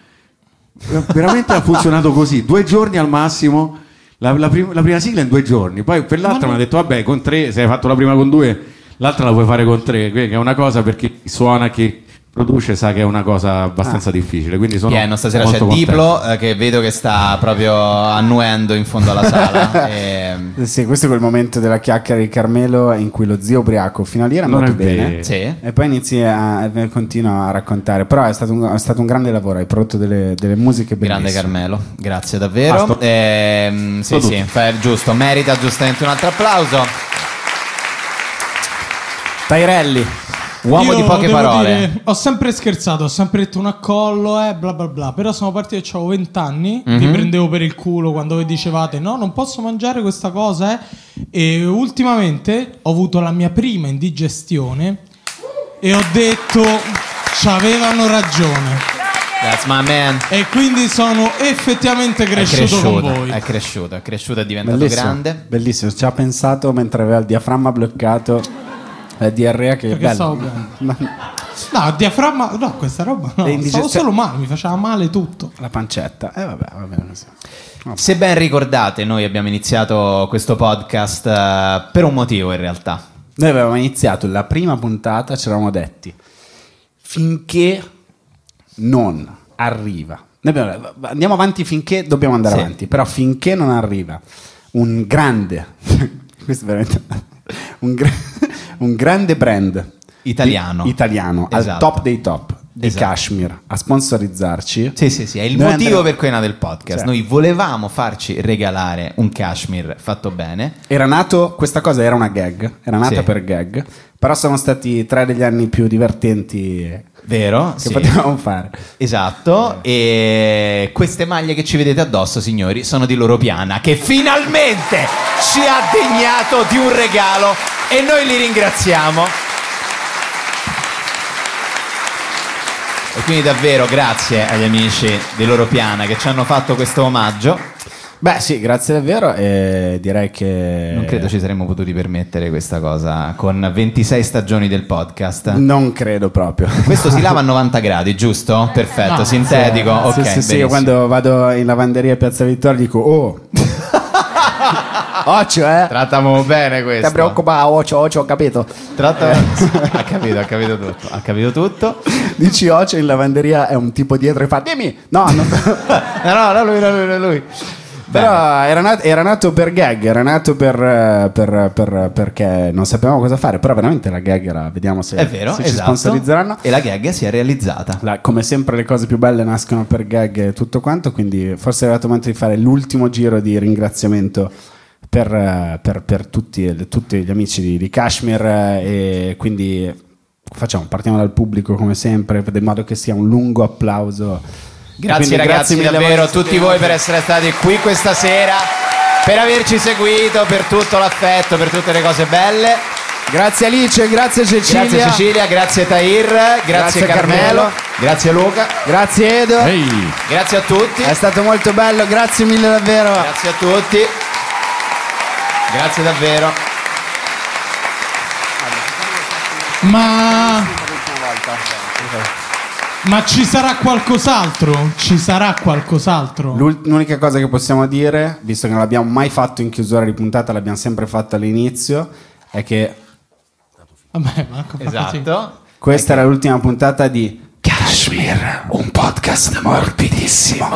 [SPEAKER 3] Eh, Veramente ha funzionato così, due giorni al massimo, la, la prim- la prima sigla in due giorni, poi per l'altra mi ha detto, vabbè, con tre, se hai fatto la prima con due, l'altra la puoi fare con tre, che è una cosa perché chi suona, chi produce sa che è una cosa abbastanza
[SPEAKER 12] Ah.
[SPEAKER 3] difficile. Quindi sono
[SPEAKER 4] Pieno, stasera
[SPEAKER 3] molto
[SPEAKER 4] c'è
[SPEAKER 3] contento.
[SPEAKER 4] Diplo eh, che vedo che sta proprio annuendo in fondo alla sala. e...
[SPEAKER 5] Mm. Sì, questo è quel momento della chiacchiera di Carmelo in cui lo zio ubriaco fino a lì era
[SPEAKER 4] Non
[SPEAKER 5] andato
[SPEAKER 4] è vero.
[SPEAKER 5] bene
[SPEAKER 4] Sì.
[SPEAKER 5] e poi inizia a, continua a raccontare. Però è stato un, è stato un grande lavoro, hai prodotto delle, delle musiche bellissime.
[SPEAKER 4] Grande Carmelo, grazie davvero.
[SPEAKER 5] Basta.
[SPEAKER 4] Ehm, sì,
[SPEAKER 5] Sono
[SPEAKER 4] sì,
[SPEAKER 5] tutti.
[SPEAKER 4] fa- giusto, merita giustamente un altro applauso.
[SPEAKER 5] Tairelli,
[SPEAKER 4] uomo
[SPEAKER 12] Io
[SPEAKER 4] di poche
[SPEAKER 12] devo
[SPEAKER 4] parole.
[SPEAKER 12] dire, ho sempre scherzato, ho sempre detto un accollo, eh, bla bla bla. Però sono partito che avevo 20 anni, vi
[SPEAKER 4] Mhm.
[SPEAKER 12] prendevo per il culo quando vi dicevate no, non posso mangiare questa cosa. eh". E ultimamente ho avuto la mia prima indigestione e ho detto c'avevano ragione.
[SPEAKER 4] That's my man.
[SPEAKER 12] E quindi sono effettivamente
[SPEAKER 4] È
[SPEAKER 12] cresciuto, con
[SPEAKER 4] cresciuto,
[SPEAKER 12] voi.
[SPEAKER 4] è cresciuto, è cresciuto, è diventato
[SPEAKER 5] Bellissimo,
[SPEAKER 4] grande.
[SPEAKER 5] bellissimo, ci ha pensato mentre aveva il diaframma bloccato, la diarrea che è
[SPEAKER 12] Perché
[SPEAKER 5] bello.
[SPEAKER 12] stavo bene. No, il diaframma, no, questa roba no,
[SPEAKER 5] Le indigesti-
[SPEAKER 12] stavo solo male, mi faceva male tutto.
[SPEAKER 5] La pancetta, eh vabbè, vabbè. non so.
[SPEAKER 4] Se ben ricordate, noi abbiamo iniziato questo podcast eh, per un motivo in realtà.
[SPEAKER 5] Noi avevamo iniziato la prima puntata, ci eravamo detti, finché non arriva, noi abbiamo detto, "Va- andiamo avanti finché dobbiamo andare
[SPEAKER 1] Sì.
[SPEAKER 5] avanti, però finché non arriva un grande, *laughs* questo è veramente, *laughs* un, gra- *laughs* un grande brand
[SPEAKER 4] Italiano.
[SPEAKER 5] di- italiano al
[SPEAKER 4] Esatto.
[SPEAKER 5] top dei top di
[SPEAKER 4] Esatto.
[SPEAKER 5] Kashmir a sponsorizzarci.
[SPEAKER 4] Sì, sì, sì, è il
[SPEAKER 5] Noi
[SPEAKER 4] motivo
[SPEAKER 5] andremo-
[SPEAKER 4] per cui è nato il podcast.
[SPEAKER 5] Sì.
[SPEAKER 4] Noi volevamo farci regalare un cashmere fatto bene.
[SPEAKER 5] Era nato, questa cosa era una gag, era nata
[SPEAKER 4] Sì.
[SPEAKER 5] per gag, però sono stati tre degli anni più divertenti
[SPEAKER 4] Vero?
[SPEAKER 5] che
[SPEAKER 4] sì.
[SPEAKER 5] potevamo fare.
[SPEAKER 4] Esatto, e queste maglie che ci vedete addosso, signori, sono di loro piana, che finalmente ci ha degnato di un regalo e noi li ringraziamo. E quindi davvero grazie agli amici di loro piana che ci hanno fatto questo omaggio.
[SPEAKER 5] Beh sì, grazie davvero e direi che...
[SPEAKER 4] Non credo ci saremmo potuti permettere questa cosa con 26 stagioni del podcast.
[SPEAKER 5] Non credo proprio.
[SPEAKER 4] Questo si lava a 90 gradi, giusto? Perfetto, sintetico.
[SPEAKER 5] Sì,
[SPEAKER 4] ok,
[SPEAKER 5] sì, sì,
[SPEAKER 4] benissimo.
[SPEAKER 5] io quando vado in lavanderia a Piazza Vittoria dico, oh... Occhio, eh?
[SPEAKER 4] Trattiamo bene questo.
[SPEAKER 5] Ti preoccupa, occhio, occhio, ho capito. Eh.
[SPEAKER 4] *laughs* ha capito, ha capito tutto, ha capito tutto.
[SPEAKER 5] Dici occhio in lavanderia è un tipo dietro e fa, dimmi! No, no,
[SPEAKER 4] no, no, lui, no, lui, no, lui.
[SPEAKER 5] Però era, nat- era nato per gag, era nato per, eh, per- per- perché non sapevamo cosa fare, però veramente la gag era, vediamo se,
[SPEAKER 4] È vero,
[SPEAKER 5] se ci
[SPEAKER 4] esatto.
[SPEAKER 5] sponsorizzeranno.
[SPEAKER 4] E la gag si è realizzata.
[SPEAKER 5] La- come sempre le cose più belle nascono per gag e tutto quanto, quindi forse è arrivato il momento di fare l'ultimo giro di ringraziamento per, eh, per- per tutti, e- tutti gli amici di, di Kashmir eh, e quindi facciamo, partiamo dal pubblico come sempre, in modo che sia un lungo applauso.
[SPEAKER 4] Grazie
[SPEAKER 5] Quindi
[SPEAKER 4] ragazzi,
[SPEAKER 5] mille
[SPEAKER 4] davvero a
[SPEAKER 5] voi.
[SPEAKER 4] tutti voi per essere stati qui questa sera, per averci seguito, per tutto l'affetto, per tutte le cose belle.
[SPEAKER 5] Grazie Alice, grazie Cecilia.
[SPEAKER 4] Grazie Cecilia, grazie Tahir, grazie,
[SPEAKER 5] Grazie
[SPEAKER 4] Carmelo,
[SPEAKER 5] Carmelo.
[SPEAKER 4] grazie Luca.
[SPEAKER 5] Grazie Edo.
[SPEAKER 4] Grazie a tutti.
[SPEAKER 5] È stato molto bello, grazie mille davvero.
[SPEAKER 4] Grazie a tutti. Grazie davvero.
[SPEAKER 12] Ma... Ma ci sarà qualcos'altro? Ci sarà qualcos'altro?
[SPEAKER 5] L'ul- L'unica cosa che possiamo dire, visto che non l'abbiamo mai fatto in chiusura di puntata, l'abbiamo sempre fatto all'inizio, è che
[SPEAKER 12] Vabbè, ecco, manco fa
[SPEAKER 4] Esatto.
[SPEAKER 5] questa era l'ultima puntata di Kashmir, un podcast morbidissimo.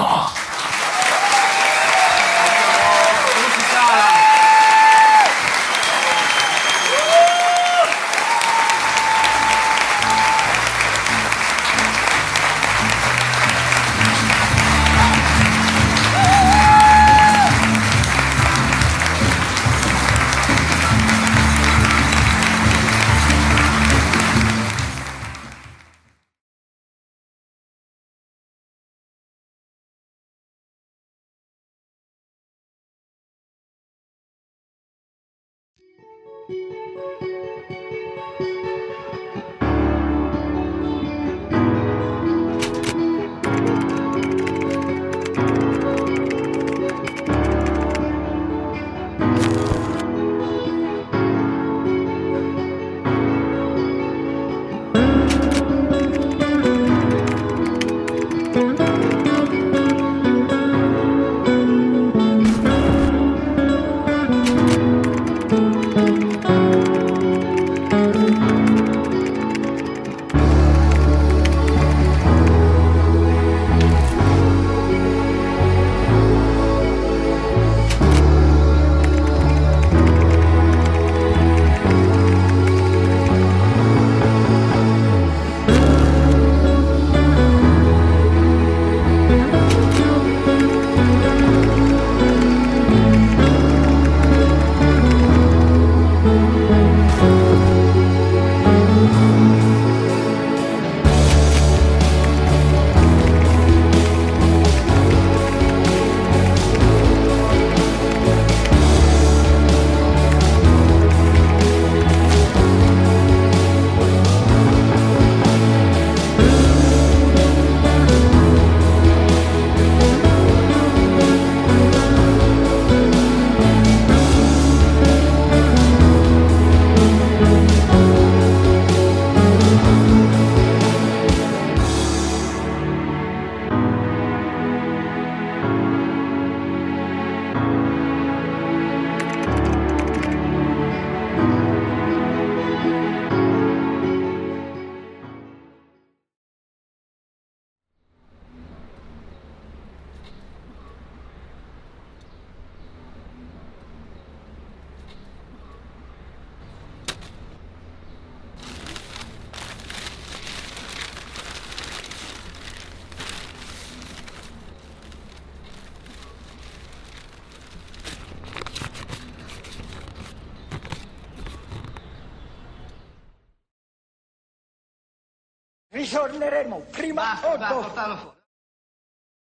[SPEAKER 19] ritorneremo prima o dopo.